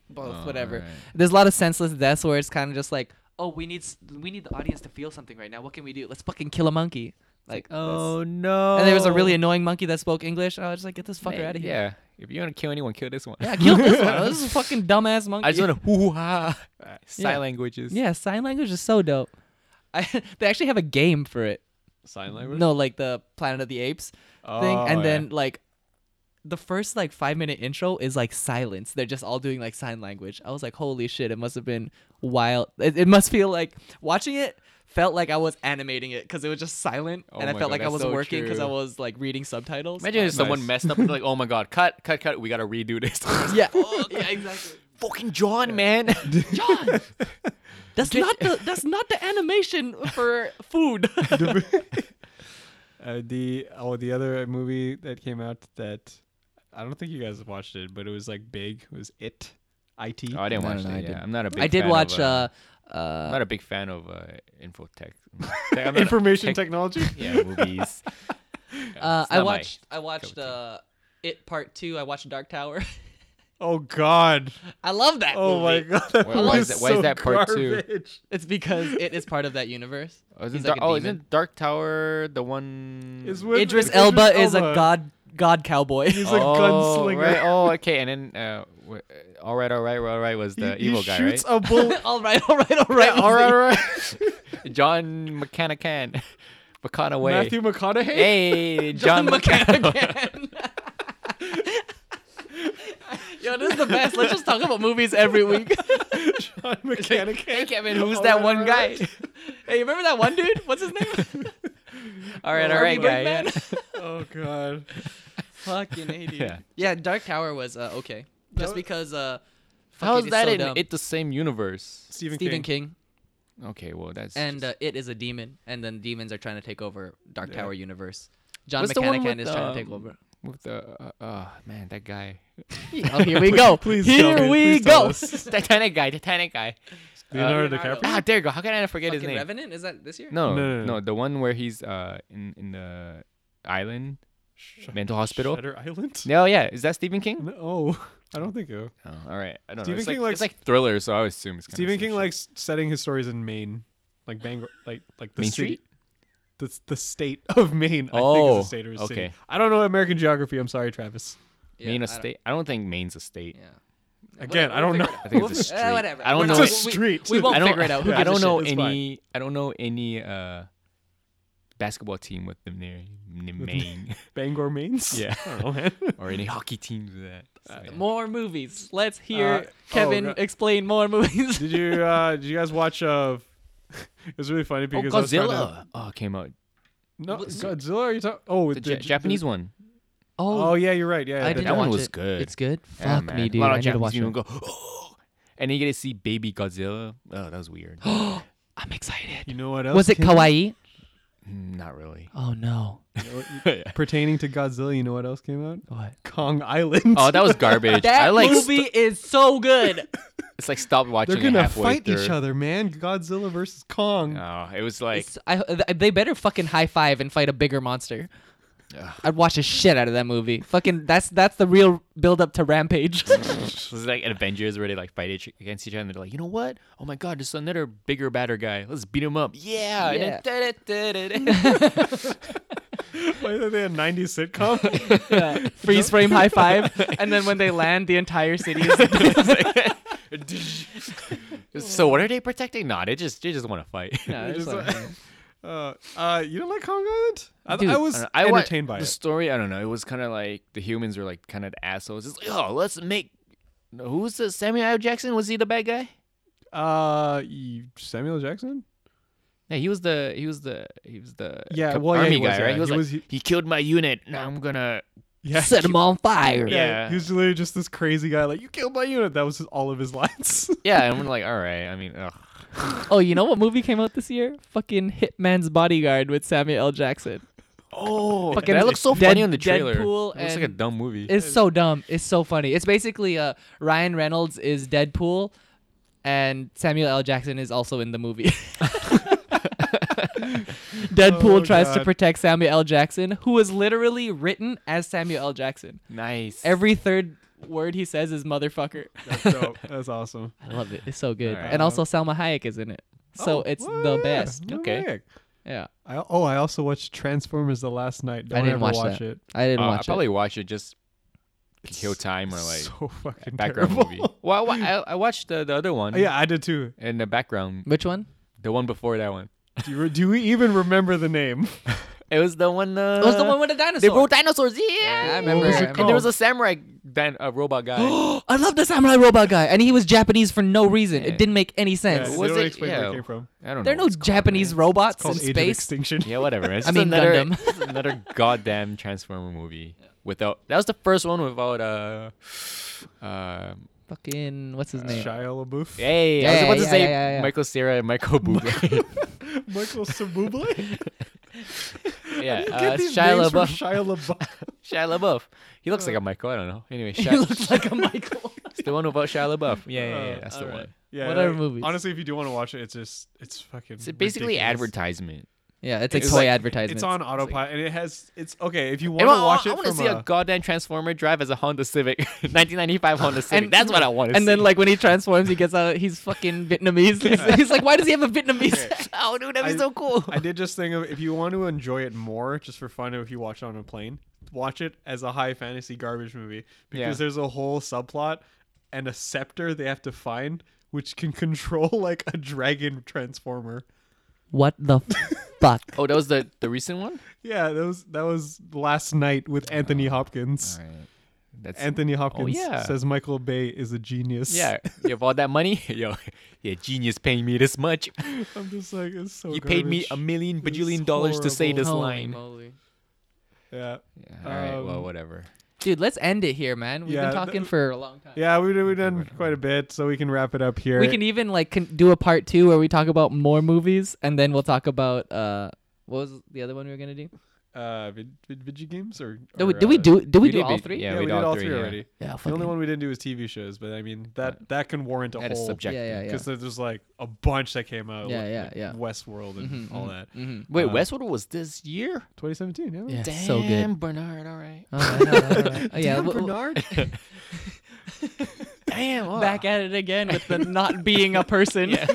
[SPEAKER 3] both,
[SPEAKER 1] Oh,
[SPEAKER 3] whatever.
[SPEAKER 1] alright.
[SPEAKER 3] There's a lot of senseless deaths where it's kind of just like, oh, we need s- we need the audience to feel something right now. What can we do? Let's fucking kill a monkey. Like,
[SPEAKER 1] Oh no!
[SPEAKER 3] and there was a really annoying monkey that spoke English. I was just like, get this fucker
[SPEAKER 1] Man,
[SPEAKER 3] out of here.
[SPEAKER 1] Yeah. If you're gonna kill anyone, kill this one.
[SPEAKER 3] Yeah, kill this one. This is a fucking dumbass monkey.
[SPEAKER 1] I just want to hoo ha. Sign
[SPEAKER 3] Yeah.
[SPEAKER 1] languages.
[SPEAKER 3] Yeah, sign language is so dope. I, they actually have a game for it.
[SPEAKER 2] Sign
[SPEAKER 1] Mm-hmm.
[SPEAKER 2] language.
[SPEAKER 3] No, like the Planet of the Apes thing,
[SPEAKER 2] Oh,
[SPEAKER 3] and
[SPEAKER 2] yeah.
[SPEAKER 3] then like the first like five minute intro is like silence. They're just all doing like sign language. I was like, holy shit! It must have been wild. It, it must feel like watching it felt like I was animating it because it was just silent,
[SPEAKER 1] Oh
[SPEAKER 3] and I
[SPEAKER 1] my
[SPEAKER 3] felt
[SPEAKER 1] God,
[SPEAKER 3] like I
[SPEAKER 1] that's
[SPEAKER 3] was
[SPEAKER 1] so
[SPEAKER 3] working because I
[SPEAKER 1] true.
[SPEAKER 3] was like reading subtitles.
[SPEAKER 1] Imagine if someone
[SPEAKER 2] Nice.
[SPEAKER 1] messed up and they're like, "Oh my god, cut, cut, cut! We gotta redo this."
[SPEAKER 3] yeah, oh, yeah, exactly.
[SPEAKER 1] Fucking John, man.
[SPEAKER 3] John, that's not the that's not the animation for food.
[SPEAKER 2] Uh, the oh, the other movie that came out that I don't think you guys watched it, but it was like big. Was it? It.
[SPEAKER 1] Oh, I didn't
[SPEAKER 3] No,
[SPEAKER 1] watch
[SPEAKER 3] no,
[SPEAKER 1] that.
[SPEAKER 3] no, I
[SPEAKER 1] yeah.
[SPEAKER 3] didn't.
[SPEAKER 1] I'm not a big.
[SPEAKER 3] I did
[SPEAKER 1] fan
[SPEAKER 3] watch
[SPEAKER 1] Of, uh,
[SPEAKER 3] uh,
[SPEAKER 1] I'm
[SPEAKER 3] uh
[SPEAKER 1] not a big fan of uh, infotech. I'm not a
[SPEAKER 2] Information
[SPEAKER 1] tech-
[SPEAKER 2] technology.
[SPEAKER 1] Yeah, movies. Yeah,
[SPEAKER 3] Uh,
[SPEAKER 1] it's not
[SPEAKER 3] I
[SPEAKER 1] my-
[SPEAKER 3] watched. I
[SPEAKER 1] of
[SPEAKER 3] watched
[SPEAKER 1] tea.
[SPEAKER 3] uh, it part two. I watched Dark Tower.
[SPEAKER 2] Oh God.
[SPEAKER 3] I love that.
[SPEAKER 2] Oh my
[SPEAKER 3] movie.
[SPEAKER 2] God. That
[SPEAKER 1] Why- why
[SPEAKER 2] movie
[SPEAKER 1] is
[SPEAKER 2] is
[SPEAKER 1] that- why is
[SPEAKER 2] so
[SPEAKER 1] that part two?
[SPEAKER 2] garbage.
[SPEAKER 3] It's because it is part of that universe.
[SPEAKER 1] Oh, isn't,
[SPEAKER 3] He's
[SPEAKER 1] Dark,
[SPEAKER 3] like a
[SPEAKER 1] oh,
[SPEAKER 3] demon.
[SPEAKER 1] isn't Dark Tower the one?
[SPEAKER 2] It's with-
[SPEAKER 3] Idris
[SPEAKER 2] Idris
[SPEAKER 3] Elba is a
[SPEAKER 2] Elba.
[SPEAKER 3] god god cowboy.
[SPEAKER 2] He's a
[SPEAKER 1] oh,
[SPEAKER 2] gunslinger.
[SPEAKER 1] Right? Oh, okay. And then, uh, w- uh, all right, all right, all right was the
[SPEAKER 2] he,
[SPEAKER 1] evil
[SPEAKER 2] he
[SPEAKER 1] guy, right?
[SPEAKER 2] shoots a bullet.
[SPEAKER 3] all right, all right, all right.
[SPEAKER 1] all right, all right. John McCanacan, McConaughey.
[SPEAKER 2] Matthew McConaughey.
[SPEAKER 1] Hey, John,
[SPEAKER 3] John
[SPEAKER 1] McCann.
[SPEAKER 3] McCann. Yo, this is the best. Let's just talk about movies every week.
[SPEAKER 2] John McConaughey.
[SPEAKER 1] Hey, Kevin, who's
[SPEAKER 2] All
[SPEAKER 1] that
[SPEAKER 2] right,
[SPEAKER 1] one
[SPEAKER 2] all
[SPEAKER 1] guy?
[SPEAKER 2] right.
[SPEAKER 3] hey, remember that one dude? What's his name?
[SPEAKER 1] all right, all
[SPEAKER 3] Harvey
[SPEAKER 1] right, guy. yeah.
[SPEAKER 3] Birdman?
[SPEAKER 2] Oh God.
[SPEAKER 3] Fucking hey, dude.
[SPEAKER 1] Yeah.
[SPEAKER 3] Yeah. Dark Tower was uh, okay. Just
[SPEAKER 2] was-
[SPEAKER 3] because uh, fuck
[SPEAKER 1] How
[SPEAKER 3] it,
[SPEAKER 1] is
[SPEAKER 3] it's
[SPEAKER 1] that
[SPEAKER 3] so
[SPEAKER 1] in
[SPEAKER 3] dumb.
[SPEAKER 1] it the same universe?
[SPEAKER 2] Stephen,
[SPEAKER 3] Stephen
[SPEAKER 2] King.
[SPEAKER 3] King.
[SPEAKER 1] Okay, well that's
[SPEAKER 3] and
[SPEAKER 1] just-
[SPEAKER 3] uh, it is a demon, and then demons are trying to take over Dark
[SPEAKER 2] Yeah.
[SPEAKER 3] Tower universe. John
[SPEAKER 1] What's the one
[SPEAKER 3] McCannican
[SPEAKER 1] with,
[SPEAKER 3] is trying to take
[SPEAKER 1] um,
[SPEAKER 3] over.
[SPEAKER 1] with the uh, uh, man that guy,
[SPEAKER 3] Oh, here we go.
[SPEAKER 2] Please tell
[SPEAKER 3] here
[SPEAKER 2] me.
[SPEAKER 3] we
[SPEAKER 2] Please tell
[SPEAKER 3] go.
[SPEAKER 2] us.
[SPEAKER 1] Titanic guy, Titanic guy.
[SPEAKER 2] Leonardo
[SPEAKER 3] Uh,
[SPEAKER 2] DiCaprio.
[SPEAKER 1] Ah, there you go. How can I forget his
[SPEAKER 3] Fucking
[SPEAKER 1] name?
[SPEAKER 3] Revenant is that this year?
[SPEAKER 1] No,
[SPEAKER 2] No,
[SPEAKER 1] no,
[SPEAKER 2] no, no.
[SPEAKER 1] the one where he's uh in in the island
[SPEAKER 2] Sh-
[SPEAKER 1] mental hospital.
[SPEAKER 2] Shutter Island.
[SPEAKER 1] No, yeah, is that Stephen King?
[SPEAKER 2] No, I don't think so.
[SPEAKER 1] Oh, all right, I don't know.
[SPEAKER 2] Stephen
[SPEAKER 1] It's
[SPEAKER 2] King
[SPEAKER 1] like,
[SPEAKER 2] likes-
[SPEAKER 1] it's like thriller, so I would assume it's kind
[SPEAKER 2] Stephen King likes setting his stories in Maine, like Bangor, like like the
[SPEAKER 1] Main
[SPEAKER 2] city,
[SPEAKER 1] Street.
[SPEAKER 2] the the state of Maine. I think
[SPEAKER 1] Oh,
[SPEAKER 2] is a state or a
[SPEAKER 1] okay.
[SPEAKER 2] city. I don't know American geography. I'm sorry, Travis.
[SPEAKER 3] Yeah,
[SPEAKER 1] Maine
[SPEAKER 3] I
[SPEAKER 1] a
[SPEAKER 3] don't-
[SPEAKER 1] state. I don't think Maine's a state.
[SPEAKER 3] Yeah.
[SPEAKER 2] Again, I don't know.
[SPEAKER 1] I think it's a
[SPEAKER 3] Uh,
[SPEAKER 1] street.
[SPEAKER 3] whatever.
[SPEAKER 1] I don't
[SPEAKER 3] We're
[SPEAKER 1] know
[SPEAKER 3] not-
[SPEAKER 1] it.
[SPEAKER 3] we-
[SPEAKER 2] Street.
[SPEAKER 3] We, won't
[SPEAKER 1] I don't
[SPEAKER 3] figure it out. Who
[SPEAKER 1] I
[SPEAKER 3] gives a
[SPEAKER 1] don't
[SPEAKER 3] shit?
[SPEAKER 1] know
[SPEAKER 2] It's fine.
[SPEAKER 1] any. I don't know any uh basketball team with the near n- Maine
[SPEAKER 2] Bangor, Maine.
[SPEAKER 1] Yeah.
[SPEAKER 2] I don't know, man.
[SPEAKER 1] or any hockey teams with that. So,
[SPEAKER 3] Uh,
[SPEAKER 1] yeah.
[SPEAKER 3] More movies. Let's hear
[SPEAKER 2] Uh, oh,
[SPEAKER 3] Kevin
[SPEAKER 2] God.
[SPEAKER 3] explain more movies.
[SPEAKER 2] did you uh, did you guys watch? Uh, it was really funny
[SPEAKER 1] Oh,
[SPEAKER 2] because I was trying to-
[SPEAKER 1] Godzilla! Oh, it came out
[SPEAKER 2] no, Godzilla. Are you talking? Oh,
[SPEAKER 1] the, Ja- Japanese one.
[SPEAKER 2] Oh yeah, you're right. Yeah,
[SPEAKER 3] I
[SPEAKER 2] the-
[SPEAKER 3] didn't
[SPEAKER 1] That one
[SPEAKER 3] watch
[SPEAKER 1] was
[SPEAKER 3] it.
[SPEAKER 1] good.
[SPEAKER 3] It's good. Fuck
[SPEAKER 1] Yeah, man.
[SPEAKER 3] me,
[SPEAKER 1] A
[SPEAKER 3] dude.
[SPEAKER 1] lot
[SPEAKER 3] I
[SPEAKER 1] of
[SPEAKER 3] need to
[SPEAKER 1] Japanese
[SPEAKER 3] watch
[SPEAKER 1] people
[SPEAKER 3] it.
[SPEAKER 1] go, oh, and then you get to see baby Godzilla. Oh, that was weird.
[SPEAKER 3] I'm excited.
[SPEAKER 2] You know what else?
[SPEAKER 3] Was it
[SPEAKER 2] came-
[SPEAKER 3] kawaii?
[SPEAKER 1] Mm, Not really.
[SPEAKER 2] Um,
[SPEAKER 3] Oh no.
[SPEAKER 2] Pertaining to Godzilla, you know what else came out?
[SPEAKER 3] What?
[SPEAKER 2] Kong Island.
[SPEAKER 1] Oh, that was garbage. I
[SPEAKER 3] That
[SPEAKER 1] like
[SPEAKER 3] movie is so good.
[SPEAKER 1] it's like stopped watching.
[SPEAKER 2] They're
[SPEAKER 1] it
[SPEAKER 2] gonna
[SPEAKER 1] halfway
[SPEAKER 2] fight
[SPEAKER 1] through.
[SPEAKER 2] each other, man. Godzilla versus Kong.
[SPEAKER 1] No, it was like
[SPEAKER 3] It's- I, th- they better fucking high five and fight a bigger monster.
[SPEAKER 1] Ugh.
[SPEAKER 3] I'd watch the shit out of that movie. Fucking that's that's the real build up to Rampage.
[SPEAKER 1] it was like an Avengers where they like fight each, against each other. and They're like, you know what? Oh my god, there's another bigger, badder guy. Let's beat him up. Yeah. And then, da-da-da-da-da.
[SPEAKER 2] Why did they have 90s sitcom?
[SPEAKER 3] Freeze frame high five, and then when they land, the entire city is.
[SPEAKER 1] so what are they protecting? Nah, they just they just want to fight.
[SPEAKER 3] No, it's
[SPEAKER 2] Just
[SPEAKER 3] like-
[SPEAKER 2] like- uh, uh, you don't like Kong Island? I,
[SPEAKER 3] Dude,
[SPEAKER 2] I
[SPEAKER 1] I
[SPEAKER 2] was
[SPEAKER 1] don't know. I wa-
[SPEAKER 2] entertained by
[SPEAKER 1] the
[SPEAKER 2] it.
[SPEAKER 1] story. I don't know. It was kind of like the humans were like kind of assholes. It's like, oh, let's make. Who's the Samuel L. Jackson? Was he the bad guy?
[SPEAKER 2] Uh, you- Samuel Jackson?
[SPEAKER 1] Yeah, he was the he was the he was the
[SPEAKER 2] Yeah,
[SPEAKER 1] co-
[SPEAKER 2] well, yeah,
[SPEAKER 1] army
[SPEAKER 2] he
[SPEAKER 1] guy,
[SPEAKER 2] was,
[SPEAKER 1] right?
[SPEAKER 2] yeah,
[SPEAKER 1] He was,
[SPEAKER 2] he
[SPEAKER 1] like,
[SPEAKER 2] was- he-
[SPEAKER 1] he killed my unit. Now I'm gonna
[SPEAKER 2] Yeah.
[SPEAKER 3] Set him on fire.
[SPEAKER 1] Yeah.
[SPEAKER 2] He was literally just this crazy guy, like, you killed my unit. That was just all of his lines.
[SPEAKER 1] yeah. And we're like, all right. I mean, ugh.
[SPEAKER 3] Oh, you know what movie came out this year? Fucking Hitman's Bodyguard with Samuel L. Jackson.
[SPEAKER 1] oh,
[SPEAKER 3] Fucking
[SPEAKER 1] that looks so
[SPEAKER 3] Dead-
[SPEAKER 1] funny on the trailer.
[SPEAKER 3] Deadpool
[SPEAKER 1] it looks like a
[SPEAKER 3] and-
[SPEAKER 1] dumb movie.
[SPEAKER 3] It's so dumb. It's so funny. It's basically uh Ryan Reynolds is Deadpool, and Samuel L. Jackson is also in the movie. Deadpool
[SPEAKER 2] Oh,
[SPEAKER 3] tries to
[SPEAKER 2] God.
[SPEAKER 3] protect Samuel L. Jackson, who is literally written as Samuel L. Jackson.
[SPEAKER 1] nice.
[SPEAKER 3] Every third word he says is motherfucker.
[SPEAKER 2] That's dope. That's awesome.
[SPEAKER 3] I love it. It's so good.
[SPEAKER 1] Alright.
[SPEAKER 3] And also Salma Hayek is in it. So
[SPEAKER 2] Oh,
[SPEAKER 3] it's
[SPEAKER 2] well,
[SPEAKER 3] the
[SPEAKER 2] yeah,
[SPEAKER 3] best.
[SPEAKER 2] no
[SPEAKER 1] Okay.
[SPEAKER 2] way.
[SPEAKER 3] Yeah.
[SPEAKER 2] I, oh, I also watched Transformers the last night. Don't
[SPEAKER 3] didn't
[SPEAKER 2] ever
[SPEAKER 3] watch
[SPEAKER 2] watch
[SPEAKER 3] that.
[SPEAKER 2] it.
[SPEAKER 3] I didn't
[SPEAKER 1] Uh, I
[SPEAKER 3] watch
[SPEAKER 1] probably
[SPEAKER 3] it.
[SPEAKER 1] watch it just to kill time or like
[SPEAKER 2] so fucking
[SPEAKER 1] background
[SPEAKER 2] terrible.
[SPEAKER 1] movie. Well, I, wa- I, I watched the, the other one.
[SPEAKER 2] yeah, I did too.
[SPEAKER 1] In the background,
[SPEAKER 3] Which one?
[SPEAKER 1] the one before that one.
[SPEAKER 2] Do, you, do we even remember the name?
[SPEAKER 1] It was the one. Uh,
[SPEAKER 3] it was the one with the dinosaur.
[SPEAKER 1] They wrote dinosaurs. Yeah,
[SPEAKER 3] I
[SPEAKER 2] What
[SPEAKER 3] remember.
[SPEAKER 2] was it
[SPEAKER 3] I
[SPEAKER 2] called?
[SPEAKER 3] remember.
[SPEAKER 1] And there was a samurai dan- uh, robot guy.
[SPEAKER 3] I love the samurai robot guy, and he was Japanese for no reason. It didn't make any sense.
[SPEAKER 1] Yeah,
[SPEAKER 2] they
[SPEAKER 1] was
[SPEAKER 2] don't
[SPEAKER 1] it-
[SPEAKER 2] explain where
[SPEAKER 1] yeah.
[SPEAKER 2] it came from.
[SPEAKER 1] I don't know.
[SPEAKER 3] There are no
[SPEAKER 1] what it's called,
[SPEAKER 3] Japanese
[SPEAKER 1] man.
[SPEAKER 3] robots in
[SPEAKER 2] Called Age of
[SPEAKER 3] space.
[SPEAKER 2] Extinction.
[SPEAKER 1] Yeah, whatever. It's
[SPEAKER 3] I
[SPEAKER 1] just
[SPEAKER 3] mean,
[SPEAKER 1] another,
[SPEAKER 3] Gundam.
[SPEAKER 1] it's another goddamn Transformer movie. Without that was the first one without uh, uh
[SPEAKER 3] Fucking what's his
[SPEAKER 2] Uh,
[SPEAKER 3] name?
[SPEAKER 2] Shia LaBeouf.
[SPEAKER 1] hey, I was
[SPEAKER 3] Yeah,
[SPEAKER 1] about to
[SPEAKER 3] yeah,
[SPEAKER 1] say
[SPEAKER 3] yeah, yeah.
[SPEAKER 1] Michael Cera and Michael Bublé.
[SPEAKER 2] Michael Cimbuble.
[SPEAKER 1] yeah,
[SPEAKER 2] Get
[SPEAKER 1] uh,
[SPEAKER 2] these
[SPEAKER 1] Shia
[SPEAKER 2] names from
[SPEAKER 1] LaBeouf.
[SPEAKER 2] Shia LaBeouf.
[SPEAKER 1] Shia LaBeouf. He looks like a Michael. I don't know. Anyway,
[SPEAKER 3] He
[SPEAKER 1] Shia,
[SPEAKER 3] looks like a Michael.
[SPEAKER 1] it's the one about Shia LaBeouf. Uh, Yeah, yeah, yeah.
[SPEAKER 2] Oh,
[SPEAKER 1] That's the
[SPEAKER 3] alright.
[SPEAKER 1] one.
[SPEAKER 2] Yeah,
[SPEAKER 3] Whatever
[SPEAKER 2] like,
[SPEAKER 3] movies.
[SPEAKER 2] Honestly, if you do want to watch it, it's just it's fucking.
[SPEAKER 1] It's basically
[SPEAKER 2] ridiculous.
[SPEAKER 1] advertisement.
[SPEAKER 3] yeah, it's like
[SPEAKER 1] It's
[SPEAKER 3] toy
[SPEAKER 1] like-
[SPEAKER 3] advertisements.
[SPEAKER 2] It's on autopilot, and it has. It's okay if you want
[SPEAKER 1] And
[SPEAKER 2] to watch
[SPEAKER 1] I,
[SPEAKER 2] it
[SPEAKER 1] want to
[SPEAKER 2] from
[SPEAKER 1] see a,
[SPEAKER 2] a.
[SPEAKER 1] goddamn Transformer drive as a Honda Civic, 1995 Honda Civic.
[SPEAKER 3] And-
[SPEAKER 1] That's what I want to see.
[SPEAKER 3] And then like when he transforms, he gets out. He's fucking Vietnamese. He's, he's like, why does he have a Vietnamese?
[SPEAKER 1] oh dude, that'd be
[SPEAKER 2] I-
[SPEAKER 1] so cool.
[SPEAKER 2] I did just think of if you want to enjoy it more, just for fun, if you watch it on a plane, watch it as a high fantasy garbage movie because
[SPEAKER 1] Yeah.
[SPEAKER 2] there's a whole subplot and a scepter they have to find, which can control like a dragon transformer.
[SPEAKER 3] what the fuck?
[SPEAKER 1] oh, that was the the recent one.
[SPEAKER 2] Yeah, that was that was last night with
[SPEAKER 1] Oh,
[SPEAKER 2] Anthony Hopkins.
[SPEAKER 1] That's
[SPEAKER 2] Anthony Hopkins
[SPEAKER 1] Oh, yeah.
[SPEAKER 2] says Michael Bay is a genius.
[SPEAKER 1] yeah. You have all that money, yo. Yeah, genius paying me this much.
[SPEAKER 2] I'm just like it's so.
[SPEAKER 1] You paid me a
[SPEAKER 2] garbage.
[SPEAKER 1] million
[SPEAKER 2] This is
[SPEAKER 1] bajillion dollars to say this
[SPEAKER 2] horrible.
[SPEAKER 1] line.
[SPEAKER 2] Yeah.
[SPEAKER 1] Yeah, all right, well,
[SPEAKER 2] Um,
[SPEAKER 1] whatever.
[SPEAKER 3] Dude, let's end it here, man. We've
[SPEAKER 2] Yeah,
[SPEAKER 3] been talking
[SPEAKER 2] th-
[SPEAKER 3] for a long time.
[SPEAKER 2] Yeah, we we done quite a bit, so we can wrap it up here.
[SPEAKER 3] We can even like con- do a part two where we talk about more movies, and then we'll talk about uh, what was the other one we were gonna do?
[SPEAKER 2] uh, vid, vid, video games or,
[SPEAKER 3] Did we,
[SPEAKER 2] or,
[SPEAKER 3] did we
[SPEAKER 2] uh,
[SPEAKER 3] do? Did
[SPEAKER 1] we
[SPEAKER 3] we, do
[SPEAKER 1] did
[SPEAKER 3] all
[SPEAKER 1] be-
[SPEAKER 3] three?
[SPEAKER 1] yeah,
[SPEAKER 2] Yeah,
[SPEAKER 1] we
[SPEAKER 2] we,
[SPEAKER 1] did
[SPEAKER 2] did
[SPEAKER 1] all
[SPEAKER 2] all
[SPEAKER 1] three,
[SPEAKER 2] three,
[SPEAKER 1] yeah.
[SPEAKER 2] already.
[SPEAKER 3] Yeah,
[SPEAKER 2] The only
[SPEAKER 3] fucking-
[SPEAKER 2] one we didn't do is TV shows, but I mean that that can warrant a
[SPEAKER 1] That is
[SPEAKER 2] whole
[SPEAKER 3] yeah,
[SPEAKER 1] subjective.
[SPEAKER 3] yeah, yeah.
[SPEAKER 2] because there's like a bunch that came out.
[SPEAKER 3] Yeah,
[SPEAKER 2] like-
[SPEAKER 3] yeah,
[SPEAKER 2] like
[SPEAKER 3] yeah.
[SPEAKER 2] Westworld and
[SPEAKER 3] Mhm,
[SPEAKER 2] all
[SPEAKER 3] mhm,
[SPEAKER 2] that.
[SPEAKER 3] mhm.
[SPEAKER 1] Wait,
[SPEAKER 2] uh,
[SPEAKER 1] Westwood was this year?
[SPEAKER 2] 2017. Yeah.
[SPEAKER 3] Yeah,
[SPEAKER 1] Damn,
[SPEAKER 3] so good.
[SPEAKER 1] Bernard. All right.
[SPEAKER 3] All right, all right, all right. Oh, yeah,
[SPEAKER 2] Damn,
[SPEAKER 3] w- w-
[SPEAKER 2] Bernard.
[SPEAKER 1] Damn. wow.
[SPEAKER 3] back at it again with the not being a person.
[SPEAKER 1] Yeah.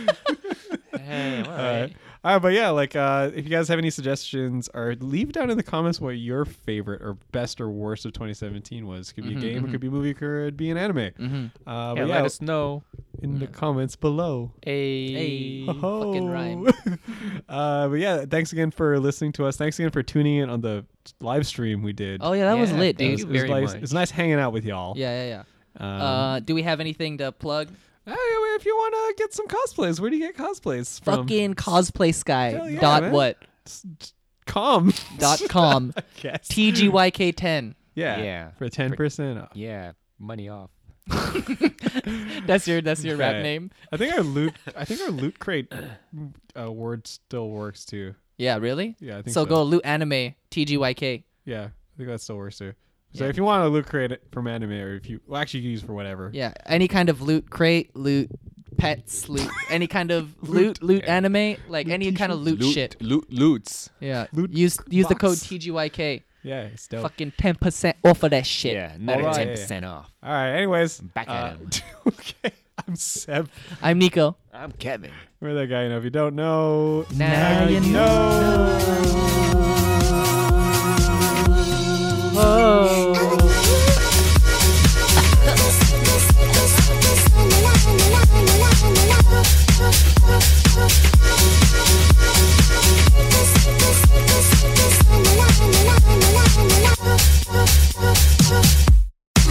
[SPEAKER 1] Damn, all
[SPEAKER 2] All
[SPEAKER 1] right.
[SPEAKER 2] right. All right, but yeah, like uh, if you guys have any suggestions, or leave down in the comments what your favorite or best or worst of 2017 was. It could be a game, it could be a movie, it could be an anime.
[SPEAKER 3] Mm-hmm.
[SPEAKER 2] Uh,
[SPEAKER 1] Yeah,
[SPEAKER 2] but
[SPEAKER 1] let
[SPEAKER 2] yeah,
[SPEAKER 1] us know.
[SPEAKER 2] in the comments below.
[SPEAKER 1] Hey.
[SPEAKER 3] Hey, fucking rhyme.
[SPEAKER 2] uh, but yeah, thanks again for listening to us. Thanks again for tuning in on the live stream we did.
[SPEAKER 3] Oh yeah, that was
[SPEAKER 1] Yeah,
[SPEAKER 3] lit,
[SPEAKER 1] thank
[SPEAKER 3] dude.
[SPEAKER 2] it was,
[SPEAKER 1] you very
[SPEAKER 2] nice,
[SPEAKER 1] much.
[SPEAKER 2] it's nice hanging out with y'all.
[SPEAKER 3] Yeah, yeah, yeah.
[SPEAKER 2] Um,
[SPEAKER 3] Uh, do we have anything to plug?
[SPEAKER 2] hey, if you want to get some cosplays, where do you get cosplays from?
[SPEAKER 3] Fucking cosplay sky
[SPEAKER 2] Hell yeah,
[SPEAKER 3] dot
[SPEAKER 2] man.
[SPEAKER 3] what
[SPEAKER 2] com.
[SPEAKER 3] dot com
[SPEAKER 2] Yes.
[SPEAKER 3] tgyk ten.
[SPEAKER 2] yeah.
[SPEAKER 1] Yeah.
[SPEAKER 2] For 10% off.
[SPEAKER 1] Yeah. Money off.
[SPEAKER 3] That's your that's your rap
[SPEAKER 2] Okay.
[SPEAKER 3] name.
[SPEAKER 2] I think our loot. I think our loot crate uh, word still works too.
[SPEAKER 3] Yeah, really.
[SPEAKER 2] Yeah, I think
[SPEAKER 3] So
[SPEAKER 2] so.
[SPEAKER 3] go loot anime tgyk.
[SPEAKER 2] Yeah, I think that still works too. So
[SPEAKER 3] Yeah.
[SPEAKER 2] if you want a loot crate from anime, or if you well, actually you can use it for whatever.
[SPEAKER 3] Yeah, any kind of loot crate, loot pets, loot any kind of loot, loot
[SPEAKER 1] Yeah.
[SPEAKER 3] anime, like any kind of loot,
[SPEAKER 1] Loot-
[SPEAKER 3] shit.
[SPEAKER 1] Loot. Loots.
[SPEAKER 3] Yeah,
[SPEAKER 2] Loot Oh.
[SPEAKER 3] use use the code
[SPEAKER 2] box.
[SPEAKER 3] TGYK.
[SPEAKER 2] Yeah, it's dope.
[SPEAKER 3] Fucking ten percent off of that shit.
[SPEAKER 1] Yeah. Not
[SPEAKER 2] Alright.
[SPEAKER 1] ten percent off.
[SPEAKER 2] All right. Anyways, Uh,
[SPEAKER 1] Back at him.
[SPEAKER 2] okay, I'm Seb.
[SPEAKER 3] I'm Nico.
[SPEAKER 1] I'm Kevin.
[SPEAKER 2] We're that guy. You know, if you don't know,
[SPEAKER 3] Now you
[SPEAKER 2] know.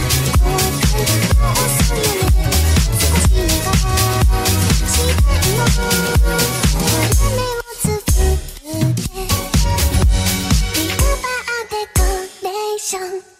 [SPEAKER 4] 夢をつション